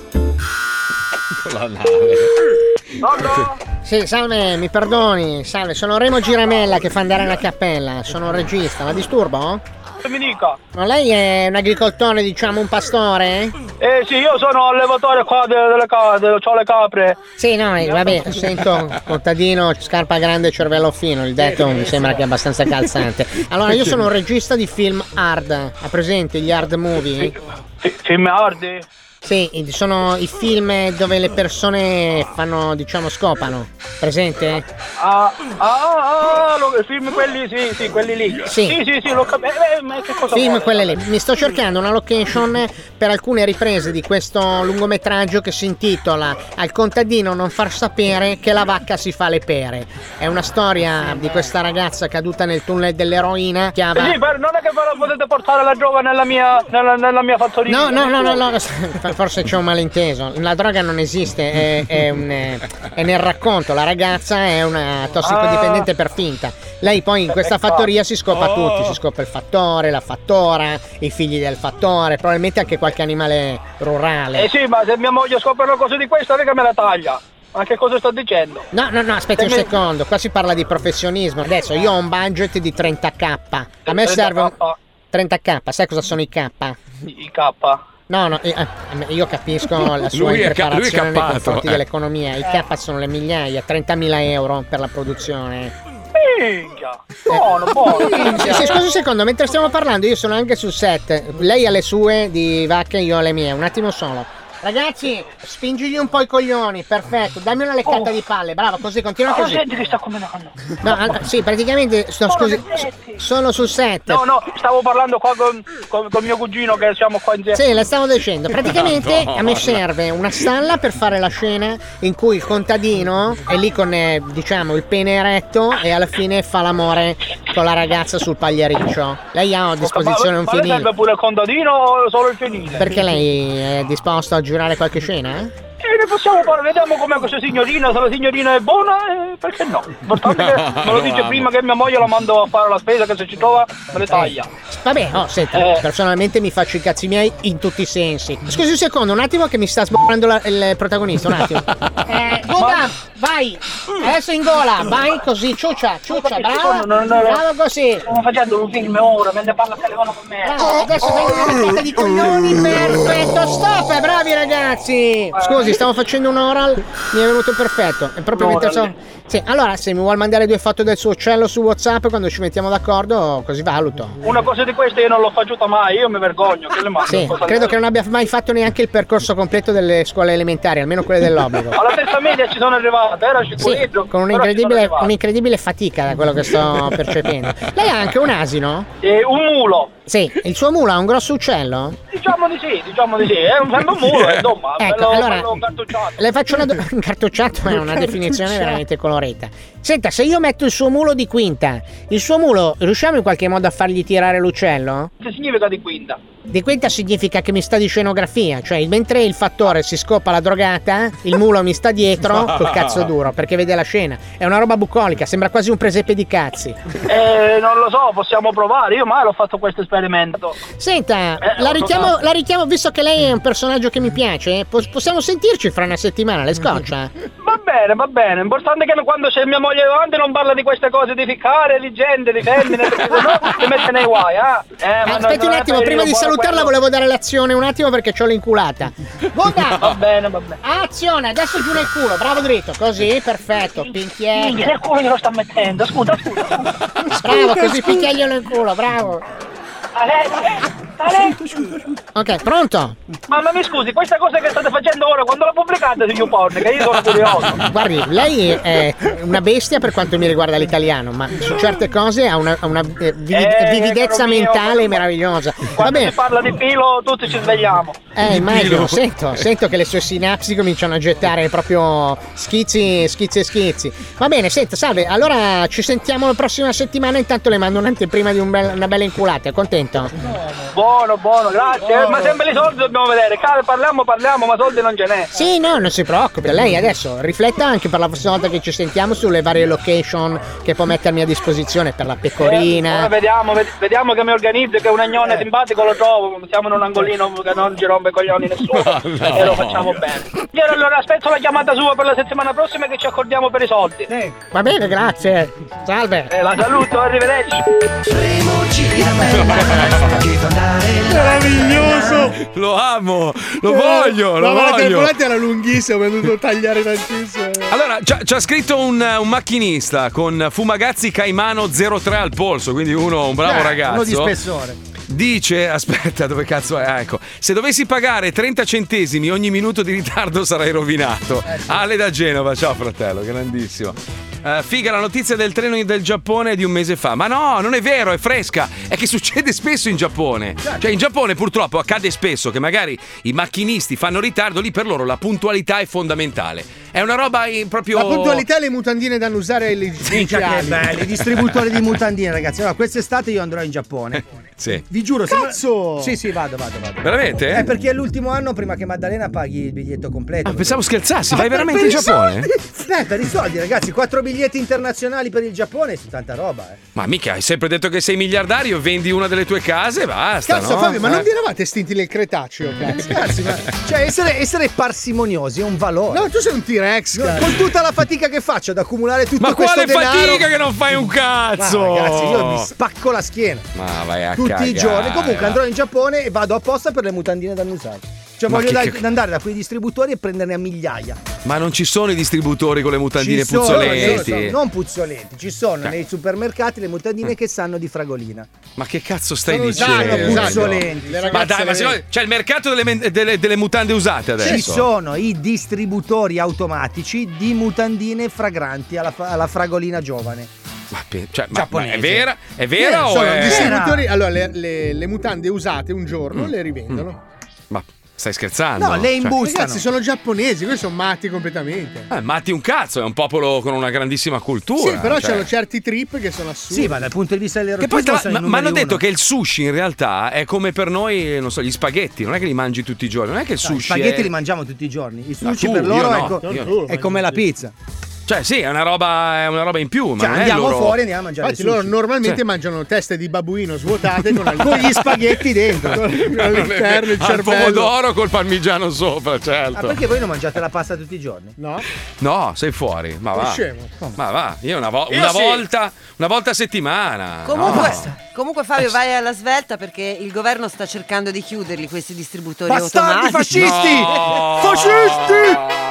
S1: Con la nave.
S15: Sì, salve, mi perdoni. Salve, sono Remo Giramella che fa andare una cappella. Sono un regista, la disturbo?
S11: Domenico.
S15: Ma lei è un agricoltore, diciamo un pastore?
S11: Eh sì, io sono allevatore qua de- delle, ca- de- ho le capre.
S15: Sì, no, eh, vabbè, sento contadino, scarpa grande, cervello fino, il detto mi sembra che è abbastanza calzante. Allora, io sono un regista di film hard, ha presente gli hard movie?
S11: Film ardi?
S15: Sì, i- sono i film dove le persone fanno, diciamo, scopano, presente?
S11: Ah, ah, ah, lo- i film quelli sì, sì, quelli lì.
S15: Sì.
S11: sì, sì, sì, l'ho capito. Eh, eh, ma che cosa
S15: Film
S11: vuole?
S15: quelle lì. Mi sto cercando una location per alcune riprese di questo lungometraggio che si intitola Al contadino non far sapere che la vacca si fa le pere. È una storia di questa ragazza caduta nel tunnel dell'eroina. Chiama...
S11: Eh, Sì, per- non è che ve la potete portare la droga nella mia, nella, nella mia fattoria.
S15: No, no, no, no, no, forse c'è un malinteso. La droga non esiste, è, è un, eh, è nel racconto. La ragazza è una
S11: Ah.
S15: tossicodipendente per finta. Lei poi in
S11: Ecco.
S15: questa fattoria si
S11: Oh.
S15: scopa tutti: si scopa il fattore, la fattora, i figli del fattore, probabilmente anche qualche animale rurale.
S11: Eh sì, ma se mia moglie scopre una cosa di questa, non è che me la taglia. Ma che cosa sto dicendo?
S15: No, no, no, aspetta
S11: Eh,
S15: un secondo, qua si parla di professionismo. Adesso io ho un budget di 30k. A me serve un 30k, sai cosa sono i k?
S11: I K.
S15: No, no, eh, eh, io capisco la sua
S11: Lui è ca- lui è
S15: impreparazione nei
S11: cappato,
S15: confronti
S11: eh.
S15: dell'economia. I K sono le migliaia, 30.000 euro per la produzione.
S11: Minchia! Buono, buono!
S15: Eh. Sì, sì,
S11: ah.
S15: scusa un secondo, mentre stiamo parlando, io sono anche sul set. Lei ha le sue di vacche, io ho le mie. Un attimo solo. Ragazzi, spingigli un po' i coglioni, perfetto. Dammi una leccata di palle, bravo, così, continua
S11: Oh,
S15: così.
S11: senti che sta combinando.
S15: No, allora, sì, praticamente, sto, scusi, sono sul set.
S11: No, no, stavo parlando qua con, con, con mio cugino che siamo qua insieme.
S15: Sì, la stavo dicendo. Praticamente a me
S11: Madonna.
S15: serve una stalla per fare la scena in cui il contadino è lì con, eh, diciamo, il pene eretto e alla fine fa l'amore con la ragazza sul pagliericcio. Lei ha a disposizione un
S11: ma lei
S15: finile.
S11: serve pure il contadino o solo il finile?
S15: Perché lei è disposto a girare qualche scena? eh?
S11: E ne possiamo parlare, vediamo com'è questa signorina, se la signorina è buona, eh, perché no? Importante che me lo
S15: lo
S11: dice
S15: amo.
S11: prima che mia moglie la mando a fare la spesa, che se ci trova me le taglia.
S15: Vabbè, oh, senti,
S11: Eh.
S15: personalmente mi faccio i cazzi miei in tutti i sensi. Scusi un secondo, un attimo che mi sta sborrando la- il protagonista, un attimo. Eh, Guga, vai! Adesso in gola, vai così, ciuccia, ciuccia, bravo! Bravo così!
S11: Stiamo facendo un film ora, me ne parla al telefono con me.
S15: Bravo, Eh, adesso dai una leccata di coglioni, perfetto, stop, eh, bravi
S11: Eh.
S15: ragazzi! Scusi, stavo facendo un oral, mi è venuto perfetto. È proprio
S11: Un
S15: mentre
S11: oral.
S15: sono... Sì, allora se mi vuol mandare due foto del suo uccello su Whatsapp quando ci mettiamo d'accordo, così valuto.
S11: Una cosa di queste io non l'ho facciuta mai, io mi vergogno, che le mando.
S15: Sì,
S11: cosa-
S15: credo che non abbia mai fatto neanche il percorso completo delle scuole elementari, almeno quelle dell'obbligo.
S11: Alla terza media ci sono arrivato, era
S15: Sì,
S11: sicuro.
S15: con un'incredibile, un'incredibile fatica da quello che sto percependo. Lei ha anche un asino?
S11: Eh, un mulo.
S15: Sì, il suo mulo ha un grosso uccello?
S11: Diciamo di sì, diciamo di sì, è un sempre un muro, insomma,
S15: Ecco,
S11: bello,
S15: allora-
S11: bello cartocciato.
S15: Le faccio una domanda. Incartocciato è una
S11: Incartocciato.
S15: definizione veramente colorita. Senta, se io metto il suo mulo di quinta, il suo mulo riusciamo in qualche modo a fargli tirare l'uccello?
S11: Che significa di quinta?
S15: Di quinta significa che mi sta di scenografia, cioè mentre il fattore si scopa la drogata, il mulo mi sta dietro col cazzo duro perché vede la scena. È una roba bucolica, sembra quasi un presepe di cazzi.
S11: Eh, non lo so, possiamo provare, io mai l'ho fatto questo esperimento.
S15: Senta,
S11: Eh,
S15: la
S11: ho
S15: richiamo,
S11: trovato.
S15: la richiamo visto che lei è un personaggio che mi piace. eh, pos- possiamo sentirci fra una settimana, le scoccia?
S11: Va bene, va bene, l'importante è che quando c'è mia moglie davanti non parla di queste cose di ficcare, di gente, di femmine, perché sennò si mette nei guai, eh? eh ma non-
S15: Aspetti
S11: non
S15: un
S11: è
S15: attimo,
S11: per-
S15: prima di
S11: buono
S15: salutarla
S11: quello.
S15: volevo dare l'azione un attimo perché c'ho l'inculata.
S11: Va
S15: Goga,
S11: bene, va bene.
S15: azione, adesso giù nel culo, bravo dritto, così, perfetto,
S11: Minchia, nel
S15: pinchiello.
S11: culo glielo sta mettendo, scusa, scusa.
S15: Bravo, così picchiaglielo nel culo, bravo. Ok, pronto?
S11: Mamma mi scusi, questa cosa che state facendo ora, quando la pubblicate su YouPorn, che io sono curioso.
S15: Guardi, lei è una bestia per quanto mi riguarda l'italiano, ma su certe cose ha una, ha una, eh, vivi-
S11: Eh,
S15: vividezza
S11: caro mio,
S15: mentale meravigliosa. Va
S11: Quando si
S15: bene.
S11: parla di filo tutti ci svegliamo.
S15: Eh, immagino,
S11: Dillo.
S15: sento, sento che le sue sinapsi cominciano a gettare proprio schizzi, schizzi e schizzi. Va bene, senta, salve, allora ci sentiamo la prossima settimana, intanto le mando un'anteprima di un bel- una bella inculata, è contento?
S11: Buono, buono, buono, grazie. eh. Ma sempre i soldi dobbiamo vedere. Cara, parliamo, parliamo, ma soldi non ce n'è.
S15: Sì, no, non si preoccupi. Lei adesso rifletta anche per la prossima volta che ci sentiamo sulle varie location che può mettermi a disposizione per la
S11: Ora
S15: pecorina.
S11: Eh, Ah, vediamo, ved- vediamo che mi organizzo, che un agnone simpatico lo trovo. Siamo in un angolino che non ci rompe i coglioni nessuno.
S1: no.
S11: E lo facciamo bene. Piero, allora aspetto la chiamata sua per la settimana prossima che ci accordiamo per i soldi.
S15: Va bene, grazie. Salve.
S11: Eh, la saluto, arrivederci.
S5: Meraviglioso!
S1: Lo amo, lo voglio, lo
S5: Ma la
S1: voglio.
S5: telefonata era lunghissima, mi è dovuto tagliare tantissimo.
S1: Allora, ci ha- ci ha scritto un, un macchinista con Fumagazzi Caimano 03 al polso, quindi uno, un bravo
S4: Eh,
S1: ragazzo.
S4: Uno di spessore.
S1: Dice, aspetta, dove cazzo è? Ah, ecco, se dovessi pagare 30 centesimi ogni minuto di ritardo sarei rovinato.
S5: Eh,
S1: Ale da Genova, ciao fratello, grandissimo. Eh, figa la notizia del treno del Giappone è di un mese fa. Ma no, non è vero, è fresca. È che succede spesso in Giappone.
S5: Certo.
S1: Cioè, in Giappone purtroppo accade spesso che magari i macchinisti fanno ritardo, lì per loro la puntualità è fondamentale. È una roba eh, proprio.
S5: La puntualità e le mutandine da usare ai leggendiali.
S4: belli, distributori di mutandine, ragazzi. Allora, quest'estate io andrò in Giappone.
S1: Sì.
S4: Vi giuro, se-
S5: Cazzo!
S4: Sì, sì, vado, vado, vado.
S1: Veramente?
S5: Eh,
S4: È perché è l'ultimo anno prima che Maddalena paghi il biglietto completo.
S1: Ah, pensavo scherzassi, vai
S4: per-
S1: veramente
S4: per
S1: in
S4: i
S1: Giappone?
S4: soldi. Eh, per i soldi, ragazzi, quattro biglietti internazionali per il Giappone su tanta roba, eh.
S1: Ma mica, hai sempre detto che sei miliardario, vendi una delle tue case e basta.
S5: Cazzo,
S1: no?
S5: Fabio, ma
S1: Eh.
S5: non vi eravate estinti nel
S4: Eh,
S5: Cretaceo, cazzo?
S4: Ragazzi, ma cioè essere, essere parsimoniosi è un valore. No,
S5: tu sei un T-Rex.
S4: Con tutta la fatica che faccio ad accumulare tutto
S1: Ma
S4: questo
S1: quale
S4: denaro.
S1: fatica che non fai un cazzo!
S5: Oh.
S4: Ma ragazzi, io mi spacco la schiena.
S1: Ma vai a
S4: tutti
S1: cagare,
S4: i giorni. Comunque
S1: va.
S4: andrò in Giappone e vado apposta per le mutandine da non usare. Cioè,
S1: Ma
S4: voglio
S1: che-
S4: dai-
S1: che-
S4: andare da quei distributori e prenderne a migliaia.
S1: Ma non ci sono i distributori con le mutandine
S4: Ci sono,
S1: puzzolenti.
S4: ci sono, non puzzolenti, ci sono
S1: Eh.
S4: nei supermercati le
S1: Mm.
S4: mutandine che sanno di fragolina.
S1: Ma che cazzo stai
S4: Sono usate,
S1: dicendo? Esatto.
S4: sono puzzolenti. Le
S1: Ma
S4: ragazze
S1: dai,
S4: le
S1: ma secondo c'è il mercato delle, men- delle- delle mutande usate adesso.
S4: Ci sono i distributori automatici di mutandine fragranti alla, fra- alla fragolina giovane.
S1: Ma, pe- cioè, ma- ma è vera? È vera o
S5: sono
S1: è.
S5: distributori. Allora, le, le- le mutande usate un
S1: Mm.
S5: giorno le rivendono.
S1: Ma stai scherzando? Cioè-
S5: Ragazzi, sono giapponesi, questi sono matti completamente.
S1: Eh, matti un cazzo, è un popolo con una grandissima cultura.
S5: Sì, però
S1: cioè.
S5: c'hanno certi trip che sono assurdi.
S4: Sì, ma dal punto di vista
S1: Che poi
S4: dell'erotismo
S1: tra- ma,
S4: sono i
S1: ma hanno
S4: numeri
S1: detto
S4: uno.
S1: che il sushi in realtà è come per noi, non so, gli spaghetti, non è che li mangi tutti i giorni, non è che il
S4: No, i
S1: sushi.
S4: spaghetti
S1: è-
S4: li mangiamo tutti i giorni. Il
S1: No,
S4: sushi
S1: tu,
S4: per
S1: io
S4: loro è,
S1: no,
S4: co-
S1: io
S5: no.
S4: è come la pizza.
S1: Cioè, sì, è una roba, è una roba in più, ma
S4: Cioè,
S1: non è
S4: andiamo
S1: loro-
S4: fuori e andiamo a mangiare
S5: Infatti,
S4: il sushi.
S5: loro normalmente
S1: Sì.
S5: mangiano teste di babuino svuotate con,
S4: Con gli spaghetti dentro.
S5: all'interno il
S1: Al
S5: cervello.
S1: pomodoro col parmigiano sopra, certo.
S4: Ma Ah, perché voi non mangiate la pasta tutti i giorni?
S5: No.
S1: Eh, No, sei fuori. Ma
S4: Sei
S1: va.
S4: scemo.
S1: Ma va, io una, vo-
S4: Io
S1: una
S4: sì.
S1: volta una volta a settimana.
S7: Comunque,
S1: no.
S7: comunque Fabio vai alla svelta perché il governo sta cercando di chiuderli questi distributori
S1: Bastardi
S7: automatici.
S1: fascisti! No! Fascisti!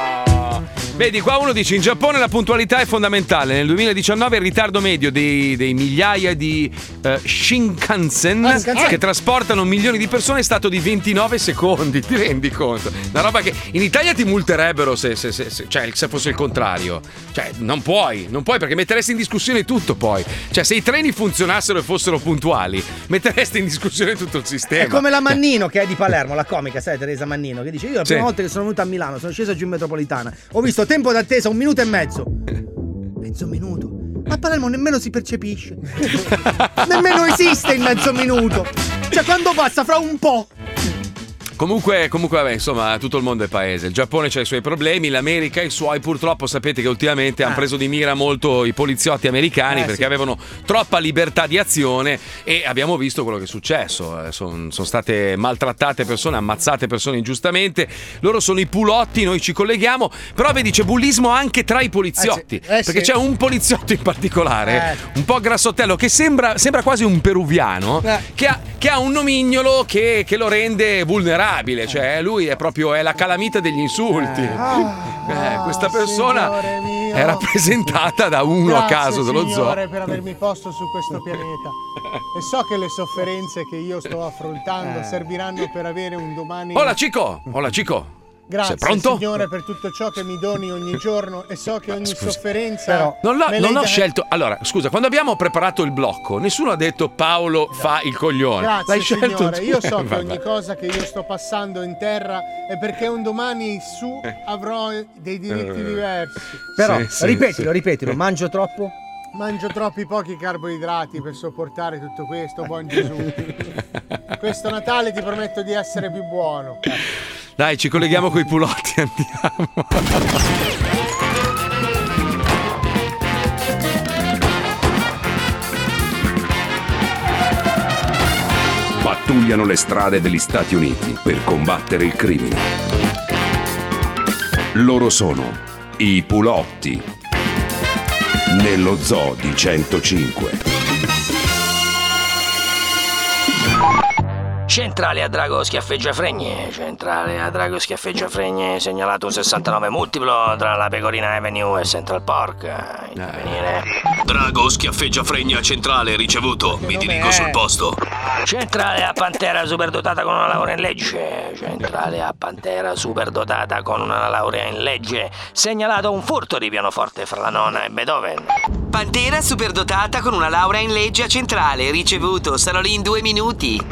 S1: Vedi, qua uno dice: in Giappone la puntualità è fondamentale. Nel 2019 il ritardo medio dei, dei migliaia di eh, Shinkansen,
S4: Ah, Shinkansen.
S1: che trasportano milioni di persone è stato di 29 secondi. Ti rendi conto? Una roba che in Italia ti multerebbero se, se- se- se- cioè, se fosse il contrario. Cioè, non puoi, non puoi perché metteresti in discussione tutto poi. Cioè, se i treni funzionassero e fossero puntuali, metteresti in discussione tutto il sistema. Cioè,
S4: È come la Mannino che è di Palermo, la comica, sai, Teresa Mannino, che dice: Io la prima
S1: Sì.
S4: volta che sono venuta a Milano, sono scesa giù in metropolitana, ho visto tempo d'attesa un minuto e mezzo. Mezzo minuto. A Palermo nemmeno si percepisce. nemmeno esiste il mezzo minuto. Cioè, quando passa fra un po'.
S1: Comunque, comunque, vabbè, insomma, tutto il mondo è paese. Il Giappone ha i suoi problemi, l'America i suoi. Purtroppo sapete che ultimamente hanno preso di mira molto i poliziotti americani
S4: Eh,
S1: perché
S4: sì.
S1: avevano troppa libertà di azione e abbiamo visto quello che è successo. Eh, son- sono state maltrattate persone, ammazzate persone ingiustamente. Loro sono i pulotti, noi ci colleghiamo. Però vedi, c'è bullismo anche tra i poliziotti.
S5: Eh, sì.
S1: perché c'è un poliziotto in particolare, eh, un po' grassottello, che sembra, sembra quasi un peruviano,
S5: Eh.
S1: che, ha, che ha un nomignolo che, che lo rende
S5: Eh.
S1: vulnerabile. Cioè, lui è proprio è la calamita degli insulti.
S5: Ah.
S1: Eh, questa persona è rappresentata da uno a
S5: Grazie,
S1: caso dello
S5: signore,
S1: zoo.
S5: per avermi posto su questo pianeta. E so che le sofferenze che io sto affrontando
S1: Eh.
S5: serviranno per avere un domani.
S1: Mm. Hola, Cico! Hola, Cico!
S5: Grazie
S1: Sei pronto?
S5: Signore per tutto ciò che mi doni ogni giorno e so che ogni
S1: scusa,
S5: sofferenza
S1: Non, l'ho,
S5: eh, me
S1: non
S5: l'hai
S1: ho
S5: da-
S1: scelto. Allora, scusa, quando abbiamo preparato il blocco, nessuno ha detto Paolo fa il coglione.
S5: Grazie
S1: L'hai scelto
S5: signore,
S1: tu.
S5: io so che
S1: Vabbè.
S5: ogni cosa che io sto passando in terra è perché un domani su avrò dei diritti
S4: Eh.
S5: diversi.
S4: Però,
S5: Sì, sì,
S4: ripetilo,
S5: sì.
S4: ripetilo, mangio troppo?
S5: Mangio troppi pochi carboidrati per sopportare tutto questo, buon Gesù.
S24: Questo Natale ti prometto di essere più buono.
S1: Dai, ci colleghiamo coi pulotti, andiamo.
S25: pattugliano le strade degli Stati Uniti per combattere il crimine. Loro sono i Pulotti nello zoo di 105.
S17: Centrale a Drago Schiaffeggiafregne, centrale a Drago Schiaffeggiafregne, segnalato un 69 multiplo tra la Pecorina Avenue e Central Park. Intervenire.
S2: Drago schiaffeggiafregna centrale ricevuto, mi dirigo sul posto.
S17: Centrale a Pantera superdotata con una laurea in legge, centrale a Pantera superdotata con una laurea in legge, segnalato un furto di pianoforte fra la nonna e Beethoven.
S26: Pantera superdotata con una laurea in legge a centrale, ricevuto, sarò lì in due minuti.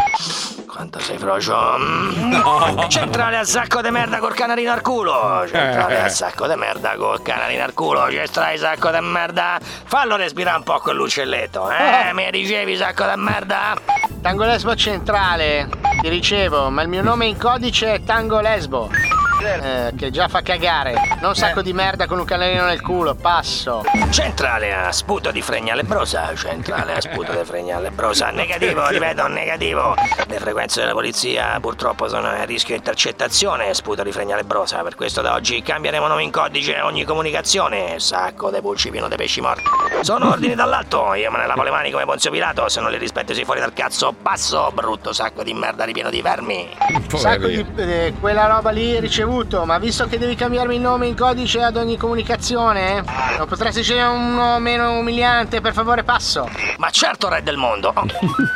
S17: Quanto sei frocio? No. Centrale a sacco di merda col canarino al culo. Centrale a sacco di merda col canarino al culo. Centrale sacco di merda. Fallo respirare un po' quell'uccelletto.
S15: Oh.
S17: Eh, mi ricevi sacco di merda?
S5: Tango Lesbo centrale, ti ricevo, ma il mio nome in codice è Tango Lesbo. Eh, che già fa cagare. Non sacco di merda con un canarino nel culo, passo.
S17: Centrale a sputo di fregna lebrosa, centrale a sputo di fregna lebrosa, negativo, ripeto, negativo. Le frequenze della polizia purtroppo sono a rischio intercettazione, sputo di fregna lebrosa, per questo da oggi cambieremo nome in codice ogni comunicazione, sacco de pulci pieno de pesci morti. Sono ordini dall'alto, io me ne lavo le mani come Ponzio Pilato, se non li rispetto sei fuori dal cazzo, passo, brutto sacco di merda ripieno di vermi.
S5: Sacco di eh, quella roba lì ricevuto, ma visto che devi cambiarmi il nome in codice ad ogni comunicazione, non potresti scegliere uno meno umiliante, per favore passo.
S17: Ma certo, re del mondo! Oh,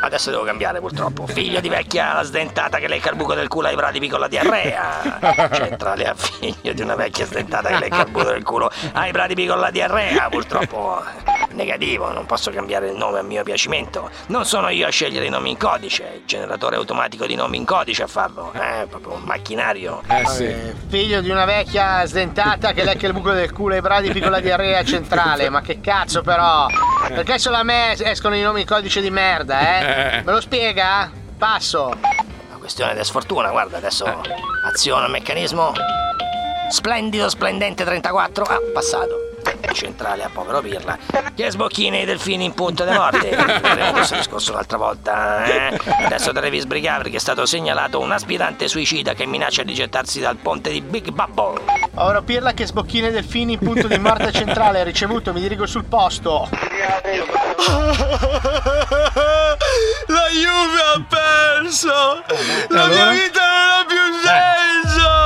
S17: adesso devo cambiare, purtroppo. Figlio di vecchia la sdentata che lecca il buco del culo ai bradipi con la diarrea. Centrale a figlio di una vecchia sdentata che lecca il buco del culo ai bradipi con la diarrea, purtroppo. Negativo, non posso cambiare il nome a mio piacimento. Non sono io a scegliere i nomi in codice, è il generatore automatico di nomi in codice a farlo. È proprio un macchinario.
S5: Eh sì. Figlio di una vecchia sdentata che lecca il buco del culo ai bradipi con la diarrea centrale, ma che cazzo però? Perché solo a me escono i nomi in codice di merda, eh? Me lo spiega? Passo.
S17: Una questione di sfortuna, guarda, adesso aziona il meccanismo. Splendido, splendente 34. Ah, passato centrale a Eh, povero Birra che sbocchina i delfini in punto di morte vedremo questo discorso l'altra volta eh? adesso devi sbrigare perché è stato segnalato un aspirante suicida che minaccia di gettarsi dal ponte di Big Bubble
S5: Ora Pirla che sbocchina i delfini in punto di morte centrale ricevuto mi dirigo sul posto
S6: la Juve ha perso la mia vita non ha più senso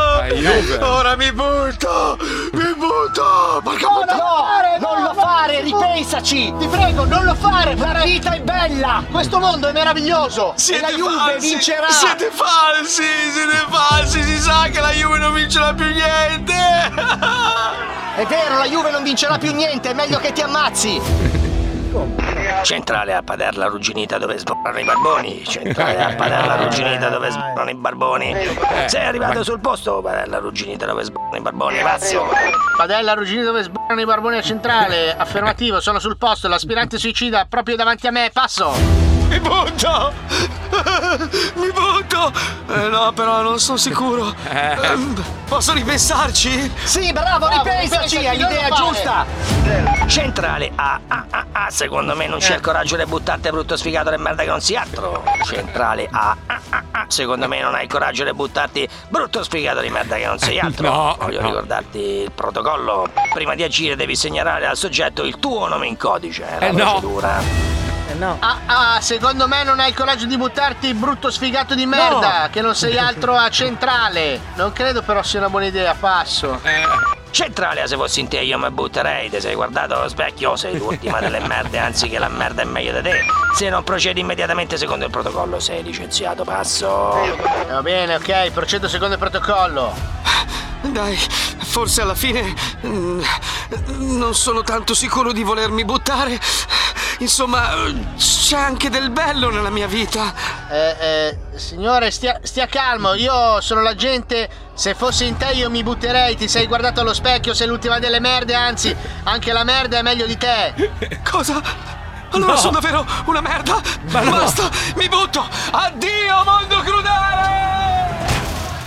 S6: Ora mi butto! Mi butto! Ma che
S5: no, fare, non lo fare, ripensaci! Ti prego, non lo fare! La vita è bella! Questo mondo è meraviglioso!
S6: Siete
S5: e la Juve
S6: falsi,
S5: vincerà!
S6: Siete falsi! Siete falsi! Si sa che la Juve non vincerà più niente!
S5: È vero, la Juve non vincerà più niente, è meglio che ti ammazzi!
S17: Centrale a Paderla Rugginita dove sborrano i barboni. Centrale a Paderla Rugginita dove sborrano i barboni.
S4: Eh,
S17: Sei
S1: Eh,
S17: arrivato sul posto, Paderla Rugginita dove sborrano i barboni. Pazzo.
S5: Padella Rugginita dove sborrano i barboni a centrale. Affermativo, sono sul posto. L'aspirante suicida proprio davanti a me. Passo.
S6: Mi butto! Mi butto! Eh, no, però non sono sicuro. Eh, posso ripensarci?
S5: Sì, bravo, bravo ripensaci, hai l'idea giusta!
S17: Centrale Ah, A, A, A, A, secondo me non c'è il coraggio di buttarti brutto sfigato del merda che non si altro. Centrale Ah, A, A, A, A, secondo me non hai il coraggio di buttarti brutto sfigato di merda che non sei altro.
S1: No,
S17: Voglio
S1: no.
S17: ricordarti il protocollo. Prima di agire devi segnalare al soggetto il tuo nome in codice. È la
S5: Eh, no.
S17: procedura.
S5: No. Ah, ah, secondo me non hai il coraggio di buttarti, brutto sfigato di merda, che non sei altro a centrale. Non credo però sia una buona idea, passo.
S17: Centrale, se fossi in te io mi butterei, ti sei guardato allo specchio, sei l'ultima delle merde, anzi che la merda è meglio di te. Se non procedi immediatamente secondo il protocollo sei licenziato, passo.
S5: Va bene, ok, procedo secondo il protocollo.
S6: Dai, forse alla fine. mm, Non sono tanto sicuro di volermi buttare. Insomma, c'è anche del bello nella mia vita.
S5: Eh, eh, signore, stia, stia calmo, io sono l'agente. Se fossi in te io mi butterei, ti sei guardato allo specchio, sei l'ultima delle merde, anzi, anche la merda è meglio di te.
S6: Cosa?
S22: Allora
S27: No.
S22: sono davvero una merda!
S27: Ma no.
S22: Basta! Mi butto! Addio, mondo crudele!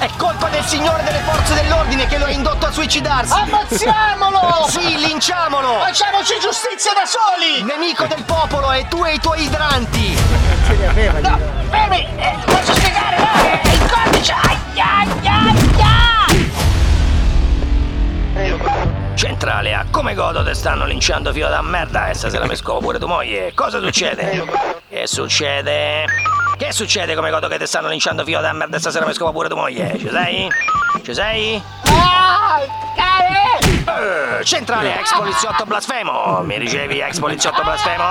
S25: È colpa del signore delle forze dell'ordine che lo ha indotto a suicidarsi. Ammazziamolo! sì, linciamolo! Facciamoci giustizia da soli! Nemico del popolo e tu e i tuoi idranti! Ce li aveva No, fermi! Eh, posso spiegare, no? Il codice! Aia, aia, aia!
S17: Centrale A, come godo te stanno linciando filo da merda e stasera mi scopo pure tua moglie. Cosa succede? Che succede? Che succede come godo che te stanno linciando filo da merda e stasera mi scopo pure tua moglie? Ci sei? Ci sei?
S25: Ah, cane!
S17: Eh, Centrale, ex poliziotto blasfemo! Mi ricevi, ex poliziotto blasfemo?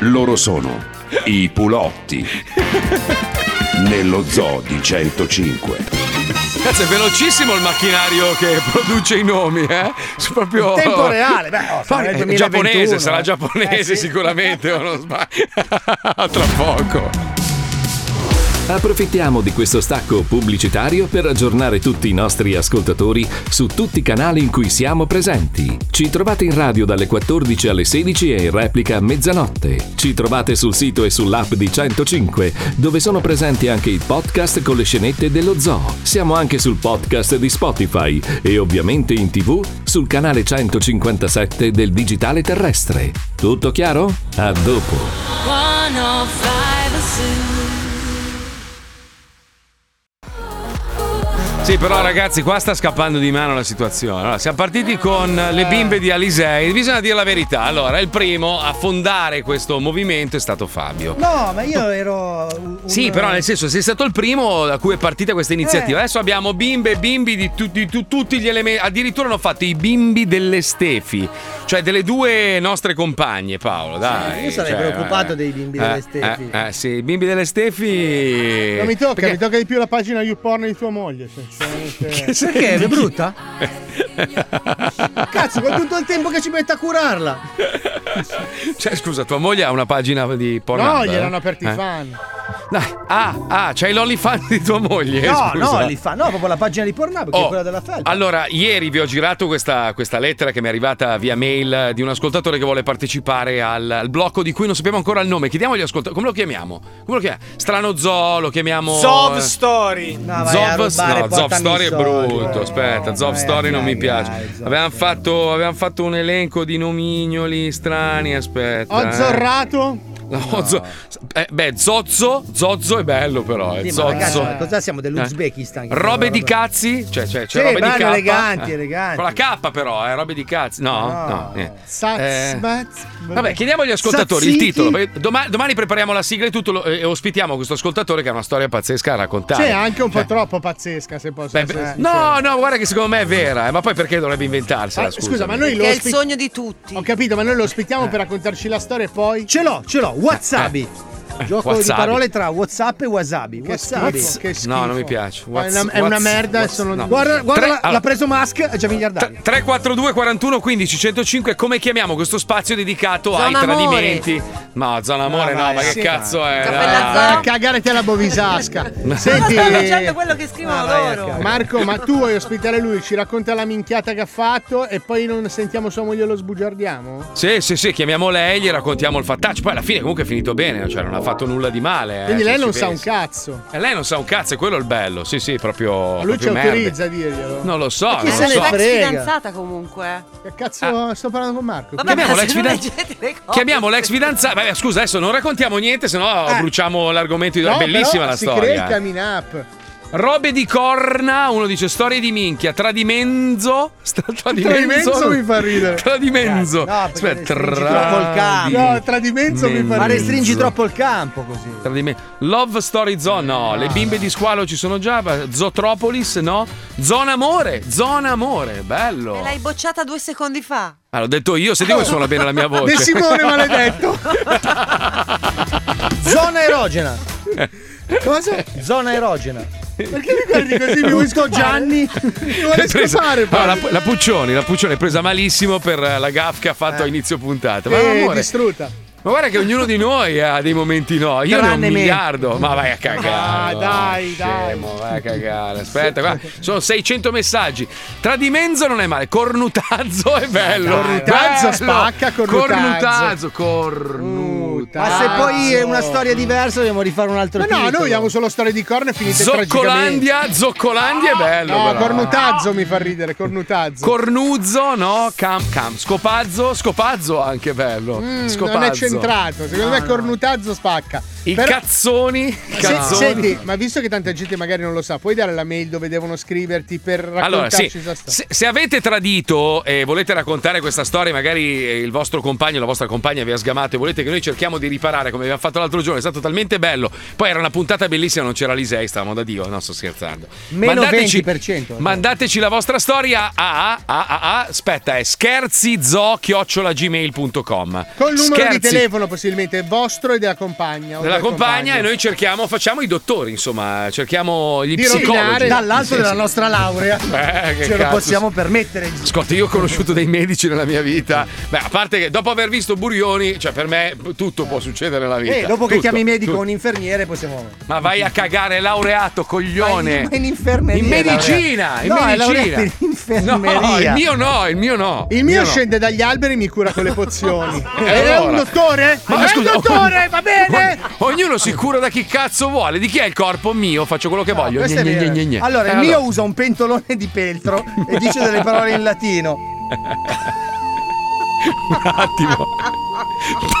S13: Loro sono i Pulotti. Nello zoo di 105.
S1: Cazzo, è velocissimo il macchinario che produce i nomi, eh? Sono proprio.
S13: In tempo reale,
S4: beh, oh,
S1: Poi
S4: sarà nel
S1: è
S4: 2021,
S1: giapponese,
S4: eh.
S1: sarà giapponese
S4: Eh, sì.
S1: sicuramente, o non sbaglio. Tra poco.
S2: Approfittiamo di questo stacco pubblicitario per aggiornare tutti i nostri ascoltatori su tutti i canali in cui siamo presenti. Ci trovate in radio dalle 14 alle 16 e in replica a mezzanotte. Ci trovate sul sito e sull'app di 105, dove sono presenti anche i podcast con le scenette dello zoo. Siamo anche sul podcast di Spotify e ovviamente in tv sul canale 157 del digitale terrestre. Tutto chiaro? A dopo!
S8: 105 Zoo.
S1: Sì, però ragazzi, qua sta scappando di mano la situazione. Allora, siamo partiti con
S4: Eh.
S1: le bimbe di Alisei. Bisogna dire la verità. Allora, il primo a fondare questo movimento è stato Fabio.
S4: No, ma io ero. un- eh,
S1: Sì, però nel senso sei stato il primo da cui è partita questa iniziativa. Adesso abbiamo bimbe e bimbi di, tu- di tu- tutti gli elementi. Addirittura hanno fatto i bimbi delle Stefi, cioè delle due nostre compagne, Paolo. Dai,
S4: io sarei
S1: cioè,
S4: preoccupato
S1: eh,
S4: dei bimbi
S1: eh,
S4: delle Stefi.
S1: Eh, eh, sì, i bimbi delle Stefi.
S5: Non mi tocca,
S1: Eh, Perché-
S5: mi tocca di più la pagina YouPorn di tua moglie. Perché?
S4: Perché? È brutta? Cazzo, con tutto il tempo che ci mette a curarla.
S1: Cioè, scusa, tua moglie ha una pagina di porno.
S5: No, gliel'hanno aperti i
S1: Eh?
S5: fan.
S1: Ah, ah, c'hai l'OnlyFans di tua moglie.
S4: No,
S1: scusa.
S4: no, li fa. No, proprio la pagina di Pornhub, che
S1: Oh.
S4: è quella della Felpa.
S1: Allora, ieri vi ho girato questa, questa lettera che mi è arrivata via mail di un ascoltatore che vuole partecipare al, al blocco di cui non sappiamo ancora il nome. Chiediamo agli ascoltatori. Come lo chiamiamo? Come lo chiamiamo? Strano Zoo, lo chiamiamo. eh,
S3: Zov Story.
S1: Zov, no, Zov Story è brutto. Aspetta, Zov Story non mi piace. Avevamo fatto, avevamo fatto un elenco di nomignoli strani. Aspetta.
S4: Oh,
S5: Ho
S1: eh.
S5: zorrato.
S1: No, zo- eh, beh, Zozzo, Zozzo è bello però. eh,
S4: Sì, ma
S1: Zozzo. Eh.
S4: ragazzi, ma cosa siamo dell'Uzbekistan?
S1: Robe di
S4: Roba-
S1: cazzi? Cioè, cioè,
S4: Sì,
S1: c'è robe di
S4: vanno
S1: K.
S4: eleganti,
S1: Eh.
S4: eleganti.
S1: Con la K però, eh, robe di cazzi. No,
S4: No.
S1: no. niente.
S5: Saz,
S1: Eh,
S5: mazz,
S1: Vabbè, chiediamo agli ascoltatori il
S5: Sazziki.
S1: titolo. perché Domani, domani prepariamo la sigla e tutto lo- e ospitiamo questo ascoltatore che ha una storia pazzesca da raccontare. Eh,
S5: C'è anche un po' troppo pazzesca, se posso
S1: Beh,
S5: essere eh.
S1: beh, no,
S5: sincero.
S1: no, guarda che secondo me è vera, eh, ma poi perché dovrebbe inventarsela?
S5: Ah, scusa,
S1: eh.
S5: ma noi lo
S7: Che è il
S5: ospi-
S7: sogno di tutti.
S5: Ho capito, ma noi lo ospitiamo per raccontarci la storia e poi. Eh,
S4: Ce l'ho, ce l'ho. Wasabi. Gioco di
S1: Eh. Wasabi.
S4: parole tra WhatsApp e Wasabi.
S5: Che
S4: Wasabi.
S5: schifo, che schifo.
S1: No, non mi piace.
S5: È una, è una merda e sono.
S4: Guarda, guarda
S1: Tre-
S4: la- l'ha
S1: allora-
S4: preso Musk, è già miliardario.
S1: 342 41 15 105 come chiamiamo questo spazio dedicato ai
S5: Zona amore.
S1: tradimenti? No, zona amore no,
S5: Ah, vai,
S1: ma che
S5: sì,
S1: cazzo è?
S5: Cappella
S1: dai.
S5: A cagare te la bovisasca.
S7: Senti...
S5: Senti,
S7: Stanno leggendo Ah. quello che scrivono loro.
S5: Marco, ma tu vuoi ospitare lui? Ci racconta la minchiata che ha fatto e poi non sentiamo sua moglie e lo sbugiardiamo?
S1: Sì, sì, sì, chiamiamo lei, gli raccontiamo il fattaccio. Poi alla fine comunque è finito bene, cioè non ha fatto nulla di male. eh,
S5: Quindi
S1: se
S5: lei
S1: ci
S5: non sa un
S1: pensi.
S5: cazzo.
S1: Eh, lei non sa un cazzo, è quello il bello. Sì, sì, proprio.
S5: Ma lui ci
S1: proprio merde.
S5: autorizza a dirglielo.
S1: Non lo so,
S5: Ma chi
S1: non
S5: se
S1: lo
S5: ne
S1: so.
S5: frega?
S7: Ex fidanzata comunque.
S5: Che cazzo,
S1: Ah.
S5: sto parlando con Marco.
S7: Vabbè,
S1: Chiamiamo
S7: ma
S1: l'ex
S7: se non
S1: fidanz-
S7: leggete le cose-
S1: Chiamiamo l'ex fidanzata. Vabbè, scusa, adesso non raccontiamo niente, sennò bruciamo l'argomento. Di...
S5: Eh. No,
S1: Bellissima
S5: però
S1: la
S5: si
S1: storia.
S5: crea il coming up.
S1: Robe di corna, uno dice storie di minchia, tradimenzo. Sta, tradimenzo,
S5: Tradimenzo mi fa ridere.
S1: Tradimenzo.
S5: No, perché
S1: Aspetta,
S5: restringi
S1: tradi-
S5: No, tradimento mi fa
S1: Ma
S5: ridere.
S1: restringi troppo
S4: il campo così.
S1: Tradimento. Love Story Zoo,
S5: Ah.
S1: no. Le bimbe di squalo ci sono già. ma Zootropolis, no. Zona amore, zona amore, bello.
S7: L'hai bocciata due secondi fa.
S1: Ah, l'ho detto io, sentivo che suona bene la mia voce.
S7: De Simone maledetto.
S4: Zona erogena. Cosa? Zona erogena.
S5: Perché mi guardi così? Mi vuoi
S4: Tutto Gianni?
S5: Mi vuole
S1: Presa-
S5: scopare.
S1: Ah, la, la Puccioni, la Puccioni è presa malissimo per eh, la gaffa che ha fatto a inizio puntata. Ma
S5: Eh,
S1: amore,
S5: distrutta.
S1: Ma guarda che ognuno di noi ha dei momenti no. Io ne
S6: Tranne
S1: ho un
S6: me.
S1: miliardo. Ma vai a cagare.
S6: Ah, dai, dai.
S1: Scemo, vai a cagare. Aspetta, guarda, sono 600 messaggi. Tradimenzo non è male. Cornutazzo è bello.
S5: Cornutazzo
S1: Bello.
S5: spacca, cornutazzo.
S1: Cornutazzo, cornutazzo.
S4: Ma se poi è una storia diversa, dobbiamo rifare un altro
S5: Ma no,
S4: titolo.
S5: noi abbiamo solo storie di corna finite tragicamente.
S1: Zoccolandia,
S5: Ah,
S1: Zoccolandia è bello.
S5: No,
S1: però.
S5: cornutazzo mi fa ridere, cornutazzo.
S1: Cornuzzo, no? Cam, cam. Scopazzo, scopazzo anche bello.
S5: Mm,
S1: scopazzo.
S5: non è centrato, secondo me
S1: No, no.
S5: cornutazzo spacca.
S1: I cazzoni,
S5: Se-
S1: cazzoni.
S5: senti, ma visto che tanta gente magari non lo sa, puoi dare la mail dove devono scriverti per
S1: Allora,
S5: raccontarci
S1: sì,
S5: questa storia?
S1: se, se avete tradito e volete raccontare questa storia, magari eh, il vostro compagno, la vostra compagna vi ha sgamato e volete che noi cerchiamo di riparare come abbiamo fatto l'altro giorno, è stato talmente bello. Poi era una puntata bellissima, non c'era Lisei, stavamo da Dio, no, sto scherzando.
S4: Meno
S1: Mandateci-
S4: 20%.
S1: Mandateci la vostra storia a, a, a, a, a- aspetta, è scherzizoo@gmail.com.
S5: Col numero
S1: Scherzi
S5: di telefono possibilmente vostro e della compagna. o
S1: della
S5: del
S1: compagna
S5: compagno.
S1: e noi cerchiamo, facciamo i dottori, insomma, cerchiamo gli
S5: Di
S1: psicologi.
S5: rovinare
S4: dall'alto
S1: Sì,
S4: della
S1: sì.
S4: nostra laurea.
S1: Eh, che
S4: Ce lo
S1: cazzo.
S4: possiamo permettere.
S1: Ascolta, io ho conosciuto dei medici nella mia vita. Beh, a parte che dopo aver visto Burioni, cioè per me tutto può succedere nella vita.
S4: E Eh, dopo che
S1: Tutto,
S4: chiami medico o
S1: tutto.
S4: un infermiere possiamo...
S1: Ma vai a cagare, laureato, coglione.
S4: Ma in infermeria.
S1: In medicina, in
S4: No, è laureato in
S1: medicina. No, il mio no, il mio no.
S5: Il mio
S1: no.
S5: scende dagli alberi e mi cura con le pozioni.
S1: Eh,
S5: È un
S1: allora.
S5: dottore?
S1: Ma
S5: è
S1: scusa, oh,
S5: un dottore, va bene?
S1: Ognuno si cura da chi cazzo vuole. Di chi è il corpo mio? Faccio quello che voglio.
S4: Questo è
S1: Gne, gne,
S4: vero.
S1: gne, gne.
S4: Allora,
S1: Eh,
S4: il mio usa un pentolone di peltro e dice delle parole in latino.
S1: Ah. Un attimo.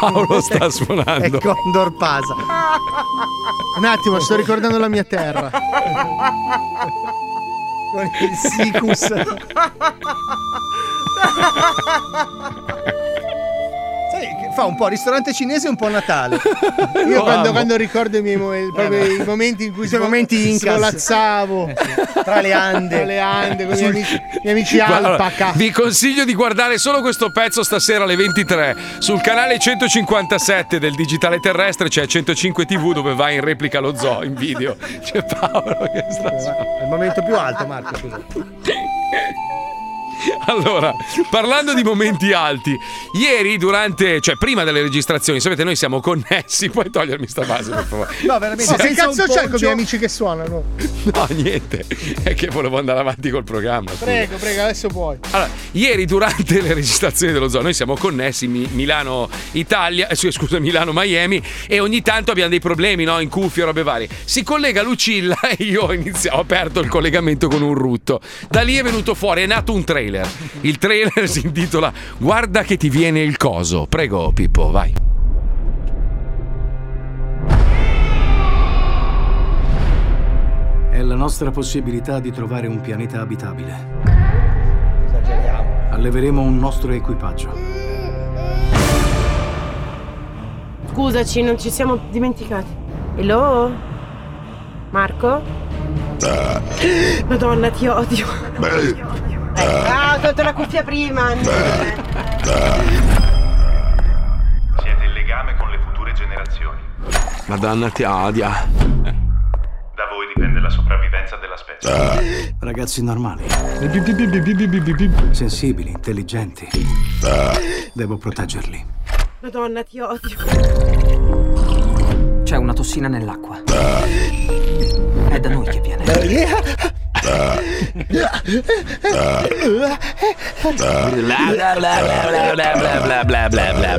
S1: Paolo sta suonando.
S4: È Condor Pasa.
S5: Ecco, Un attimo, sto ricordando la mia terra.
S4: Con il sicus. Sai che fa un po' ristorante cinese e un po' Natale.
S5: Io quando, quando ricordo i miei mo- il- proprio Eh, i momenti in cui
S4: I tuoi momenti incas.
S5: svolazzavo
S4: tra le Ande.
S5: tra le Ande con i miei amici, i miei amici
S1: Guarda, allora,
S5: alpaca.
S1: vi consiglio di guardare solo questo pezzo stasera alle 23 sul canale 157 del digitale terrestre c'è 105 TV dove va in replica lo zoo in video. C'è Paolo che sta
S4: È il momento più alto, Marco, scusa.
S1: Allora, parlando di momenti alti, ieri durante, cioè prima delle registrazioni, sapete noi siamo connessi, puoi togliermi sta base per favore.
S5: No, veramente.
S1: Sì.
S5: che Oh, cazzo c'è con i miei amici che suonano?
S1: No, niente. È che volevo andare avanti col programma. scusa.
S5: Prego, prego, adesso puoi.
S1: Allora, ieri durante le registrazioni dello zoo, noi siamo connessi Mi- Milano-Italia, eh, scu- scusa, Milano-Miami e ogni tanto abbiamo dei problemi, no? In cuffia, robe varie. Si collega Lucilla e io ho, inizi- ho aperto il collegamento con un rutto. Da lì è venuto fuori, è nato un trailer. Il trailer si intitola Guarda che ti viene il coso. Prego, Pippo, vai.
S18: È la nostra possibilità di trovare un pianeta abitabile. Alleveremo un nostro equipaggio.
S19: Scusaci, non ci siamo dimenticati. Hello? Marco? Madonna, ti odio. Ah, ho tolto la cuffia prima.
S12: Siete il legame con le future generazioni.
S1: Madonna ti odia.
S12: Da voi dipende la sopravvivenza della specie.
S1: Ah.
S18: Ragazzi normali. Sensibili, intelligenti. Devo proteggerli.
S19: Madonna, ti odio.
S21: C'è una tossina nell'acqua. È da noi che viene.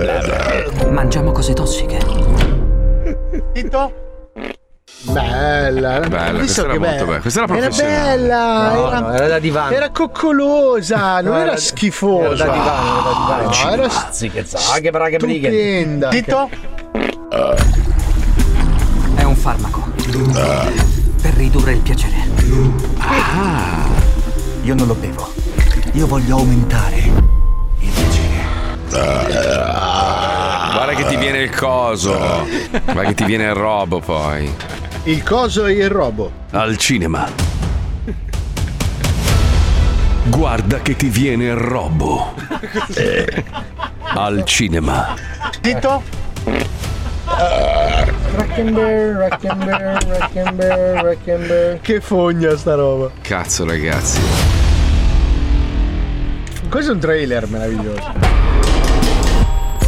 S6: eh.
S21: Mangiamo cose tossiche.
S4: Tito?
S5: Bella,
S1: Bella, questa era molto bella. Questa era
S5: era
S1: professionale.
S5: bella,
S1: No,
S5: era,
S1: no, era da divano.
S5: Era coccolosa, non
S1: No,
S5: era,
S1: era-
S5: schifosa.
S1: era da divano, era da divano.
S5: No,
S1: Ci
S5: era
S21: Cazzi, che zaghe, però che brighe.
S5: stupenda.
S21: Dito?
S5: Eh.
S21: È un farmaco. Per ridurre il piacere.
S1: Ah.
S23: Io non lo bevo. Io voglio aumentare il
S1: Guarda che ti viene il coso. Guarda che ti viene il robo poi.
S5: Il coso e il robo.
S13: Al cinema. Guarda che ti viene il robo. Al cinema.
S1: Ah,
S5: Dito? Rackenberg, Rackenberg, Rackenberg, Rackenberg. Che fogna sta roba.
S1: Cazzo, ragazzi.
S5: Questo è un trailer meraviglioso.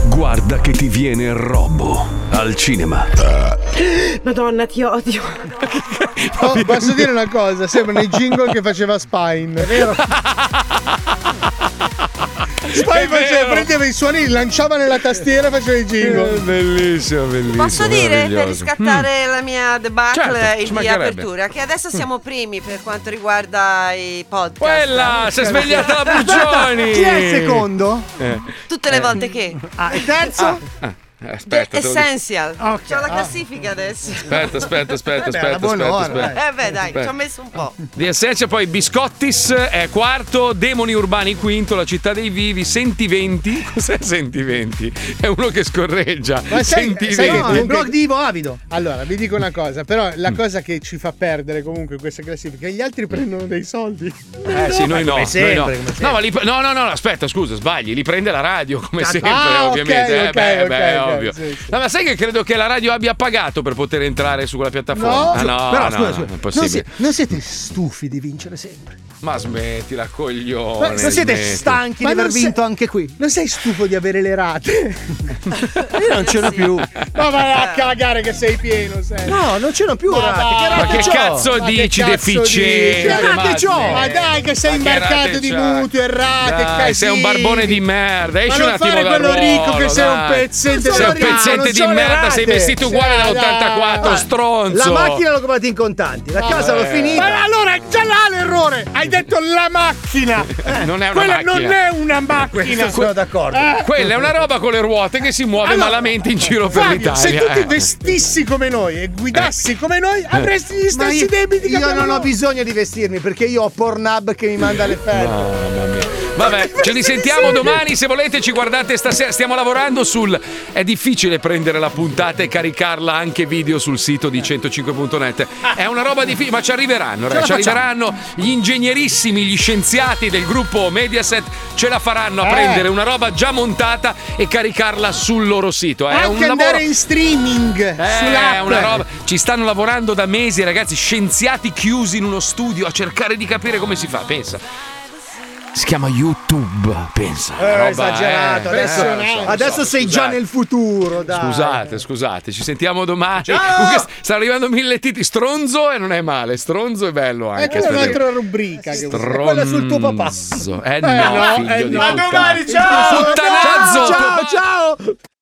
S13: Guarda che ti viene il robbo. Al cinema.
S1: Eh,
S7: Madonna, ti odio.
S5: Oh, posso dire una cosa? Sembra nei jingle che faceva Spine. È vero? Spine faceva- prendeva i suoni, li lanciava nella tastiera e faceva i jingle.
S1: Bellissimo, bellissimo.
S7: Posso dire per
S1: meraviglioso.
S7: riscattare la mia debacle
S1: Certo, ci
S7: in via
S1: mancherebbe. Mm.
S7: apertura che adesso siamo primi per quanto riguarda i podcast.
S1: Quella, si è svegliata la Puccioni.
S7: Chi è il secondo?
S1: Eh.
S7: Tutte le volte che. Ah, il terzo? Ah.
S1: Ah, ah, aspetta, te lo dico.
S7: Essential. C'ho la classifica adesso.
S1: aspetta, aspetta, aspetta,
S7: Vabbè,
S1: aspetta,
S7: alla buona
S1: aspetta,
S7: ora,
S1: aspetta.
S7: Eh beh, dai, ci
S1: Aspetta.
S7: ho messo un po'.
S1: Di Essenza, poi Biscottis è quarto, Demoni Urbani quinto, La Città dei Vivi, Senti 20. Cos'è Senti 20? È uno che scorreggia.
S5: Ma sai-
S1: Senti
S5: sai che
S1: 20.
S5: comunque- Allora, vi dico una cosa, però la cosa che ci fa perdere comunque questa classifica è che gli altri prendono dei soldi.
S1: Eh sì, noi no.
S5: Come
S1: noi
S5: sempre,
S1: no.
S5: come
S1: No, ma li- no, no, no, aspetta, scusa, sbagli, li prende la radio come
S5: Ah,
S1: sempre,
S5: ok,
S1: ovviamente. eh,
S5: ok,
S1: beh,
S5: ok,
S1: beh,
S5: ok,
S1: ovvio.
S5: sì, sì.
S1: No, ma sai che credo che la radio abbia pagato per poter entrare su quella piattaforma?
S5: No.
S1: Ah, no,
S5: Però,
S1: no,
S5: scusa,
S1: no,
S5: scusa,
S1: è
S5: non
S1: impossibile.
S5: si-
S4: Non siete stufi di vincere sempre.
S1: Ma smettila, coglione.
S4: non siete
S1: smetti.
S4: stanchi di
S5: Ma
S4: aver
S5: non se-
S4: vinto anche qui?
S5: Non sei stufo di avere le rate?
S6: Eh,
S4: Io non ce n'ho più.
S5: Ma vai a cagare che sei pieno, sei.
S4: No, non ce n'ho più.
S5: Ma
S4: rate,
S5: dai.
S1: Ma che
S4: c'ho?
S1: cazzo
S5: Ma che
S1: dici,
S5: cazzo
S1: deficiente?
S5: dici? Che rate
S1: Ma
S5: c'ho?
S1: smetti.
S5: Ma dai, che sei
S1: Ma
S5: imbarcato
S1: rate
S5: di
S1: c'hai?
S5: muti e rate,
S1: Dai,
S5: casini.
S1: sei un barbone di merda. Esci
S5: Ma
S1: un
S5: non
S1: attimo
S5: fare
S1: dal
S5: quello ricco che
S1: ruolo,
S5: sei un
S1: dai. Sei
S5: pezzente
S1: un
S5: del cazzo,
S1: pezzente
S5: Ah. non
S1: di
S5: sono le
S1: merda. Sei
S5: rate.
S1: vestito uguale
S5: Sì,
S1: all'84,
S5: dai.
S1: stronzo.
S4: La macchina l'ho comprata in contanti, la casa l'ho
S1: eh.
S4: finita.
S5: Ma allora già là l'errore! Hai detto la macchina!
S1: Eh, non è una
S5: Quella
S1: macchina.
S5: non è una macchina! Eh?
S1: Questo sono
S4: d'accordo.
S1: Quella è una roba con le ruote che si muove
S5: Allora,
S1: malamente in giro per
S5: Fabio, se
S1: l'Italia.
S5: tu ti
S1: eh.
S5: vestissi come noi e guidassi come noi, avresti gli
S4: Eh. Ma
S5: stessi
S4: io-
S5: debiti che
S4: Io
S5: abbiamo
S4: non ho
S5: noi.
S4: bisogno di vestirmi perché io ho Pornhub che mi manda le ferre.
S1: Mamma mia. Vabbè, ce li sentiamo domani. Se volete, ci guardate stasera. Stiamo lavorando sul. È difficile prendere la puntata e caricarla anche video sul sito di 105.net. È una roba difficile, ma ci arriveranno. raga,
S4: Ce la
S1: Ci
S4: facciamo.
S1: arriveranno gli ingegnerissimi, gli scienziati del gruppo Mediaset. Ce la faranno a
S5: Eh.
S1: prendere una roba già montata e caricarla sul loro sito. È
S5: Anche
S1: un
S5: andare
S1: lavoro.
S5: in streaming
S1: Eh,
S5: sull'app.
S1: una roba. Ci stanno lavorando da mesi, ragazzi, scienziati chiusi in uno studio a cercare di capire come si fa. Pensa. Si chiama YouTube, pensa.
S4: Eh,
S1: Una roba,
S4: esagerato,
S1: eh,
S4: adesso,
S1: eh, lo so, lo so,
S4: adesso sei già
S1: scusate.
S4: nel futuro, dai.
S1: Scusate, scusate, ci sentiamo domani.
S4: Ciao!
S1: Comunque st- stanno arrivando mille titoli. Stronzo e non è male, stronzo è bello
S5: E
S1: anche.
S5: quella Eh, è
S1: aspetta.
S5: un'altra rubrica. Che
S1: Stronzo.
S5: Quella sul tuo papà.
S1: Eh,
S5: Eh,
S1: no,
S5: no,
S1: figlio
S5: eh,
S1: di
S5: no. A
S1: puttana.
S5: domani, ciao!
S1: Puttanazzo!
S4: Ciao, ciao!